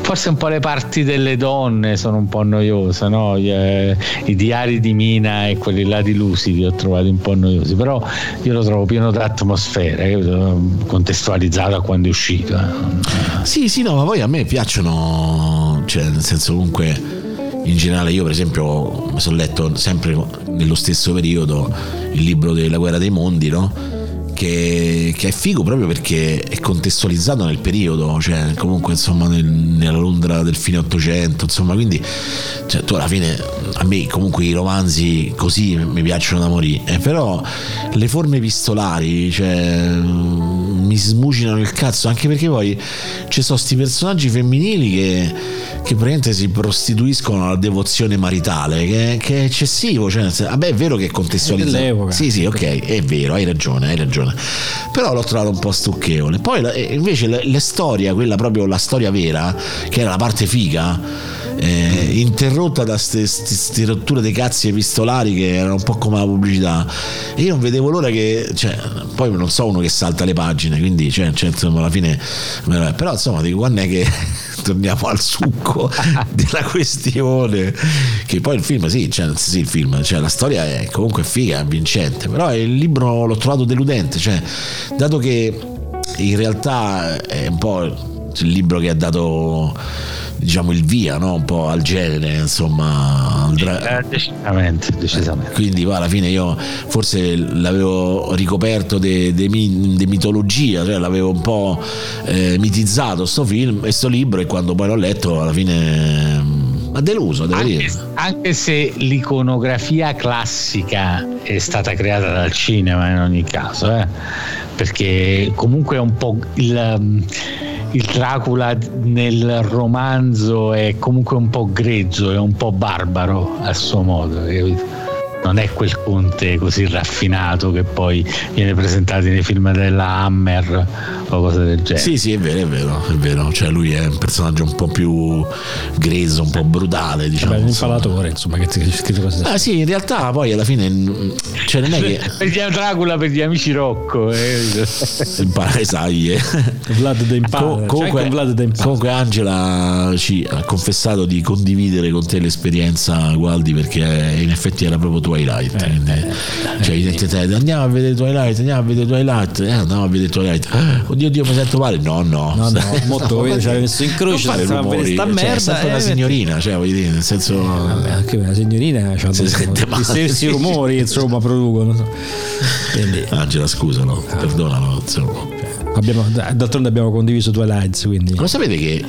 Speaker 6: forse un po' le parti delle donne sono un po' noiose no Gli, eh, i diari di Mina e quelli là di Lucy li ho trovati un po' noiosi però io lo trovo pieno di atmosfera capito? contestualizzato a quando è uscito eh.
Speaker 2: Sì, sì, no, ma poi a me piacciono, cioè, nel senso comunque in generale io per esempio mi sono letto sempre nello stesso periodo il libro della guerra dei mondi, no? Che, che è figo proprio perché è contestualizzato nel periodo, cioè comunque insomma nel- nella Londra del fine 800, insomma quindi cioè, tu alla fine a me comunque i romanzi così mi piacciono da morire, eh, però le forme epistolari cioè, mm, mi smucinano il cazzo anche perché poi ci sono sti personaggi femminili che, che praticamente si prostituiscono alla devozione maritale che, che è eccessivo cioè, nel sen- vabbè è vero che è contestualizzato
Speaker 5: dell'epoca.
Speaker 2: sì sì ok è vero hai ragione hai ragione però l'ho trovato un po' stucchevole poi la- e invece le, le storia quella proprio la storia vera che era la parte figa eh, interrotta da queste rotture dei cazzi epistolari che erano un po' come la pubblicità e io non vedevo l'ora che cioè, poi non so uno che salta le pagine quindi cioè, cioè, insomma, alla fine eh, però insomma dico quando è che torniamo al succo della questione che poi il film sì, cioè, sì il film cioè, la storia è comunque figa è vincente però il libro l'ho trovato deludente cioè, dato che in realtà è un po' il libro che ha dato diciamo il via no? un po' al genere insomma al dra-
Speaker 6: Eh, decisamente decisamente
Speaker 2: quindi poi alla fine io forse l'avevo ricoperto di mitologia, cioè l'avevo un po' eh, mitizzato sto film e sto libro e quando poi l'ho letto alla fine mm, mi ha deluso, devo
Speaker 6: anche,
Speaker 2: dire.
Speaker 6: anche se l'iconografia classica è stata creata dal cinema in ogni caso, eh, perché comunque è un po' il, um, il Dracula nel romanzo è comunque un po' grezzo, è un po' barbaro a suo modo, capito? Non è quel conte così raffinato che poi viene presentato nei film della Hammer o cose del genere.
Speaker 2: Sì, sì, è vero, è vero, è vero. Cioè lui è un personaggio un po' più grezzo, un po' brutale, diciamo.
Speaker 5: Vabbè, un
Speaker 2: insomma.
Speaker 5: impalatore, insomma, che ti scrive cose.
Speaker 2: Ah sì, in realtà poi alla fine mm, cioè non è che
Speaker 6: Perché Dracula per gli amici Rocco. eh.
Speaker 2: impara sai, eh.
Speaker 5: Vlad the Impaler.
Speaker 2: Com-
Speaker 5: C'è anche
Speaker 2: comunque,
Speaker 5: un Vlad the Impaler.
Speaker 2: comunque Angela ci ha confessato di condividere con te l'esperienza Gualdi perché in effetti era proprio Twilight
Speaker 5: Eh,
Speaker 2: quindi, cioè identità andiamo a vedere Twilight andiamo a vedere Twilight eh, andiamo a vedere Twilight "Ah, oddio oddio mi sento male no no
Speaker 5: No, no, molto vedi, ci avevi messo in croce,
Speaker 2: non fare
Speaker 5: stava per
Speaker 2: rumori
Speaker 5: sta Ah,
Speaker 2: cioè, è
Speaker 5: merda,
Speaker 2: sempre
Speaker 5: eh,
Speaker 2: una
Speaker 5: metti-
Speaker 2: signorina cioè voglio dire nel senso
Speaker 5: Vabbè, anche la signorina eh, c'ha
Speaker 2: Si
Speaker 5: dei-
Speaker 2: sente male.
Speaker 5: gli stessi rumori insomma producono Quindi,
Speaker 2: Angela scusa no
Speaker 5: Ah.
Speaker 2: perdonalo insomma
Speaker 5: abbiamo- d'altronde abbiamo condiviso due lights quindi
Speaker 2: Lo sapete che,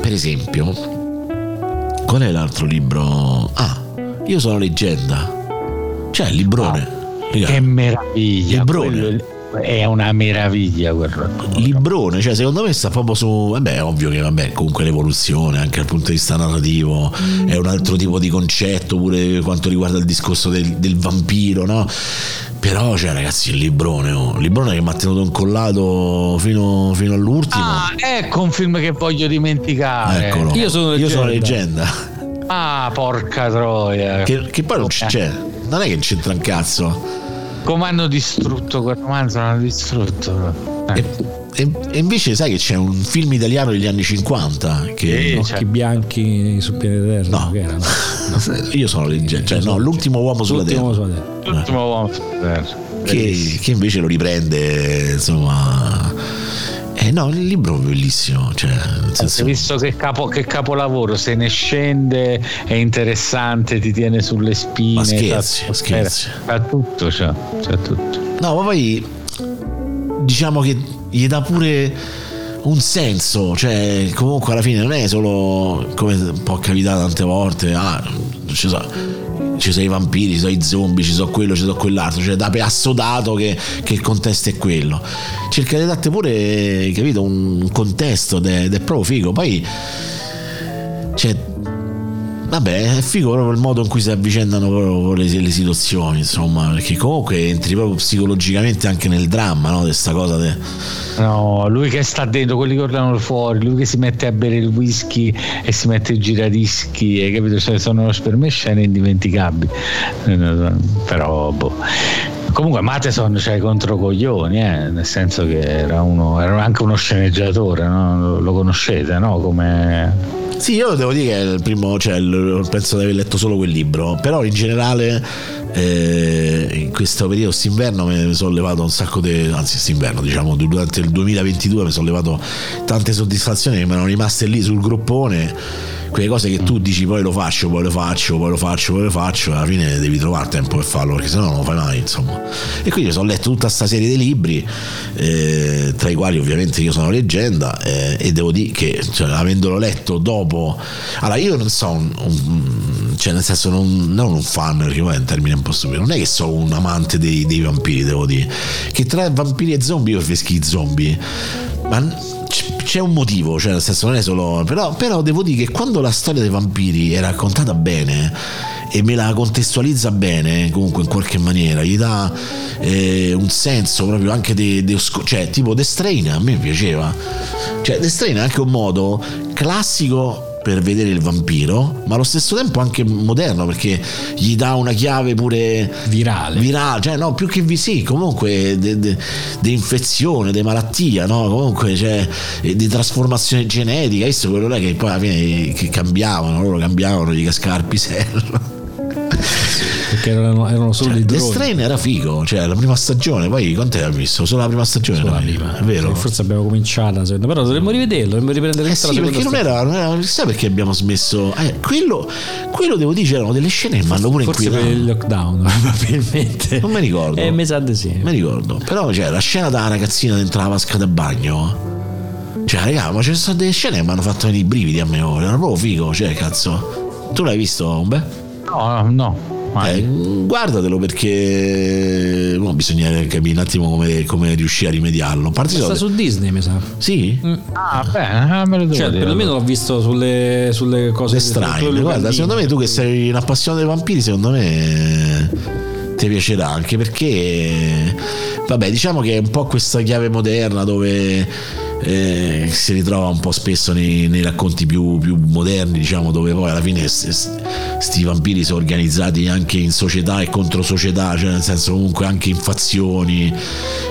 Speaker 2: per esempio, qual è l'altro libro? Ah, Io sono leggenda. Cioè, il librone. Raga,
Speaker 6: Che meraviglia!
Speaker 2: Librone.
Speaker 6: quello È una meraviglia quel racconto.
Speaker 2: Librone, cioè secondo me sta proprio su. Vabbè, è ovvio che vabbè, comunque l'evoluzione anche dal punto di vista narrativo è un altro tipo di concetto, pure quanto riguarda il discorso del, del vampiro, no? Però, cioè, ragazzi, il librone, oh, il librone che mi ha tenuto incollato fino, fino all'ultimo.
Speaker 6: Ah, ecco un film che voglio dimenticare.
Speaker 2: Eccolo.
Speaker 5: Io sono
Speaker 2: leggenda.
Speaker 6: Ah, porca troia.
Speaker 2: Che, che poi non c- c'è. Non è che c'entra un cazzo.
Speaker 6: Come hanno distrutto quel romanzo? L'hanno distrutto. Eh.
Speaker 2: E, e- e invece sai che c'è un film italiano degli anni 50 che
Speaker 6: Sì,
Speaker 5: Occhi
Speaker 6: cioè,
Speaker 5: bianchi sul pianeta Terra.
Speaker 2: certo. No.
Speaker 5: che era?
Speaker 2: Io sono leggenda, cioè no, l'ultimo uomo sulla
Speaker 5: L'ultimo
Speaker 2: terra.
Speaker 5: sulla Terra.
Speaker 2: eh.
Speaker 6: l'ultimo uomo.
Speaker 2: che, che invece lo riprende, insomma. Eh no, il libro è bellissimo. Cioè, nel senso,
Speaker 6: Hai visto che, capo- che capolavoro, se ne scende è interessante, ti tiene sulle spine.
Speaker 2: Ma scherzi,
Speaker 6: fa-
Speaker 2: scherzi.
Speaker 6: Fa tutto, c'ha, c'ha tutto.
Speaker 2: no, ma poi diciamo che gli dà pure un senso. Cioè, comunque alla fine non è solo come può capitare tante volte. Ah, ci so. Ci sono i vampiri, ci sono i zombie, ci sono quello, ci sono quell'altro, cioè da assodato che, che il contesto è quello. Cerca di darti pure, capito, un contesto ed è, ed è proprio figo. Poi cioè, vabbè, è figo proprio il modo in cui si avvicendano proprio le, le situazioni, insomma, perché comunque entri proprio psicologicamente anche nel dramma, no? Di sta cosa de-
Speaker 6: No, lui che sta dentro, quelli che urlano fuori, lui che si mette a bere il whisky e si mette il giradischi, hai capito? Cioè, sono per me scene indimenticabili. Eh, no, no, Però, boh. Comunque Matheson c'è i controcoglioni, eh, nel senso che era, uno, era anche uno sceneggiatore, no? lo conoscete, no? Come
Speaker 2: Sì, io devo dire che è il primo, cioè, il- penso di aver letto solo quel libro, però in generale eh, in questo periodo, st'inverno, me ne sono levato un sacco di, anzi st'inverno, diciamo, du- durante il 2022 mi sono levato tante soddisfazioni che mi erano rimaste lì sul groppone. Quelle cose che tu dici poi lo faccio, poi lo faccio, poi lo faccio, poi lo faccio, alla fine devi trovare il tempo per farlo, perché sennò non lo fai mai, insomma. E quindi mi sono letto tutta questa serie di libri, eh, tra i quali ovviamente io sono leggenda, eh, e devo dire che cioè, avendolo letto dopo... Allora io non so, un- un- cioè nel senso non, non un fan, perché poi è un termine un po' stupido, non è che sono un amante dei, dei vampiri, devo dire, che tra vampiri e zombie io feschi i zombie, ma... n- c- c'è un motivo, cioè nel senso non è solo. Però, però devo dire che quando la storia dei vampiri è raccontata bene e me la contestualizza bene, eh, comunque in qualche maniera, gli dà eh, un senso proprio anche de, de oscu- cioè tipo The Strain a me piaceva. Cioè The Strain è anche un modo classico per vedere il vampiro, ma allo stesso tempo anche moderno, perché gli dà una chiave pure
Speaker 5: Virale.
Speaker 2: virale, cioè no, più che vi sì, comunque di infezione, di malattia, no? Comunque cioè, eh, di trasformazione genetica, questo è quello là che poi alla fine eh, che cambiavano, loro cambiavano di cascare il pisello.
Speaker 5: Perché erano, erano solo dei
Speaker 2: The
Speaker 5: droni.
Speaker 2: Strain era figo, cioè la prima stagione, poi quanto l'hai visto? Solo la prima stagione,
Speaker 5: Solo la
Speaker 2: no?
Speaker 5: prima.
Speaker 2: è vero?
Speaker 5: Forse abbiamo cominciato, la seconda, però dovremmo rivederlo, dovremmo riprendere
Speaker 2: Eh
Speaker 5: tutta
Speaker 2: sì,
Speaker 5: la
Speaker 2: perché
Speaker 5: seconda
Speaker 2: non era, non era- Sai perché abbiamo smesso? Eh, quello, quello devo dire, c'erano delle scene che mi hanno pure
Speaker 5: Forse per
Speaker 2: inquietato.
Speaker 5: il lockdown, probabilmente.
Speaker 2: Non mi ricordo.
Speaker 5: Eh, mi sa di sì.
Speaker 2: Mi ricordo. Però cioè, la scena della ragazzina dentro la vasca da bagno. Cioè, raga, ma ci sono delle scene che mi hanno fatto venire i brividi a me. oh, Era proprio figo, cioè, cazzo. Tu l'hai visto, Ombe?
Speaker 6: No, no, ma
Speaker 2: Eh, guardatelo perché mo, bisogna capire un attimo come, come riuscire a rimediarlo.
Speaker 5: Sta
Speaker 2: Partito
Speaker 5: su Disney, mi sa.
Speaker 2: Sì?
Speaker 6: ah, beh, eh, me lo devo
Speaker 5: Cioè,
Speaker 6: dire.
Speaker 5: perlomeno l'ho visto sulle, sulle cose
Speaker 2: Cose strane.
Speaker 5: sulle
Speaker 2: Guarda,
Speaker 5: locandine.
Speaker 2: secondo me tu che sei un appassionato dei vampiri, secondo me eh, ti piacerà anche perché vabbè, diciamo che è un po' questa chiave moderna dove eh, si ritrova un po' spesso nei, nei racconti più, più moderni, diciamo, dove poi alla fine s- s- sti vampiri sono organizzati anche in società e contro società, cioè nel senso comunque anche in fazioni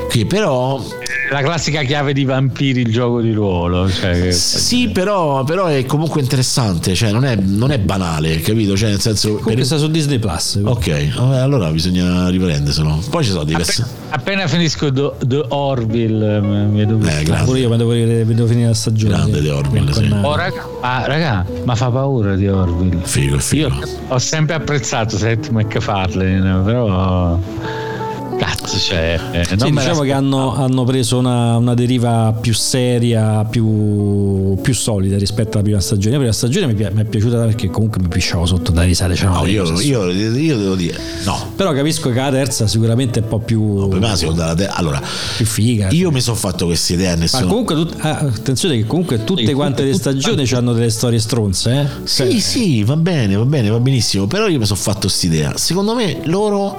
Speaker 2: che però
Speaker 6: la classica chiave di vampiri, il gioco di ruolo. Cioè, che-
Speaker 2: sì, però, però è comunque interessante, cioè non è, non è banale, capito? Cioè nel senso per-
Speaker 5: Comunque sta su Disney Plus.
Speaker 2: Ok, vabbè, allora bisogna riprenderselo. Poi ci sono diversi.
Speaker 6: Appena finisco The, The Orville, eh, mi devo
Speaker 2: Eh,
Speaker 5: Ah, Pure
Speaker 2: grande.
Speaker 5: io mi devo, ri- mi devo finire la stagione.
Speaker 2: Grande
Speaker 5: sì.
Speaker 2: The Orville, sì.
Speaker 5: Mannaggia.
Speaker 6: Oh, raga, ma raga, ma fa paura di Orville.
Speaker 2: Figo, figo.
Speaker 6: Io ho sempre apprezzato Seth MacFarlane, però Cazzo, cioè, eh, non
Speaker 5: Sì,
Speaker 6: me
Speaker 5: diciamo
Speaker 6: l'aspettavo.
Speaker 5: che hanno, hanno preso una, una deriva più seria, più, più solida rispetto alla prima stagione. La prima stagione mi, pi- mi è piaciuta perché comunque mi pisciavo sotto da risale. Cioè,
Speaker 2: No, Oh, io, io- io devo dire, no.
Speaker 5: Però capisco che la terza sicuramente è un po' più,
Speaker 2: Prima, seconda, la terza. Allora,
Speaker 5: più figa.
Speaker 2: io mi sono fatto questa idea.
Speaker 5: Ma
Speaker 2: Nessuno.
Speaker 5: comunque, tut- ah, attenzione che comunque tutte
Speaker 6: Sì,
Speaker 5: quante le stagioni hanno delle storie stronze. Eh?
Speaker 2: Sì, sì, va bene, va bene, va benissimo. Però io mi sono fatto quest'idea. Secondo me loro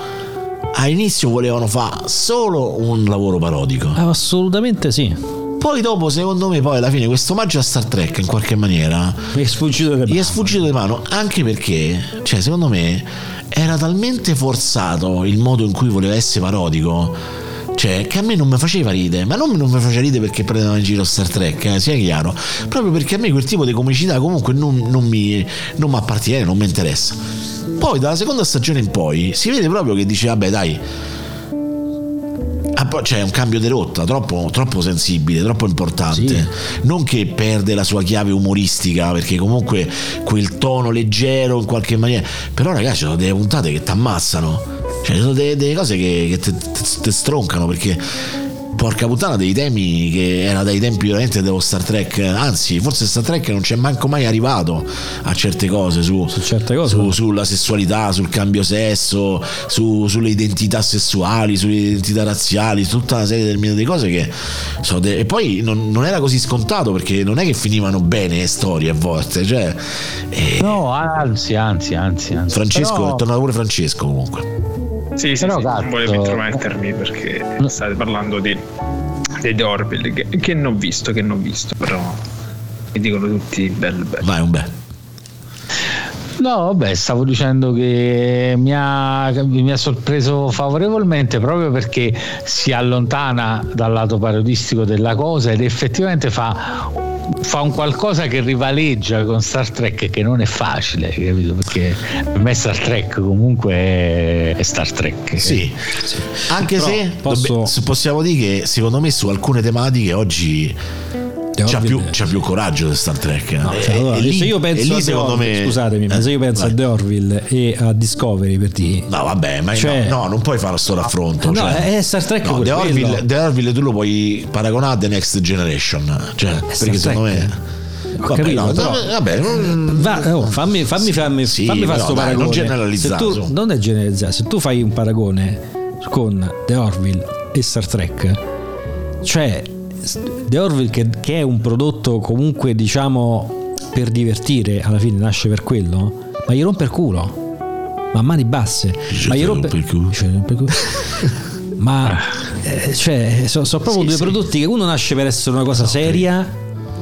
Speaker 2: all'inizio volevano fare solo un lavoro parodico.
Speaker 5: Ah, Assolutamente sì.
Speaker 2: Poi dopo, secondo me, poi alla fine questo omaggio a Star Trek in qualche maniera
Speaker 5: Mi è sfuggito dalle
Speaker 2: gli è
Speaker 5: mani.
Speaker 2: sfuggito di mano anche perché, cioè, secondo me era talmente forzato il modo in cui voleva essere parodico. Cioè, che a me non mi faceva ride, ma non, non mi faceva ride perché prendeva in giro Star Trek, eh, sia chiaro, proprio perché a me quel tipo di comicità comunque non, non mi non mi appartiene, non mi interessa. Poi dalla seconda stagione in poi si vede proprio che dice, vabbè dai, Ah, poi c'è un cambio di rotta troppo, troppo sensibile, troppo importante. Non che perde la sua chiave umoristica, perché comunque quel tono leggero in qualche maniera. Però, ragazzi, ci sono delle puntate che ti ammazzano. Cioè, ci sono delle, delle cose che ti stroncano perché. Porca puttana dei temi che era dai tempi veramente dello Star Trek, anzi forse Star Trek non c'è manco mai arrivato a certe cose su,
Speaker 5: Su certe cose,
Speaker 2: su- sulla sessualità, sul cambio sesso, su- sulle identità sessuali, sulle identità razziali, su tutta una serie determinate di cose che sono de- e poi non, non era così scontato perché non è che finivano bene le storie a volte, cioè eh,
Speaker 6: No, anzi, anzi, anzi. anzi.
Speaker 2: Francesco
Speaker 6: Però-
Speaker 2: è tornato pure Francesco comunque.
Speaker 7: Sì, sì,
Speaker 6: Però, eh.
Speaker 7: sì,
Speaker 6: cazzo-
Speaker 7: non volevo intromettermi perché state parlando di, di The Orville, che, che non ho visto, che non ho visto, però mi dicono tutti bello bello.
Speaker 2: Vai un bel.
Speaker 6: No, vabbè, stavo dicendo che mi ha, mi ha sorpreso favorevolmente proprio perché si allontana dal lato parodistico della cosa ed effettivamente fa, fa un qualcosa che rivaleggia con Star Trek che non è facile, capito? Perché per me Star Trek comunque è, è Star Trek.
Speaker 2: Sì. Anche
Speaker 5: Però
Speaker 2: se
Speaker 5: posso-
Speaker 2: dobbe- se possiamo dire che secondo me su alcune tematiche oggi
Speaker 5: The
Speaker 2: c'ha
Speaker 5: Orville-
Speaker 2: più, c'ha più coraggio di Star Trek.
Speaker 5: No,
Speaker 2: E-
Speaker 5: cioè, allora,
Speaker 2: e lì-
Speaker 5: se io penso
Speaker 2: e lì
Speaker 5: a The
Speaker 2: secondo
Speaker 5: Orville,
Speaker 2: me-
Speaker 5: scusatemi, ma
Speaker 2: eh,
Speaker 5: se io penso
Speaker 2: vai.
Speaker 5: a The Orville e a Discovery per dire
Speaker 2: No, vabbè, ma
Speaker 5: Cioè-
Speaker 2: no, no, non puoi fare sto raffronto.
Speaker 5: No,
Speaker 2: cioè.
Speaker 5: è Star Trek
Speaker 2: No,
Speaker 5: per
Speaker 2: The,
Speaker 5: quello.
Speaker 2: Orville, The Orville tu lo puoi paragonare a The Next Generation. Cioè, perché
Speaker 5: Star
Speaker 2: secondo
Speaker 5: Trek.
Speaker 2: me.
Speaker 5: Ho
Speaker 2: Vabbè,
Speaker 5: Eh, capito,
Speaker 2: no,
Speaker 5: però-
Speaker 2: vabbè, non-
Speaker 5: Va- oh, fammi fammi, fammi,
Speaker 2: Sì,
Speaker 5: fammi fare
Speaker 2: però,
Speaker 5: sto
Speaker 2: dai,
Speaker 5: paragone.
Speaker 2: non generalizzare,
Speaker 5: Se tu-
Speaker 2: su.
Speaker 5: non è generalizzare, se tu fai un paragone con The Orville e Star Trek, cioè s- The Orville che, che è un prodotto comunque diciamo per divertire, alla fine nasce per quello, ma gli rompe il culo. Ma a mani basse.
Speaker 2: Dice,
Speaker 5: ma
Speaker 2: "Te rompe il culo".
Speaker 5: Dice, "Te rompe il culo". ma eh, cioè, sono proprio
Speaker 2: Ah. Sì,
Speaker 5: due
Speaker 2: sì.
Speaker 5: prodotti che uno nasce per essere una cosa seria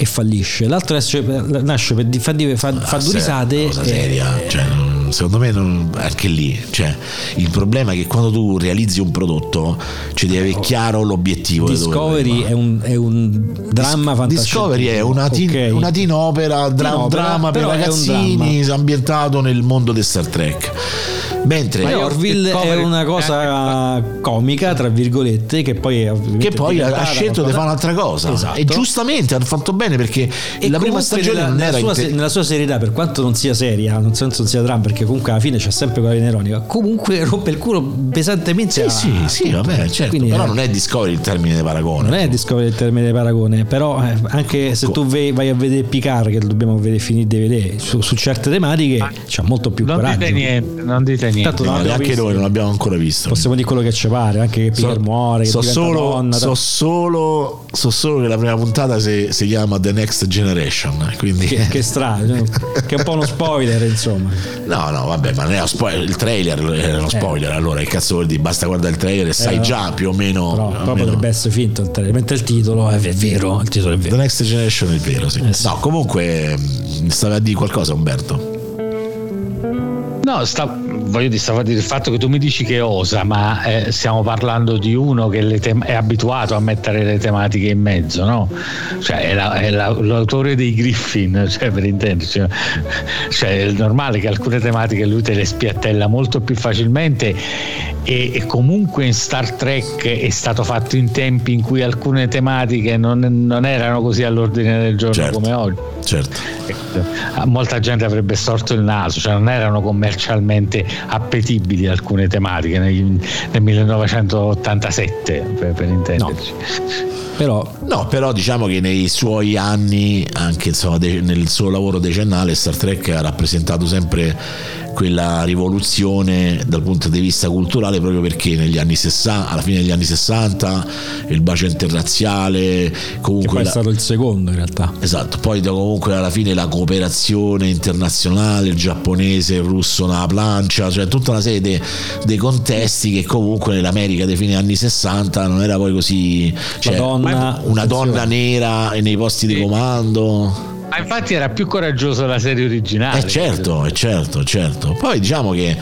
Speaker 5: e fallisce, l'altro nasce per, nasce per di- fa, di- fa- fa
Speaker 2: Ah,
Speaker 5: due
Speaker 2: se-
Speaker 5: risate. eh.
Speaker 2: Cosa
Speaker 5: e-
Speaker 2: seria. Cioè, non- secondo me non, anche lì. Cioè, il problema è che quando tu realizzi un prodotto, ci devi avere chiaro l'obiettivo. di dove
Speaker 5: Discovery
Speaker 2: vuoi
Speaker 5: è un, è un dramma
Speaker 2: Dis-
Speaker 5: fantastico.
Speaker 2: Discovery è una teen,
Speaker 5: Ok.
Speaker 2: una teen opera, dra-
Speaker 5: Teen
Speaker 2: un
Speaker 5: opera,
Speaker 2: dramma per
Speaker 5: però è un
Speaker 2: ragazzini ambientato nel mondo di Star Trek. Mentre
Speaker 5: Ma Orville è
Speaker 7: Discovery-
Speaker 5: una cosa comica, tra virgolette, che poi è ovviamente
Speaker 2: che poi ha- ha
Speaker 5: diventata
Speaker 2: scelto di
Speaker 5: qualcosa-
Speaker 2: fare un'altra cosa
Speaker 5: Esatto.
Speaker 2: e giustamente hanno fatto bene perché
Speaker 5: E
Speaker 2: la prima
Speaker 5: comunque
Speaker 2: stagione
Speaker 5: nella,
Speaker 2: non
Speaker 5: nella
Speaker 2: era
Speaker 5: sua,
Speaker 2: inte-
Speaker 5: se- nella sua serietà, per quanto non sia seria, nel senso non sia dramma, perché comunque alla fine c'è sempre quella linea ironica. Comunque rompe il culo pesantemente. a-
Speaker 2: Eh, sì sì sì vabbè certo
Speaker 5: Ah, Quindi,
Speaker 2: però
Speaker 5: eh,
Speaker 2: non è Discovery il termine di paragone
Speaker 5: Non è discovery il termine di paragone, però eh, anche
Speaker 2: Ecco.
Speaker 5: se tu ve- vai a vedere Picard, che dobbiamo vedere, finire di vedere, su, su certe tematiche c'è molto più
Speaker 6: Non
Speaker 5: coraggio.
Speaker 6: dite niente, non dite niente.
Speaker 5: Tanto non
Speaker 2: No,
Speaker 5: l'abbiamo
Speaker 2: neanche
Speaker 5: visto.
Speaker 2: noi non l'abbiamo ancora visto
Speaker 5: Possiamo dire quello che ci pare, anche che Picard muore, che
Speaker 2: so
Speaker 5: diventa
Speaker 2: solo,
Speaker 5: donna.
Speaker 2: so, solo, so solo che la prima puntata si, si chiama The Next Generation eh, quindi
Speaker 5: Che, che strano, che è un po' uno spoiler, insomma.
Speaker 2: No, no, vabbè, ma non è uno spoiler. Il trailer era uno spoiler. Allora, che cazzo vuol dire? Basta guardare il trailer e sai
Speaker 5: Eh. no.
Speaker 2: già più o meno. più
Speaker 5: Però
Speaker 2: o
Speaker 5: proprio
Speaker 2: meno.
Speaker 5: dovrebbe essere finto il trailer, mentre il titolo è, è vero, il titolo è
Speaker 2: The
Speaker 5: vero.
Speaker 2: Next Generation è il vero, sì.
Speaker 5: Eh, sì.
Speaker 2: No, comunque, mh, stavi a dire qualcosa, Umberto.
Speaker 6: No, sta- voglio dire, stavo a dire il fatto che tu mi dici che osa, ma eh, stiamo parlando di uno che le tem- è abituato a mettere le tematiche in mezzo, no? Cioè, è, la- è la- l'autore dei Griffin, cioè, per intenderci. Cioè, è normale che alcune tematiche lui te le spiattella molto più facilmente e, e comunque in Star Trek è stato fatto in tempi in cui alcune tematiche non, non erano così all'ordine del giorno
Speaker 2: Certo.
Speaker 6: come oggi.
Speaker 2: Certo.
Speaker 6: Ah, A Molta gente avrebbe storto il naso, cioè non erano commercialmente appetibili alcune tematiche nel, nel 1987 per, per intenderci.
Speaker 5: Però
Speaker 2: No, però diciamo che nei suoi anni, anche insomma, de- nel suo lavoro decennale, Star Trek ha rappresentato sempre quella rivoluzione dal punto di vista culturale proprio perché negli anni 60, alla fine degli anni 60 il bacio interrazziale,
Speaker 5: che
Speaker 2: comunque
Speaker 5: poi è
Speaker 2: la-
Speaker 5: stato il secondo in realtà.
Speaker 2: Esatto, poi da- comunque alla fine la cooperazione internazionale, il giapponese, il russo nella plancia, cioè tutta una serie de- dei contesti che comunque nell'America dei fine anni 60 non era poi così... Cioè,
Speaker 5: donna-
Speaker 2: una donna nera e nei posti di comando.
Speaker 6: Ma infatti era più coraggiosa la serie originale.
Speaker 2: Eh certo, eh certo, certo. Poi diciamo che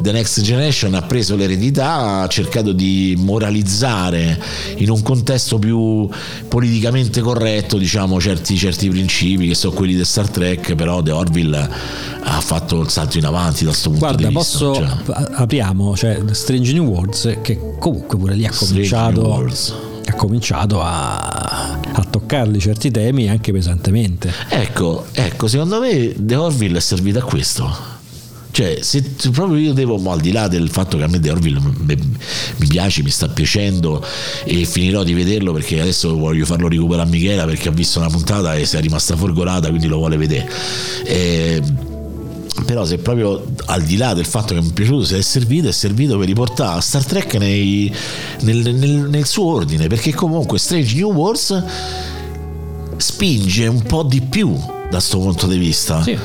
Speaker 2: The Next Generation ha preso l'eredità, ha cercato di moralizzare in un contesto più politicamente corretto, diciamo, certi, certi principi che sono quelli di Star Trek, però The Orville ha fatto il salto in avanti da questo punto
Speaker 5: Guarda,
Speaker 2: di
Speaker 5: posso
Speaker 2: vista.
Speaker 5: a- apriamo, cioè Strange New Worlds eh, che comunque pure lì ha
Speaker 2: Strange New
Speaker 5: cominciato
Speaker 2: Worlds.
Speaker 5: ha cominciato a, a toccarli certi temi anche pesantemente.
Speaker 2: Ecco, ecco, secondo me The Orville è servita a questo. Cioè, se se proprio io devo, ma al di là del fatto che a me The Orville m- m- mi piace, mi sta piacendo e finirò di vederlo perché adesso voglio farlo recuperare a Michela perché ha visto una puntata e si è rimasta forgolata, quindi lo vuole vedere. Eh, però se proprio al di là del fatto che mi è piaciuto se è servito è servito per riportare Star Trek nei- nel, nel- nel suo ordine perché comunque Strange New Wars spinge un po' di più da questo punto di vista
Speaker 5: Sì.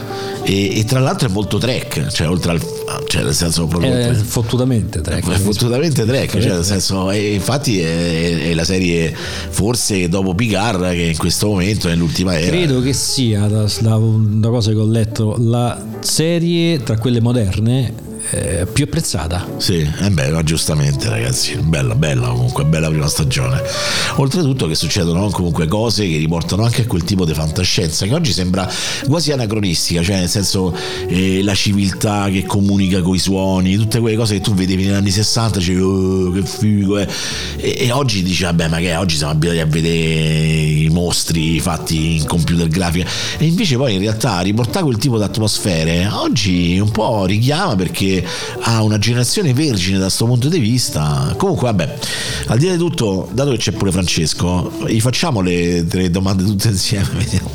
Speaker 2: e, e tra l'altro è molto Trek cioè oltre al cioè nel senso proprio
Speaker 5: Eh, fottutamente
Speaker 2: è
Speaker 5: Trek.
Speaker 2: fortunatamente Trek, cioè, nel senso, e infatti è, è la serie forse dopo Picard che in questo momento è l'ultima era.
Speaker 5: Credo che sia, da, da una cosa che ho letto, la serie tra quelle moderne eh, più apprezzata.
Speaker 2: Sì, è bello, giustamente ragazzi, bella, bella comunque, bella prima stagione. Oltretutto che succedono comunque cose che riportano anche a quel tipo di fantascienza che oggi sembra quasi anacronistica, cioè nel senso eh, la civiltà che comunica coi suoni, tutte quelle cose che tu vedevi negli anni 60, dicevi "Oh, che figo, eh". e, e oggi dici vabbè ma che è? oggi siamo abituati a vedere i mostri fatti in computer grafica e invece poi in realtà riportare quel tipo di atmosfere oggi un po' richiama perché ha una generazione vergine da questo punto di vista comunque vabbè al di là di tutto dato che c'è pure Francesco gli facciamo le tre domande tutte insieme vediamo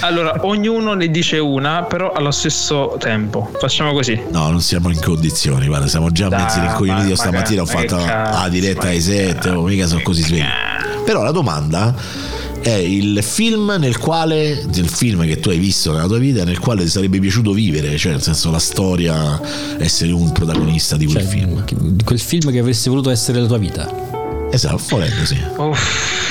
Speaker 7: Allora, ognuno ne dice una, però allo stesso tempo. Facciamo così.
Speaker 2: No, non siamo in condizioni, guarda, siamo già
Speaker 7: Dai,
Speaker 2: mezzi rincoglioniti.
Speaker 7: ma-
Speaker 2: Io
Speaker 7: ma
Speaker 2: stamattina ho
Speaker 7: che- ma che
Speaker 2: fatto
Speaker 7: cazzo,
Speaker 2: la diretta
Speaker 7: ma
Speaker 2: ai
Speaker 7: che
Speaker 2: 7,
Speaker 7: cazzo,
Speaker 2: oh, mica sono così svegli. Però la domanda è il film nel quale, del film che tu hai visto nella tua vita, nel quale ti sarebbe piaciuto vivere, cioè nel senso la storia, essere un protagonista di quel
Speaker 5: Cioè,
Speaker 2: film.
Speaker 5: che- quel film che avresti voluto essere la tua vita.
Speaker 2: Esatto, volendo sì.
Speaker 7: Uff,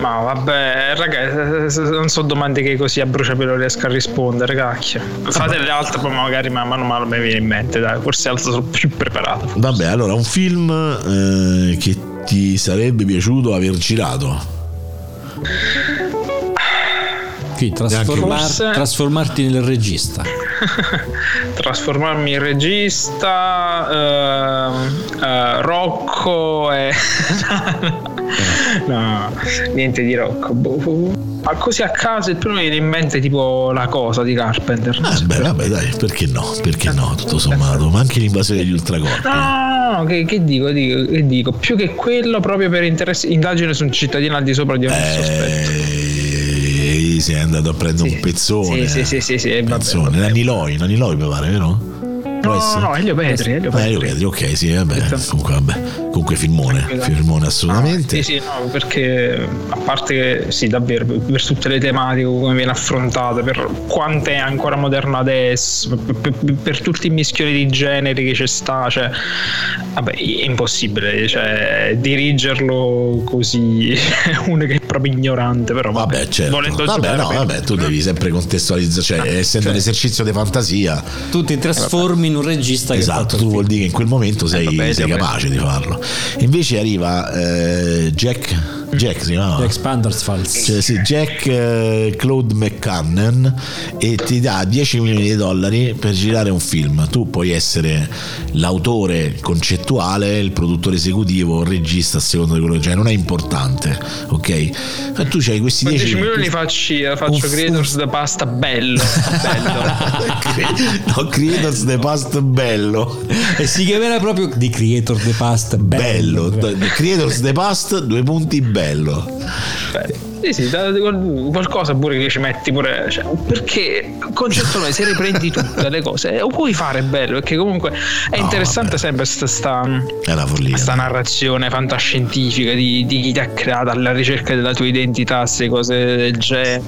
Speaker 7: ma vabbè, raga, eh, non so domande che così a bruciapelo riesco a rispondere, cacchio. Fate le altre, poi magari man mano mano mi viene in mente, dai, forse altre sono più preparato.
Speaker 2: Vabbè, allora un film eh, che ti sarebbe piaciuto aver girato.
Speaker 5: Quindi trasformar-
Speaker 7: Forse-
Speaker 5: trasformarti nel regista.
Speaker 7: Trasformarmi in regista, ehm, eh, Rocco e... no, niente di Rocco. boh. Ma così a caso il primo mi viene in mente tipo la cosa di Carpenter.
Speaker 2: Ah, beh, vabbè, dai, perché no? Perché no, tutto sommato, ma anche l'invasione degli ultracorpi.
Speaker 7: No, no, no, no, che, che dico, dico, che dico? Più che quello, proprio per interesse, indagine su un cittadino al di sopra di ogni sospetto.
Speaker 2: Eh, sei andato a prendere
Speaker 7: Sì.
Speaker 2: un pezzone.
Speaker 7: Sì, sì, sì, sì, sì,
Speaker 2: Un
Speaker 7: vabbè.
Speaker 2: pezzone. Nanni Loi, Nanni Loi mi pare, vero?
Speaker 7: No, no, no, Elio Petri, Elio
Speaker 2: Ah,
Speaker 7: Petri.
Speaker 2: Elio Petri, ok, sì, vabbè.
Speaker 7: Esatto.
Speaker 2: Comunque, vabbè. Comunque filmone, filmone assolutamente.
Speaker 7: Ah, sì, sì, no, perché a parte che sì, davvero, per- per tutte le tematiche come viene affrontata, per quanto è ancora moderno adesso, per, per- per tutti i mischioni di generi che c'è sta, cioè, vabbè, è impossibile, cioè, dirigerlo così, uno che è proprio ignorante, però vabbè,
Speaker 2: Vabbè, certo.
Speaker 7: volendo
Speaker 2: vabbè,
Speaker 7: giocare Ah, certo.
Speaker 2: no,
Speaker 7: per-
Speaker 2: vabbè, tu devi sempre contestualizzare, cioè, essendo un esercizio di fantasia,
Speaker 7: Esatto,
Speaker 5: Tu ti trasformi in un regista che ha
Speaker 2: esatto,
Speaker 5: fatto il
Speaker 2: tu
Speaker 5: film.
Speaker 2: vuol dire che in quel momento sei,
Speaker 7: Eh, vabbè,
Speaker 2: sei
Speaker 7: vabbè.
Speaker 2: capace di farlo. Invece arriva eh, Jack
Speaker 7: Mm.
Speaker 2: Jack si chiamava.
Speaker 5: Jack Spandersfalls.
Speaker 2: Cioè, sì, Jack eh, Claude McCannon e ti dà 10 milioni di dollari per girare un film. Tu puoi essere l'autore concettuale, il produttore esecutivo, il regista, a seconda di quello che c'è, non è importante, ok? Ma tu c'hai questi
Speaker 7: Con
Speaker 2: 10
Speaker 7: 10 milioni facci, faccio
Speaker 2: un-
Speaker 7: creators da pasta bello, bello.
Speaker 2: No, Creators the Past bello.
Speaker 5: E si chiamerà proprio The Creator The Past.
Speaker 2: Bello. The Creators the Past, due punti bello.
Speaker 7: Sì, sì, da- qual- qualcosa pure che ci metti pure. cioè, perché il concetto noi se le prendi tutte le cose, eh, lo puoi fare bello, perché comunque è
Speaker 2: No,
Speaker 7: interessante
Speaker 2: vabbè.
Speaker 7: sempre sta, sta-
Speaker 2: È una follia.
Speaker 7: sta narrazione fantascientifica di, di chi ti ha creato alla ricerca della tua identità, queste cose del genere.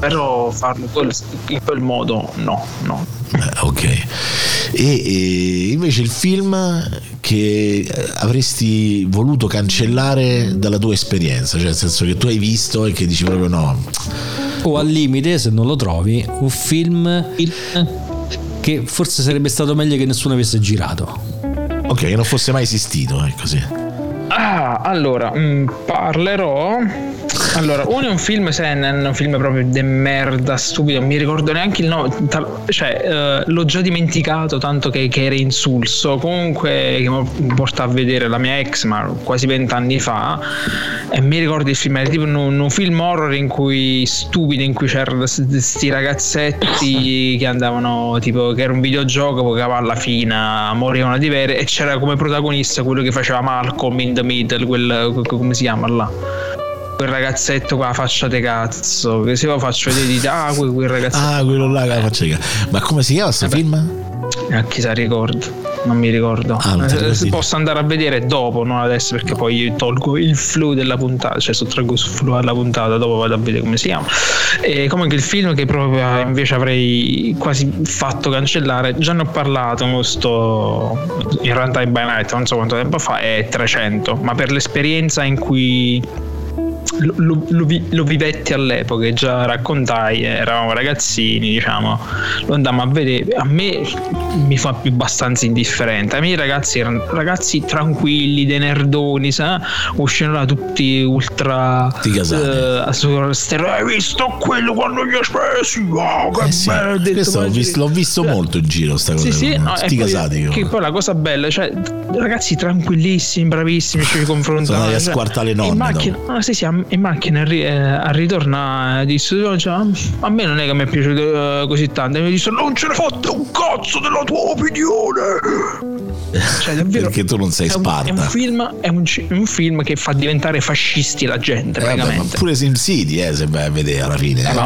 Speaker 7: Però farlo quel- in quel modo no, no.
Speaker 2: Eh, Ok. E, e invece il film che eh, avresti voluto cancellare dalla tua esperienza, cioè nel senso che tu hai visto e che dici proprio no,
Speaker 5: O al limite, se non lo trovi, un film che forse sarebbe stato meglio che nessuno avesse girato.
Speaker 2: ok, che non fosse mai esistito, è così.
Speaker 7: Ah, allora, mm, parlerò. Allora, uno è un film Senen, un film proprio de merda, stupido, non mi ricordo neanche il nome, tal- cioè eh, l'ho già dimenticato tanto che, che era insulso, comunque che mi porta a vedere la mia ex, ma quasi vent'anni fa, e mi ricordo il film, era tipo un, un film horror in cui, stupido, in cui c'erano questi ragazzetti che andavano, tipo, che era un videogioco, poi che alla fine morivano di vere, e c'era come protagonista quello che faceva Malcolm in the Middle, quel, quel- come si chiama là? Quel ragazzetto con la faccia de cazzo, che se lo faccio vedere dite, ah, quel, quel ragazzetto,
Speaker 2: Ah, quello là che la faccia di ca- Ma come si chiama questo film?
Speaker 7: eh, chissà ricordo, non mi ricordo.
Speaker 2: Ah, non ti
Speaker 7: Eh, se- se
Speaker 2: ricordi.
Speaker 7: posso andare a vedere dopo, non adesso, perché poi io tolgo il flow della puntata, cioè sottraggo il flow alla puntata, dopo vado a vedere come si chiama. E comunque il film che proprio invece avrei quasi fatto cancellare, già ne ho parlato in sto in Runtime by Night, non so quanto tempo fa, è 300, ma per l'esperienza in cui lo, lo- lo vi- lo vivetti all'epoca, già raccontai, eh, eravamo ragazzini, diciamo, lo andammo a vedere, a me mi fa più abbastanza indifferente, a me i ragazzi erano ragazzi tranquilli, dei nerdoni, sa? uscivano là tutti ultra...
Speaker 2: Ti casate.
Speaker 7: Eh, su Stero, hai visto quello quando gli ho espressi? Wow, che
Speaker 2: Eh sì,
Speaker 7: bello! ho detto,
Speaker 2: questo
Speaker 7: ma-
Speaker 2: l'ho vis- l'ho visto,
Speaker 7: Cioè,
Speaker 2: molto in giro sta cosa.
Speaker 7: Sì, sì, no, e
Speaker 2: Sti
Speaker 7: poi-
Speaker 2: casati che-
Speaker 7: che poi la cosa bella, cioè, ragazzi tranquillissimi, bravissimi, ci confrontavano.
Speaker 2: Sono andati a
Speaker 7: cioè,
Speaker 2: squartare le nonne
Speaker 7: In macchina, ah, sì, sì, a- in macchina a, ri- eh, a ritornare disse, "No, cioè, a me non è che mi è piaciuto eh, così tanto. E mi disse, non ce ne fate un cazzo della tua opinione. Cioè, davvero,
Speaker 2: perché tu non sei
Speaker 7: è un,
Speaker 2: Sparta.
Speaker 7: è un film, è un, ci- un film che fa diventare fascisti la gente,
Speaker 2: Eh, vabbè, ma
Speaker 7: praticamente.
Speaker 2: pure Sim City, eh, se vai a vedere alla fine. eh.
Speaker 7: ma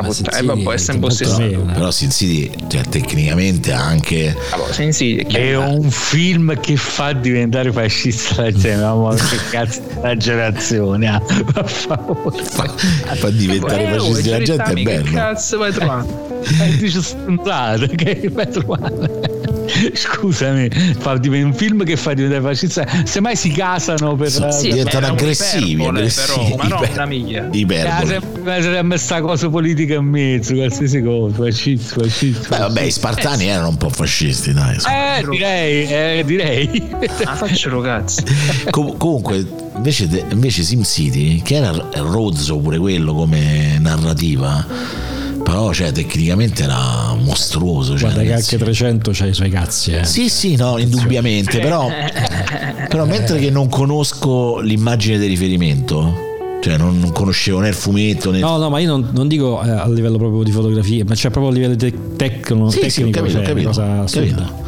Speaker 5: vabbè, ma
Speaker 7: puttana,
Speaker 5: sì,
Speaker 7: eh, ma
Speaker 5: sì,
Speaker 7: può essere
Speaker 5: tutto
Speaker 7: impossibile.
Speaker 5: bene.
Speaker 2: Però Sin City, cioè, tecnicamente ha anche
Speaker 7: Allora, sì, sì, è
Speaker 2: Eh,
Speaker 6: È
Speaker 7: chiaro.
Speaker 6: un film che fa diventare fascista la gente, mamma che cazzo di esagerazione, ah, per favore.
Speaker 2: fa, Ah, fa diventare
Speaker 7: Eh, oh,
Speaker 2: fascisti la
Speaker 7: Giuliani,
Speaker 2: gente è
Speaker 7: che
Speaker 2: bello.
Speaker 7: cazzo vai trovando?
Speaker 6: Eh, dice stronzate, che vai a trovare? Scusami, fa diven- un film che fa diventare fascista, semmai si casano per...
Speaker 2: Sì,
Speaker 7: Sì,
Speaker 2: diventano
Speaker 7: era un
Speaker 2: Eh, aggressivi,
Speaker 7: iperbole,
Speaker 2: aggressivi,
Speaker 7: però, ma no,
Speaker 2: iper-
Speaker 7: una miglia.
Speaker 6: Ah,
Speaker 2: Iperbole.
Speaker 6: sempre- sempre sta cosa politica in mezzo, qualsiasi cosa, fascista, fascista.
Speaker 2: Beh, vabbè, i
Speaker 7: Eh,
Speaker 2: spartani erano un po' fascisti, dai. insomma.
Speaker 6: Eh, direi, eh, direi.
Speaker 7: Ah, faccio cazzo.
Speaker 2: Com- comunque, invece, de- invece Sim City, che era r- rozzo pure quello come narrativa, però cioè, tecnicamente era mostruoso. Cioè,
Speaker 5: Guarda che
Speaker 2: ragazzi.
Speaker 5: anche 300 c'ha i suoi cazzi, eh.
Speaker 2: Sì, sì, no, indubbiamente, però, però mentre che non conosco l'immagine di riferimento, cioè non, non conoscevo né il fumetto né...
Speaker 5: No, no, ma io non, non dico eh, a livello proprio di fotografia, ma cioè proprio a livello te- tecno-
Speaker 2: sì, sì,
Speaker 5: tecnico,
Speaker 2: ho capito,
Speaker 5: cioè,
Speaker 2: ho
Speaker 5: una
Speaker 2: capito,
Speaker 5: cosa
Speaker 2: ho
Speaker 5: assurda.
Speaker 2: capito.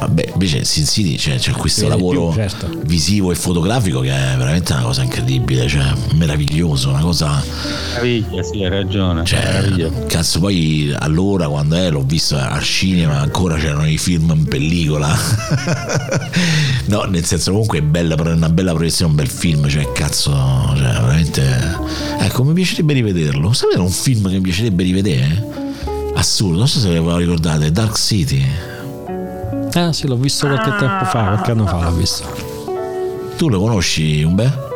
Speaker 2: Vabbè, invece Sin City c'è, cioè, c'è questo
Speaker 5: Si vede
Speaker 2: lavoro
Speaker 5: più, certo.
Speaker 2: visivo e fotografico che è veramente una cosa incredibile, cioè meraviglioso, una cosa...
Speaker 6: Meraviglia, sì, hai ragione.
Speaker 2: Cioè, cazzo, poi allora quando eh, l'ho visto al cinema ancora c'erano i film in pellicola. no, nel senso comunque è bella, è una bella proiezione, un bel film, cioè cazzo, cioè, veramente... Ecco, mi piacerebbe rivederlo. Sapete un film che mi piacerebbe rivedere? Assurdo, non so se ve lo ricordate, Dark City.
Speaker 5: Ah, sì, l'ho visto qualche tempo fa, qualche anno fa l'ho visto.
Speaker 2: Tu lo conosci, Umbe?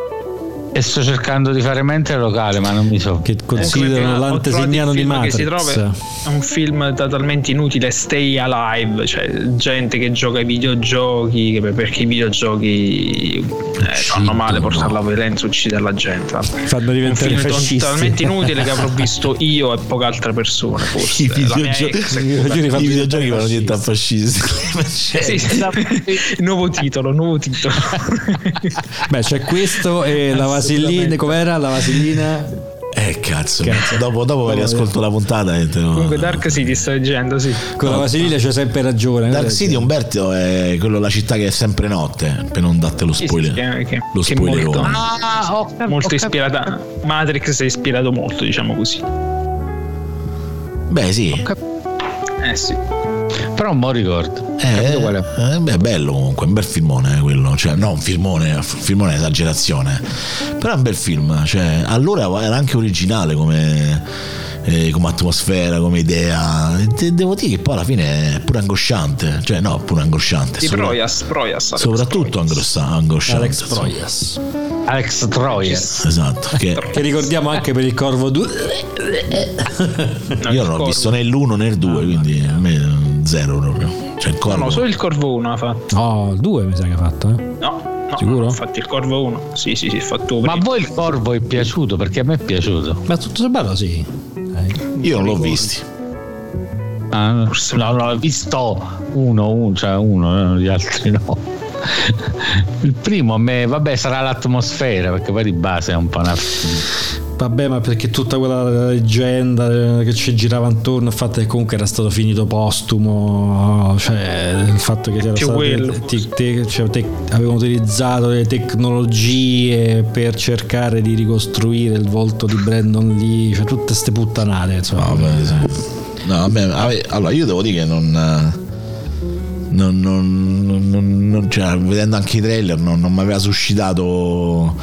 Speaker 6: e sto cercando di fare mente al locale, ma non mi so.
Speaker 5: che considerano
Speaker 7: eh, Ho trovato il
Speaker 5: l'antesignano di
Speaker 7: film che si trova-
Speaker 5: Matrix.
Speaker 7: È un film totalmente inutile, Stay Alive, cioè gente che gioca ai videogiochi, che- perché i videogiochi eh, fanno male, portare la violenza, uccidere la gente. vabbè.
Speaker 5: Fanno
Speaker 7: Un
Speaker 5: diventare
Speaker 7: film to-
Speaker 5: fascisti.
Speaker 7: totalmente inutile che avrò visto io e poche altre persone, forse.
Speaker 2: I
Speaker 7: La mia
Speaker 2: videogiochi,
Speaker 7: ex. ecco.
Speaker 2: i videogiochi vanno niente a fascisti.
Speaker 7: Eh, Sì, sì. nuovo titolo, nuovo titolo.
Speaker 5: Beh, c'è questo e la vasellina,
Speaker 7: Assolutamente.
Speaker 5: com'era la vasellina?
Speaker 2: Eh cazzo,
Speaker 5: Cazzo.
Speaker 2: dopo, dopo riascolto la puntata. e te lo-
Speaker 7: Comunque Dark City sto leggendo, sì.
Speaker 5: Con la vasellina c'è sempre ragione.
Speaker 2: Dark City Umberto è quello la città che è sempre notte, per non darti lo
Speaker 7: Sì, sì,
Speaker 2: spoiler.
Speaker 7: che- che-
Speaker 2: lo
Speaker 7: che
Speaker 2: spoilerone.
Speaker 7: molto- Molto ispirata. Matrix è ispirato molto, diciamo così.
Speaker 2: Beh sì,
Speaker 7: Eh sì.
Speaker 6: Però un buon ricordo.
Speaker 2: eh,
Speaker 6: Capito qual è?
Speaker 2: eh, beh, è bello comunque, un bel filmone eh, quello, cioè no un filmone, un filmone è esagerazione, però è un bel film, cioè, allora era anche originale come, eh, come atmosfera, come idea, E te- devo dire che poi alla fine è pure angosciante, cioè no, pure angosciante,
Speaker 7: Di
Speaker 2: sopra-
Speaker 7: Proias, Proias. Alex
Speaker 2: soprattutto
Speaker 7: Proias.
Speaker 2: angrossa- angosciante.
Speaker 5: Alex
Speaker 2: insomma.
Speaker 5: Troyas.
Speaker 6: Alex Troyer.
Speaker 2: Esatto, che
Speaker 5: Che ricordiamo anche per il Corvo 2.
Speaker 7: No,
Speaker 2: io
Speaker 7: il
Speaker 2: non ho
Speaker 7: corvo.
Speaker 2: visto né l'uno né il due, quindi a me zero proprio. Cioè il corvo.
Speaker 7: Ah, No, solo il corvo 1 ha fatto.
Speaker 5: No, il 2 mi sa che ha fatto. Eh?
Speaker 7: No, no,
Speaker 5: Sicuro?
Speaker 7: no, infatti il corvo 1. Sì, sì, sì, fatto
Speaker 6: Ma a voi il corvo è piaciuto? Perché a me è piaciuto.
Speaker 5: Ma tutto sommato sì. Eh,
Speaker 2: Io non l'ho visti.
Speaker 6: Ah, no, no, ho visto uno, uno, cioè uno, eh, gli altri no. Il primo a me, vabbè, sarà l'atmosfera, perché poi di base è un po' una.
Speaker 5: Vabbè, ma perché tutta quella leggenda eh, che ci girava intorno, il fatto che comunque era stato finito postumo, cioè il fatto che c'era
Speaker 7: Più
Speaker 5: stato
Speaker 7: quello,
Speaker 5: te- te- te- cioè, te- avevano utilizzato le tecnologie per cercare di ricostruire il volto di Brandon Lee, cioè tutte ste puttanate, insomma.
Speaker 2: No, vabbè, sì. No, vabbè, vabbè, allora io devo dire che non. eh, Non, non- non- non- non- cioè, vedendo anche i trailer non, non mi aveva suscitato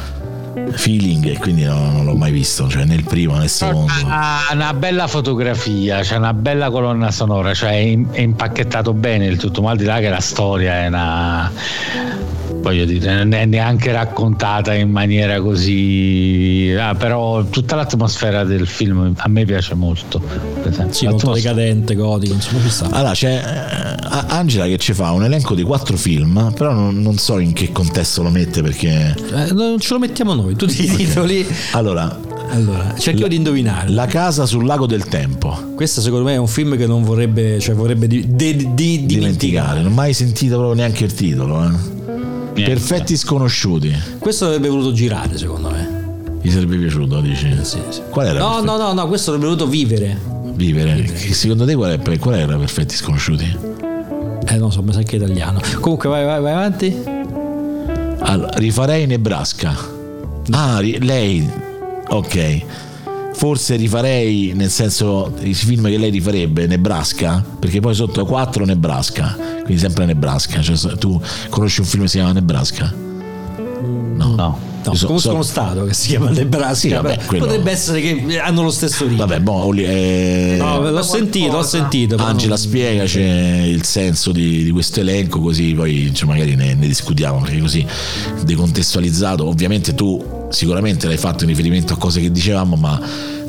Speaker 2: feeling e quindi no- non l'ho mai visto, cioè né il primo né il secondo.
Speaker 6: Ha una bella fotografia, c'è una bella colonna sonora, cioè è im- è impacchettato bene il tutto, ma al di là che la storia è una voglio dire, non è neanche raccontata in maniera così ah, però tutta l'atmosfera del film a me piace molto. Per esempio,
Speaker 5: Sì, molto
Speaker 6: l'atmosfera-
Speaker 5: decadente, gotico, insomma, ci sta.
Speaker 2: Allora c'è eh, A- Angela che ci fa un elenco di quattro film, però non, non so in che contesto lo mette perché.
Speaker 5: Eh, non ce lo mettiamo noi, tutti i titoli.
Speaker 2: Allora,
Speaker 5: Allora, cerchiamo di indovinare.
Speaker 2: La casa sul lago del tempo.
Speaker 5: Questo secondo me è un film che non vorrebbe, cioè vorrebbe di, de- di- dimenticare.
Speaker 2: Dimenticare, non ho mai sentito proprio neanche il titolo. eh. Perfetti sconosciuti.
Speaker 5: Questo avrebbe voluto girare, secondo me.
Speaker 2: Gli sarebbe piaciuto, dici?
Speaker 5: Sì, sì.
Speaker 2: Qual era?
Speaker 5: No,
Speaker 2: Perfetti-
Speaker 5: no, no, no, questo avrebbe voluto vivere.
Speaker 2: Vivere. Che Secondo te qual, è, per- qual era Perfetti Sconosciuti?
Speaker 5: Eh, non so, mi sa che è italiano. Comunque, vai, vai, vai avanti.
Speaker 2: Allora, rifarei Nebraska. Ah, ri- lei. Ok. Forse rifarei, nel senso, i film che lei rifarebbe, Nebraska, perché poi sotto 4 Nebraska, quindi sempre Nebraska. Cioè, se- tu conosci un film che si chiama Nebraska? No.
Speaker 6: No.
Speaker 5: Mm. No,
Speaker 2: Io so-
Speaker 5: conosco
Speaker 2: so-
Speaker 5: uno stato che si chiama Nebraska.
Speaker 2: Sì, vabbè,
Speaker 5: però
Speaker 2: quello-
Speaker 5: Potrebbe essere che hanno lo stesso ritmo.
Speaker 2: Vabbè, boh, Oli- eh,
Speaker 5: No, l'ho sentito, l'ho sentito. però
Speaker 2: Angela
Speaker 5: non-
Speaker 2: spiegaci il senso di, di questo elenco così poi cioè, magari ne, ne discutiamo perché così decontestualizzato ovviamente tu sicuramente l'hai fatto in riferimento a cose che dicevamo ma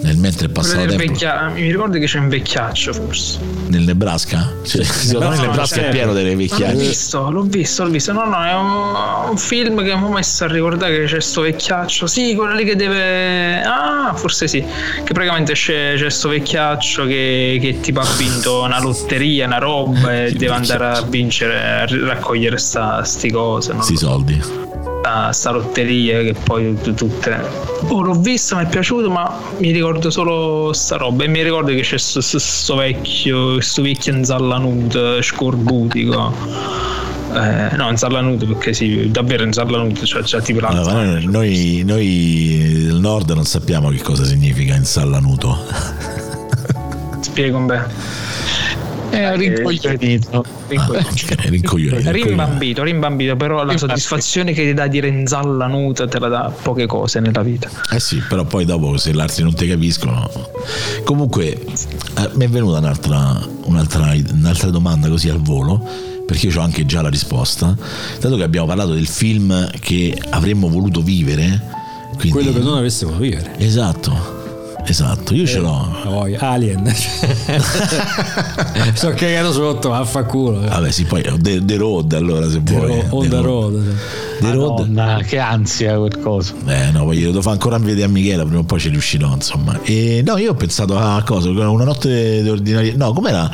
Speaker 2: nel mentre è
Speaker 7: Quello
Speaker 2: passato
Speaker 7: del
Speaker 2: tempo
Speaker 7: vecchia- Mi ricordo che c'è un vecchiaccio, forse.
Speaker 2: nel Nebraska cioè, secondo me il
Speaker 5: no,
Speaker 2: Nebraska è
Speaker 5: certo.
Speaker 2: pieno delle
Speaker 7: Ma l'ho
Speaker 2: vecchiaie
Speaker 7: visto, l'ho visto, l'ho visto. No, no, è un, un film che mi ho messo a ricordare che c'è sto vecchiaccio. Sì, quello lì che deve. Ah, forse sì. Che praticamente c'è, c'è sto vecchiaccio che, che tipo ha vinto una lotteria, una roba e deve andare a vincere, a r- raccogliere sta, sti cose. No?
Speaker 2: sti soldi
Speaker 7: sta, sta lotteria che poi tu- tutte oh, l'ho vista mi è piaciuto ma mi ricordo solo sta roba e mi ricordo che c'è sto, sto- sto vecchio sto vecchio inzallanuto scorbutico eh, no inzallanuto perché sì davvero inzallanuto cioè già tipo
Speaker 2: Allora, noi,
Speaker 7: l'altro
Speaker 2: noi, noi del nord non sappiamo che cosa significa insallanuto
Speaker 7: spiego un bel Eh,
Speaker 6: È eh, rincoglionito.
Speaker 2: Ok, rincoglione rincoglione.
Speaker 7: rimbambito rimbambito però la soddisfazione che ti dà dire inzallanuto te la dà poche cose nella vita
Speaker 2: Eh sì, però poi dopo se gli altri non ti capiscono. Comunque, eh, mi è venuta un'altra, un'altra, un'altra domanda così al volo, perché io ho anche già la risposta. Dato che abbiamo parlato del film che avremmo voluto vivere, Quindi-
Speaker 5: quello che non avessimo vivere.
Speaker 2: Esatto, esatto,
Speaker 5: Eh.
Speaker 2: io ce l'ho.
Speaker 5: La voglia. Alien. Sto cagando sotto, vaffanculo.
Speaker 2: Vabbè, sì, poi The, The Road allora se vuoi. eh,
Speaker 5: Ro- On the road.
Speaker 2: The Road.
Speaker 6: Madonna, che ansia quel coso.
Speaker 2: Eh no, poi glielo devo fare ancora vedere a Michela, prima o poi ci riuscirò, insomma. E no, io ho pensato a cosa, una notte di ordinaria. No, com'era?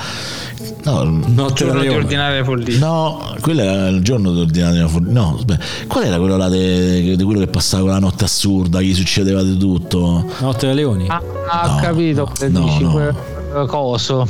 Speaker 2: No,
Speaker 5: Notte da
Speaker 7: Giorno di
Speaker 5: leone.
Speaker 7: ordinaria follia.
Speaker 2: no, quello era il giorno di ordinaria. fol- No, aspetta. qual era quello là de- di quello che passava quella notte assurda, gli succedeva di tutto?
Speaker 5: Notte da leoni.
Speaker 6: Ah, ho
Speaker 2: No,
Speaker 6: capito,
Speaker 2: no, no,
Speaker 6: dici
Speaker 2: no.
Speaker 6: quel coso.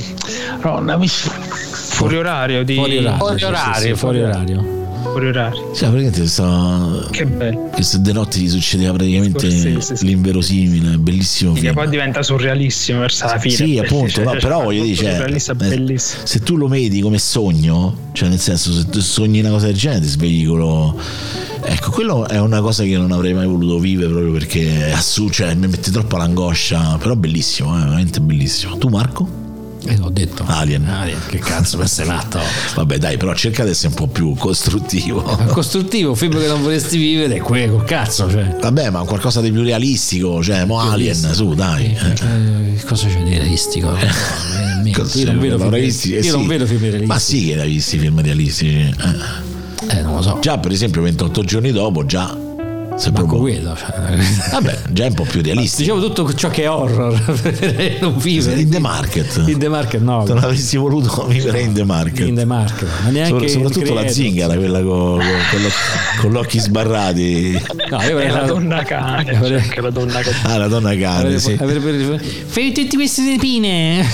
Speaker 6: No, no, mi-
Speaker 7: Fuori orario di...
Speaker 5: Fuori orario.
Speaker 6: Fuori
Speaker 5: sì, sì,
Speaker 6: orario,
Speaker 5: sì, fuori
Speaker 6: fuori
Speaker 5: orario.
Speaker 7: Fuori orario.
Speaker 2: Cioè, praticamente stava...
Speaker 7: Che bello.
Speaker 2: Queste de notte gli succedeva praticamente
Speaker 7: Scorsese, sì, sì.
Speaker 2: l'inverosimile, bellissimo
Speaker 7: Che
Speaker 2: film.
Speaker 7: poi diventa surrealissimo verso la fine.
Speaker 2: Sì,
Speaker 7: Cioè,
Speaker 2: appunto,
Speaker 7: cioè,
Speaker 2: no, però voglio dire, cioè,
Speaker 7: Surrealista,
Speaker 2: eh,
Speaker 7: bellissimo.
Speaker 2: se tu lo vedi come sogno, cioè nel senso se tu sogni una cosa del genere ti svegli con lo- Ecco, quello è una cosa che non avrei mai voluto vivere proprio perché è assurdo, cioè mi mette troppa l'angoscia, però bellissimo, è veramente bellissimo. Tu Marco?
Speaker 5: E Eh, l'ho detto.
Speaker 2: Alien.
Speaker 5: Alien, Che cazzo, ma sei matto.
Speaker 2: Vabbè dai, però cerca di essere un po' più costruttivo.
Speaker 5: Costruttivo, un film che non vorresti vivere, è quello, col cazzo. Cioè.
Speaker 2: Vabbè, ma qualcosa di più realistico, cioè, mo Alien, su, dai. eh.
Speaker 5: Eh, che cosa c'è di realistico? Eh, mica,
Speaker 2: Cosa
Speaker 5: io
Speaker 2: c'è?
Speaker 5: non vedo film,
Speaker 2: Realistici? Eh,
Speaker 5: io non
Speaker 2: sì.
Speaker 5: vedo film realistici.
Speaker 2: Ma sì che l'hai visti i film realistici. eh.
Speaker 5: Eh, non lo so.
Speaker 2: Già, per esempio, 28 giorni dopo, già. Se
Speaker 5: Manco
Speaker 2: proprio,
Speaker 5: quello. cioè.
Speaker 2: vabbè, già è un po' più realistico.
Speaker 5: Boh. Diciamo tutto ciò che è horror. preferirei non vivere.
Speaker 2: In the market.
Speaker 5: diciamo In the market, no.
Speaker 2: Se non avessi voluto vivere in the market.
Speaker 5: In the market. Ma
Speaker 2: Sopra-
Speaker 5: neanche
Speaker 2: soprattutto
Speaker 5: in
Speaker 2: la
Speaker 5: creator.
Speaker 2: zingara, quella co- co- con, l'oc- con gli occhi sbarrati.
Speaker 5: No, io
Speaker 7: È
Speaker 5: avrei
Speaker 2: eh,
Speaker 7: la
Speaker 5: fatto-
Speaker 7: donna cane. Cioè,
Speaker 5: avrei-
Speaker 7: anche la donna cane.
Speaker 2: Ah, la donna cane,
Speaker 5: Avrebbe,
Speaker 2: sì.
Speaker 5: avrebbe- Fai tutti questi depine.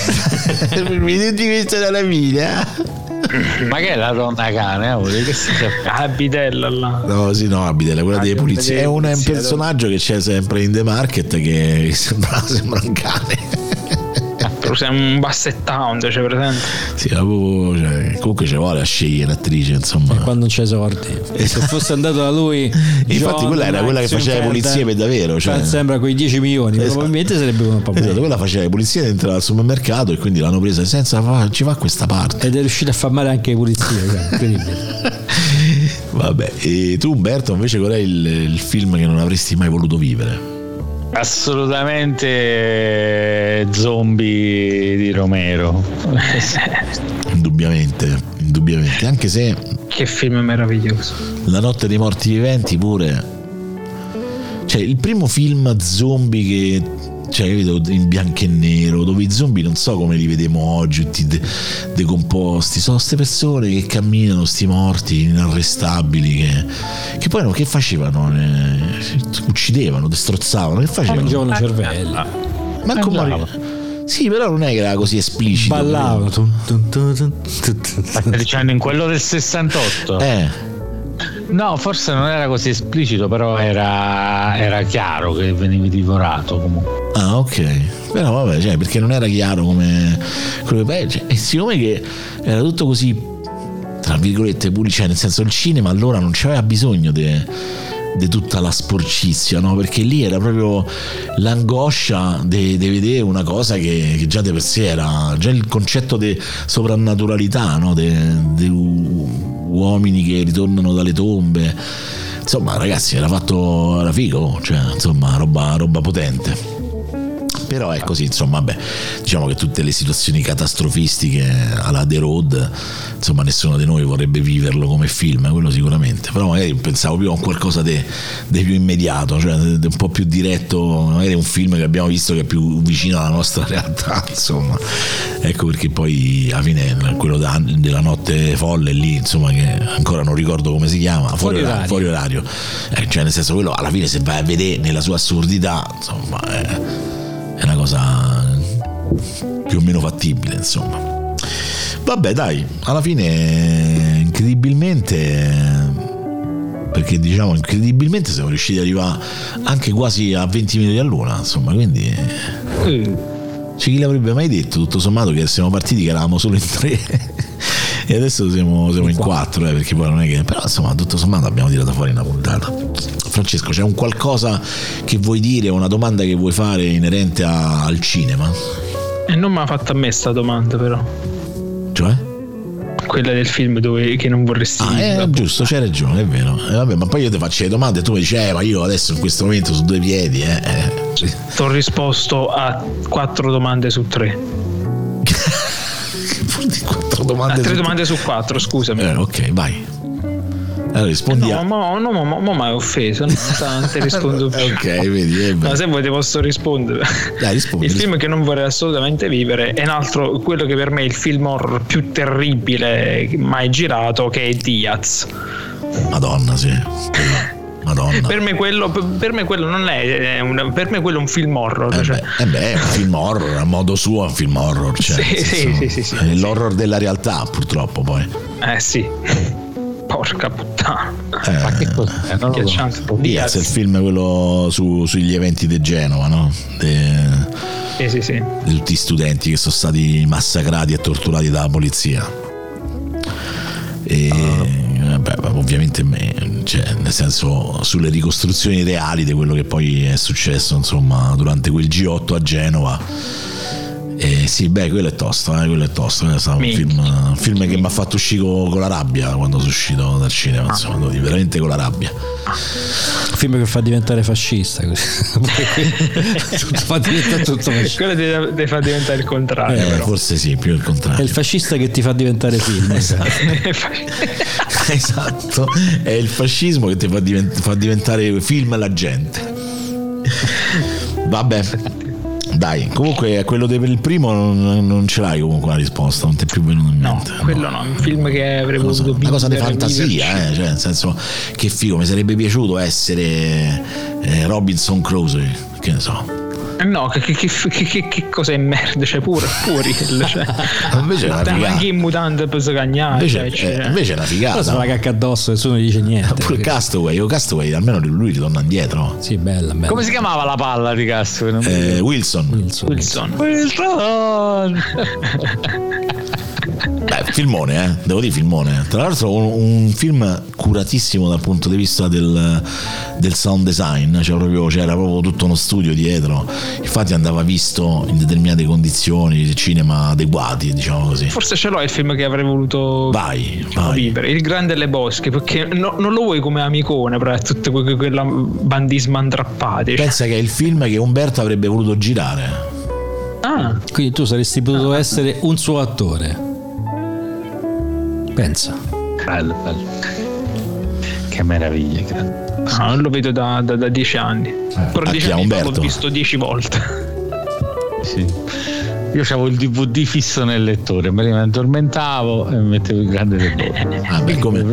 Speaker 2: Mi dici questa era la mia?
Speaker 6: Ma che è la donna cane? eh, vuol dire che sia-
Speaker 7: Ah, bidella là.
Speaker 2: No, sì, no, Abidele, quella delle pulizie. È un è un
Speaker 7: Pulizie,
Speaker 2: personaggio che c'è sempre in The Market che sembra, sembra un cane.
Speaker 7: Però sei un basset town, cioè, presente.
Speaker 2: Sì, la proprio, cioè, comunque ci vuole a scegliere l'attrice, insomma.
Speaker 5: Quando non c'è sordi. Se fosse andato da lui.
Speaker 2: Esatto. Infatti,
Speaker 5: John,
Speaker 2: quella era quella che
Speaker 5: Max,
Speaker 2: faceva le
Speaker 5: Inferno,
Speaker 2: pulizie per davvero. Cioè.
Speaker 5: Fa- Sembra quei 10 milioni,
Speaker 2: Esatto.
Speaker 5: probabilmente sarebbe uno po'
Speaker 2: Esatto, quella faceva le pulizie dentro al supermercato e quindi l'hanno presa senza fa- ci fa questa parte.
Speaker 5: Ed è riuscito a far male anche le pulizie, cioè, incredibile.
Speaker 2: Vabbè, e tu Umberto invece qual è il, il film che non avresti mai voluto vivere?
Speaker 6: Assolutamente eh, zombie di Romero.
Speaker 2: Indubbiamente, indubbiamente. Anche se
Speaker 7: Che film meraviglioso.
Speaker 2: La notte dei morti viventi pure... Cioè, il primo film zombie che... Cioè, capito, in bianco e nero, dove i zombie non so come li vediamo oggi, tutti de- decomposti. Sono queste persone che camminano, sti morti, inarrestabili, che, che poi no, che facevano? Eh, uccidevano, destrozzavano, che facevano?
Speaker 5: Mangiavano il cervello,
Speaker 2: Manco
Speaker 6: mangiavano.
Speaker 2: mori- Sì, però non è che era così esplicito.
Speaker 5: ballavano. Tum, tum, tum, tum, tum, tum.
Speaker 6: Dicendo in quello del 68.
Speaker 2: Eh,
Speaker 6: No, forse non era così esplicito, però era, era chiaro che venivi divorato comunque.
Speaker 2: Ah, ok. Però vabbè, cioè, perché non era chiaro come. come beh, cioè, e siccome che era tutto così. Tra virgolette, puli, cioè, nel senso il cinema allora non c'aveva bisogno di tutta la sporcizia, no? Perché lì era proprio l'angoscia di vedere una cosa che, che già di per sé era. Già il concetto di soprannaturalità, no? Di uomini che ritornano dalle tombe. Insomma, ragazzi, era fatto. era figo, cioè, insomma, roba- roba potente. Però è così, insomma, vabbè, diciamo che tutte le situazioni catastrofistiche alla The Road, insomma, nessuno di noi vorrebbe viverlo come film, quello sicuramente. Però magari pensavo più a un qualcosa di di più immediato, cioè di di un po' più diretto, magari un film che abbiamo visto che è più vicino alla nostra realtà, insomma. Ecco perché poi alla fine quello da- della notte folle lì, insomma, che ancora non ricordo come si chiama,
Speaker 5: Fuori
Speaker 2: fuori, orario,
Speaker 5: orario.
Speaker 2: fuori orario. Eh, cioè, nel senso, quello alla fine se vai a vedere nella sua assurdità, insomma, eh, è, è una cosa più o meno fattibile, insomma. Vabbè, dai, alla fine incredibilmente perché diciamo incredibilmente siamo riusciti ad arrivare anche quasi a 20 minuti all'una, insomma, quindi eh, cioè, chi l'avrebbe mai detto tutto sommato che siamo partiti che eravamo solo in tre e adesso siamo, siamo in quattro, eh, perché poi non è che però insomma, tutto sommato abbiamo tirato fuori una puntata. Francesco, c'è un qualcosa che vuoi dire, una domanda che vuoi fare inerente a- al cinema?
Speaker 7: E non mi ha fatto a me sta domanda, però.
Speaker 2: Cioè?
Speaker 7: quella del film dove, che non vorresti
Speaker 2: Ah,
Speaker 7: dire.
Speaker 2: eh, giusto, c'hai ragione, è vero. Eh, vabbè, ma poi io ti faccio le domande e tu mi dici, eh, ma io adesso in questo momento su due piedi, eh. eh.
Speaker 7: Ho risposto a quattro domande su tre.
Speaker 2: Pur di quattro
Speaker 7: A
Speaker 2: domande.
Speaker 7: Ah, tre
Speaker 2: su-
Speaker 7: domande su quattro, scusami.
Speaker 2: Eh, ok, vai. Allora rispondi
Speaker 7: No,
Speaker 2: a.
Speaker 7: ma no, ma- ma- ma mai offeso, no, non ti rispondo più.
Speaker 2: ok, vedi, eh, beh.
Speaker 7: No, se vuoi ti posso rispondere.
Speaker 2: Dai, rispondi,
Speaker 7: Il film che non vorrei assolutamente vivere è un altro, quello che per me è il film horror più terribile mai girato, che è Diaz.
Speaker 2: Madonna, sì. Madonna.
Speaker 7: Per me quello, per me quello non è, è un, per me quello è un film horror.
Speaker 2: Eh
Speaker 7: cioè.
Speaker 2: beh, eh beh, è un film horror, a modo suo è un film horror. Cioè,
Speaker 7: Sì,
Speaker 2: nel
Speaker 7: sì,
Speaker 2: senso,
Speaker 7: sì, sì, sì.
Speaker 2: è l'horror della realtà, purtroppo. Poi
Speaker 7: Eh sì. Porca puttana.
Speaker 6: Ma che cos'è? Eh. Non lo so.
Speaker 7: Ghiacciante.
Speaker 2: Eh, Diaz è il film quello su- sugli eventi di Genova, no? De-
Speaker 7: Sì, sì, sì.
Speaker 2: di tutti gli studenti che sono stati massacrati e torturati dalla polizia. E vabbè, ma ovviamente me- cioè, nel senso sulle ricostruzioni reali di quello che poi è successo insomma durante quel G8 a Genova. E sì, beh, quello è tosto, eh, quello è tosto. quello È stato un
Speaker 7: Minchia.
Speaker 2: film, un film che mi ha fatto uscire co- con la rabbia quando sono uscito dal cinema, insomma, devo dire, veramente con la rabbia.
Speaker 5: Un film che fa diventare fascista. così. Tutto- fa diventare tutto fascista.
Speaker 7: Quello ti, ti fa diventare il contrario.
Speaker 2: Eh, forse sì, più il
Speaker 5: È
Speaker 2: contrario.
Speaker 5: il fascista che ti fa diventare film. cioè.
Speaker 2: Esatto, è il fascismo che ti fa, divent- fa diventare film la gente. Vabbè. Dai, comunque a quello del il primo non, non ce l'hai comunque la risposta, non ti è più venuto in
Speaker 7: No,
Speaker 2: mente.
Speaker 7: quello no, è un film che avrei
Speaker 2: Una cosa,
Speaker 7: voluto
Speaker 2: una cosa di
Speaker 7: vivere, viverci.
Speaker 2: fantasia, eh, cioè, nel senso che figo, mi sarebbe piaciuto essere eh, Robinson Crusoe, che ne so.
Speaker 7: Eh No, che, che, che, che, che- che cosa è merda? Cioè, pure, pure il, cioè.
Speaker 2: Invece è una
Speaker 7: Dai, ma
Speaker 2: figata.
Speaker 7: anche in mutante per cagnare.
Speaker 2: Invece,
Speaker 7: cioè,
Speaker 2: eh,
Speaker 7: cioè.
Speaker 2: invece è una
Speaker 5: Però se
Speaker 2: figata.
Speaker 5: la cacca addosso, nessuno gli dice niente.
Speaker 2: Pure Castaway, o Castaway almeno lui ritorna indietro.
Speaker 5: Sì, bella, bella.
Speaker 6: Come si chiamava la palla di Castro? Non mi
Speaker 2: Eh, Wilson,
Speaker 5: Wilson.
Speaker 7: Wilson.
Speaker 6: Eh. Wilson!
Speaker 2: Beh, filmone, eh? devo dire filmone. Tra l'altro un, un film curatissimo dal punto di vista del, del sound design, cioè proprio- c'era proprio tutto uno studio dietro, infatti andava visto in determinate condizioni di cinema adeguati, diciamo così.
Speaker 7: Forse ce l'ho il film che avrei voluto
Speaker 2: Vai, vai.
Speaker 7: vivere. Il Grande Le Bosche, perché no- non lo vuoi come amicone, però è tutto que- que- quella bandismo andrappati. cioè.
Speaker 2: Pensa che è il film che Umberto avrebbe voluto girare.
Speaker 7: Ah,
Speaker 5: Quindi tu saresti potuto essere un suo attore. Pensa.
Speaker 6: bello, bello. Che meraviglia, grande.
Speaker 7: no, ah, non lo vedo da, da, da dieci anni. Però
Speaker 2: Ah,
Speaker 7: dieci
Speaker 2: chi è,
Speaker 7: anni fa l'ho
Speaker 2: Umberto?
Speaker 7: visto dieci volte.
Speaker 6: Sì. Io avevo il DVD fisso nel lettore, me ne addormentavo e mettevo il grande lettore.
Speaker 2: Ah, beh, come,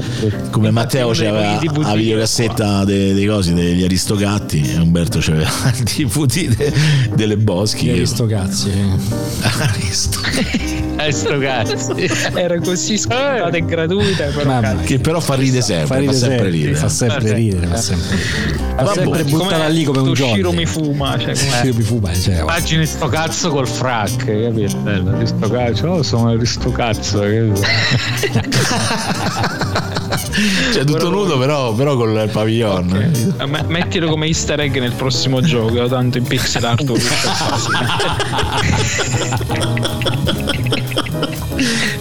Speaker 2: come Matteo c'aveva
Speaker 7: DVD
Speaker 2: la videocassetta dei, dei cosi degli Aristocatti e Umberto c'aveva il DVD de- delle Boschi.
Speaker 5: Io
Speaker 2: che-
Speaker 5: ho visto cazzi. eh.
Speaker 2: Aristo-
Speaker 6: Eh, sto cazzo.
Speaker 7: Era così scontata e gratuita. Però
Speaker 5: Mamma
Speaker 7: cazzo.
Speaker 5: mia.
Speaker 2: Che però fa ride sempre,
Speaker 5: Fa
Speaker 2: fa,
Speaker 5: ridere
Speaker 2: sempre ridere.
Speaker 5: Fa sempre ridere. Fa sempre, fa
Speaker 2: Vabbè,
Speaker 5: sempre buttala lì come un
Speaker 7: Toshiro
Speaker 5: gioco.
Speaker 7: mi fuma. Cioè, com'è?
Speaker 5: Toshiro mi fuma, cioè, guarda.
Speaker 6: Immagini sto cazzo col frac, capito? Bello, sto cazzo, oh, sono sto cazzo. capito?
Speaker 2: Cioè, tutto nudo, però, però col pavillon.
Speaker 7: Eh, me- Mettilo come easter egg nel prossimo gioco, tanto in pixel art. ho visto.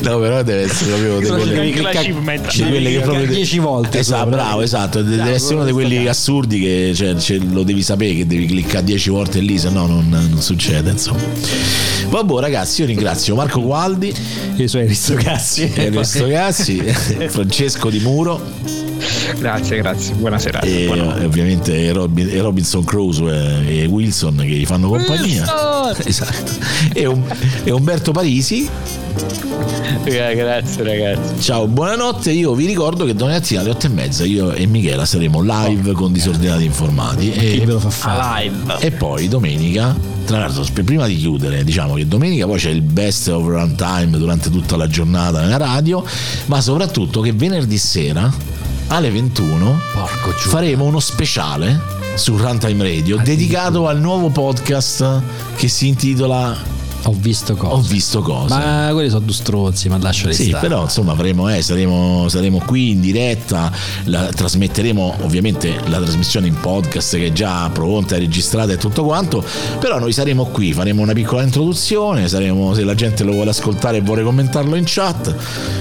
Speaker 2: No, però deve essere proprio di
Speaker 7: Sono
Speaker 2: quelle,
Speaker 7: il achievement.
Speaker 2: di quelle che proprio.
Speaker 5: Dieci volte
Speaker 2: Esatto,
Speaker 5: sopra.
Speaker 2: bravo, esatto. Deve essere uno di quelli assurdi che cioè, ce lo devi sapere che devi cliccare dieci volte lì, se no non, non succede. Insomma. Vabbè, ragazzi, io ringrazio Marco Gualdi,
Speaker 5: I suoi aristocrazzi.
Speaker 2: Ernesto Gassi, Francesco Di Muro.
Speaker 7: grazie, grazie. Buona serata.
Speaker 2: e,
Speaker 7: Buona-
Speaker 2: e ovviamente Robin- e Robinson Crusoe e Wilson che gli fanno compagnia esatto. e, um- e Umberto Parisi
Speaker 6: Eh, Grazie ragazzi.
Speaker 2: ciao buonanotte io vi ricordo che domani mattina alle 8 e mezza io e Michela saremo live con Disordinati Informati
Speaker 5: Chi
Speaker 2: e,
Speaker 5: ve lo fa fare?
Speaker 7: Alive.
Speaker 2: e poi domenica tra l'altro sp- prima di chiudere diciamo che domenica poi c'è il best of runtime durante tutta la giornata nella radio ma soprattutto che venerdì sera alle 21
Speaker 5: Porco giù.
Speaker 2: faremo uno speciale su Runtime Radio dedicato al nuovo podcast che si intitola
Speaker 5: Ho visto cosa.
Speaker 2: Ho visto cose.
Speaker 5: Ma quelli sono due stronzi, ma lasciali
Speaker 2: Sì,
Speaker 5: stare.
Speaker 2: però insomma avremo, eh, saremo, saremo qui in diretta, la, trasmetteremo ovviamente la trasmissione in podcast che è già pronta, è registrata e tutto quanto, però noi saremo qui, faremo una piccola introduzione, saremo, se la gente lo vuole ascoltare e vuole commentarlo in chat,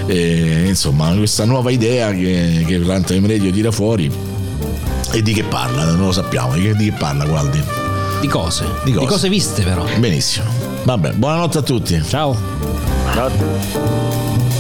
Speaker 2: eh, insomma questa nuova idea che, che Runtime Radio tira fuori e di che parla, non lo sappiamo, di che, di che parla Gualdi.
Speaker 5: Di cose.
Speaker 2: Di
Speaker 5: Di
Speaker 2: cose.
Speaker 5: cose. viste però.
Speaker 2: Benissimo, vabbè, buonanotte a tutti.
Speaker 5: Ciao.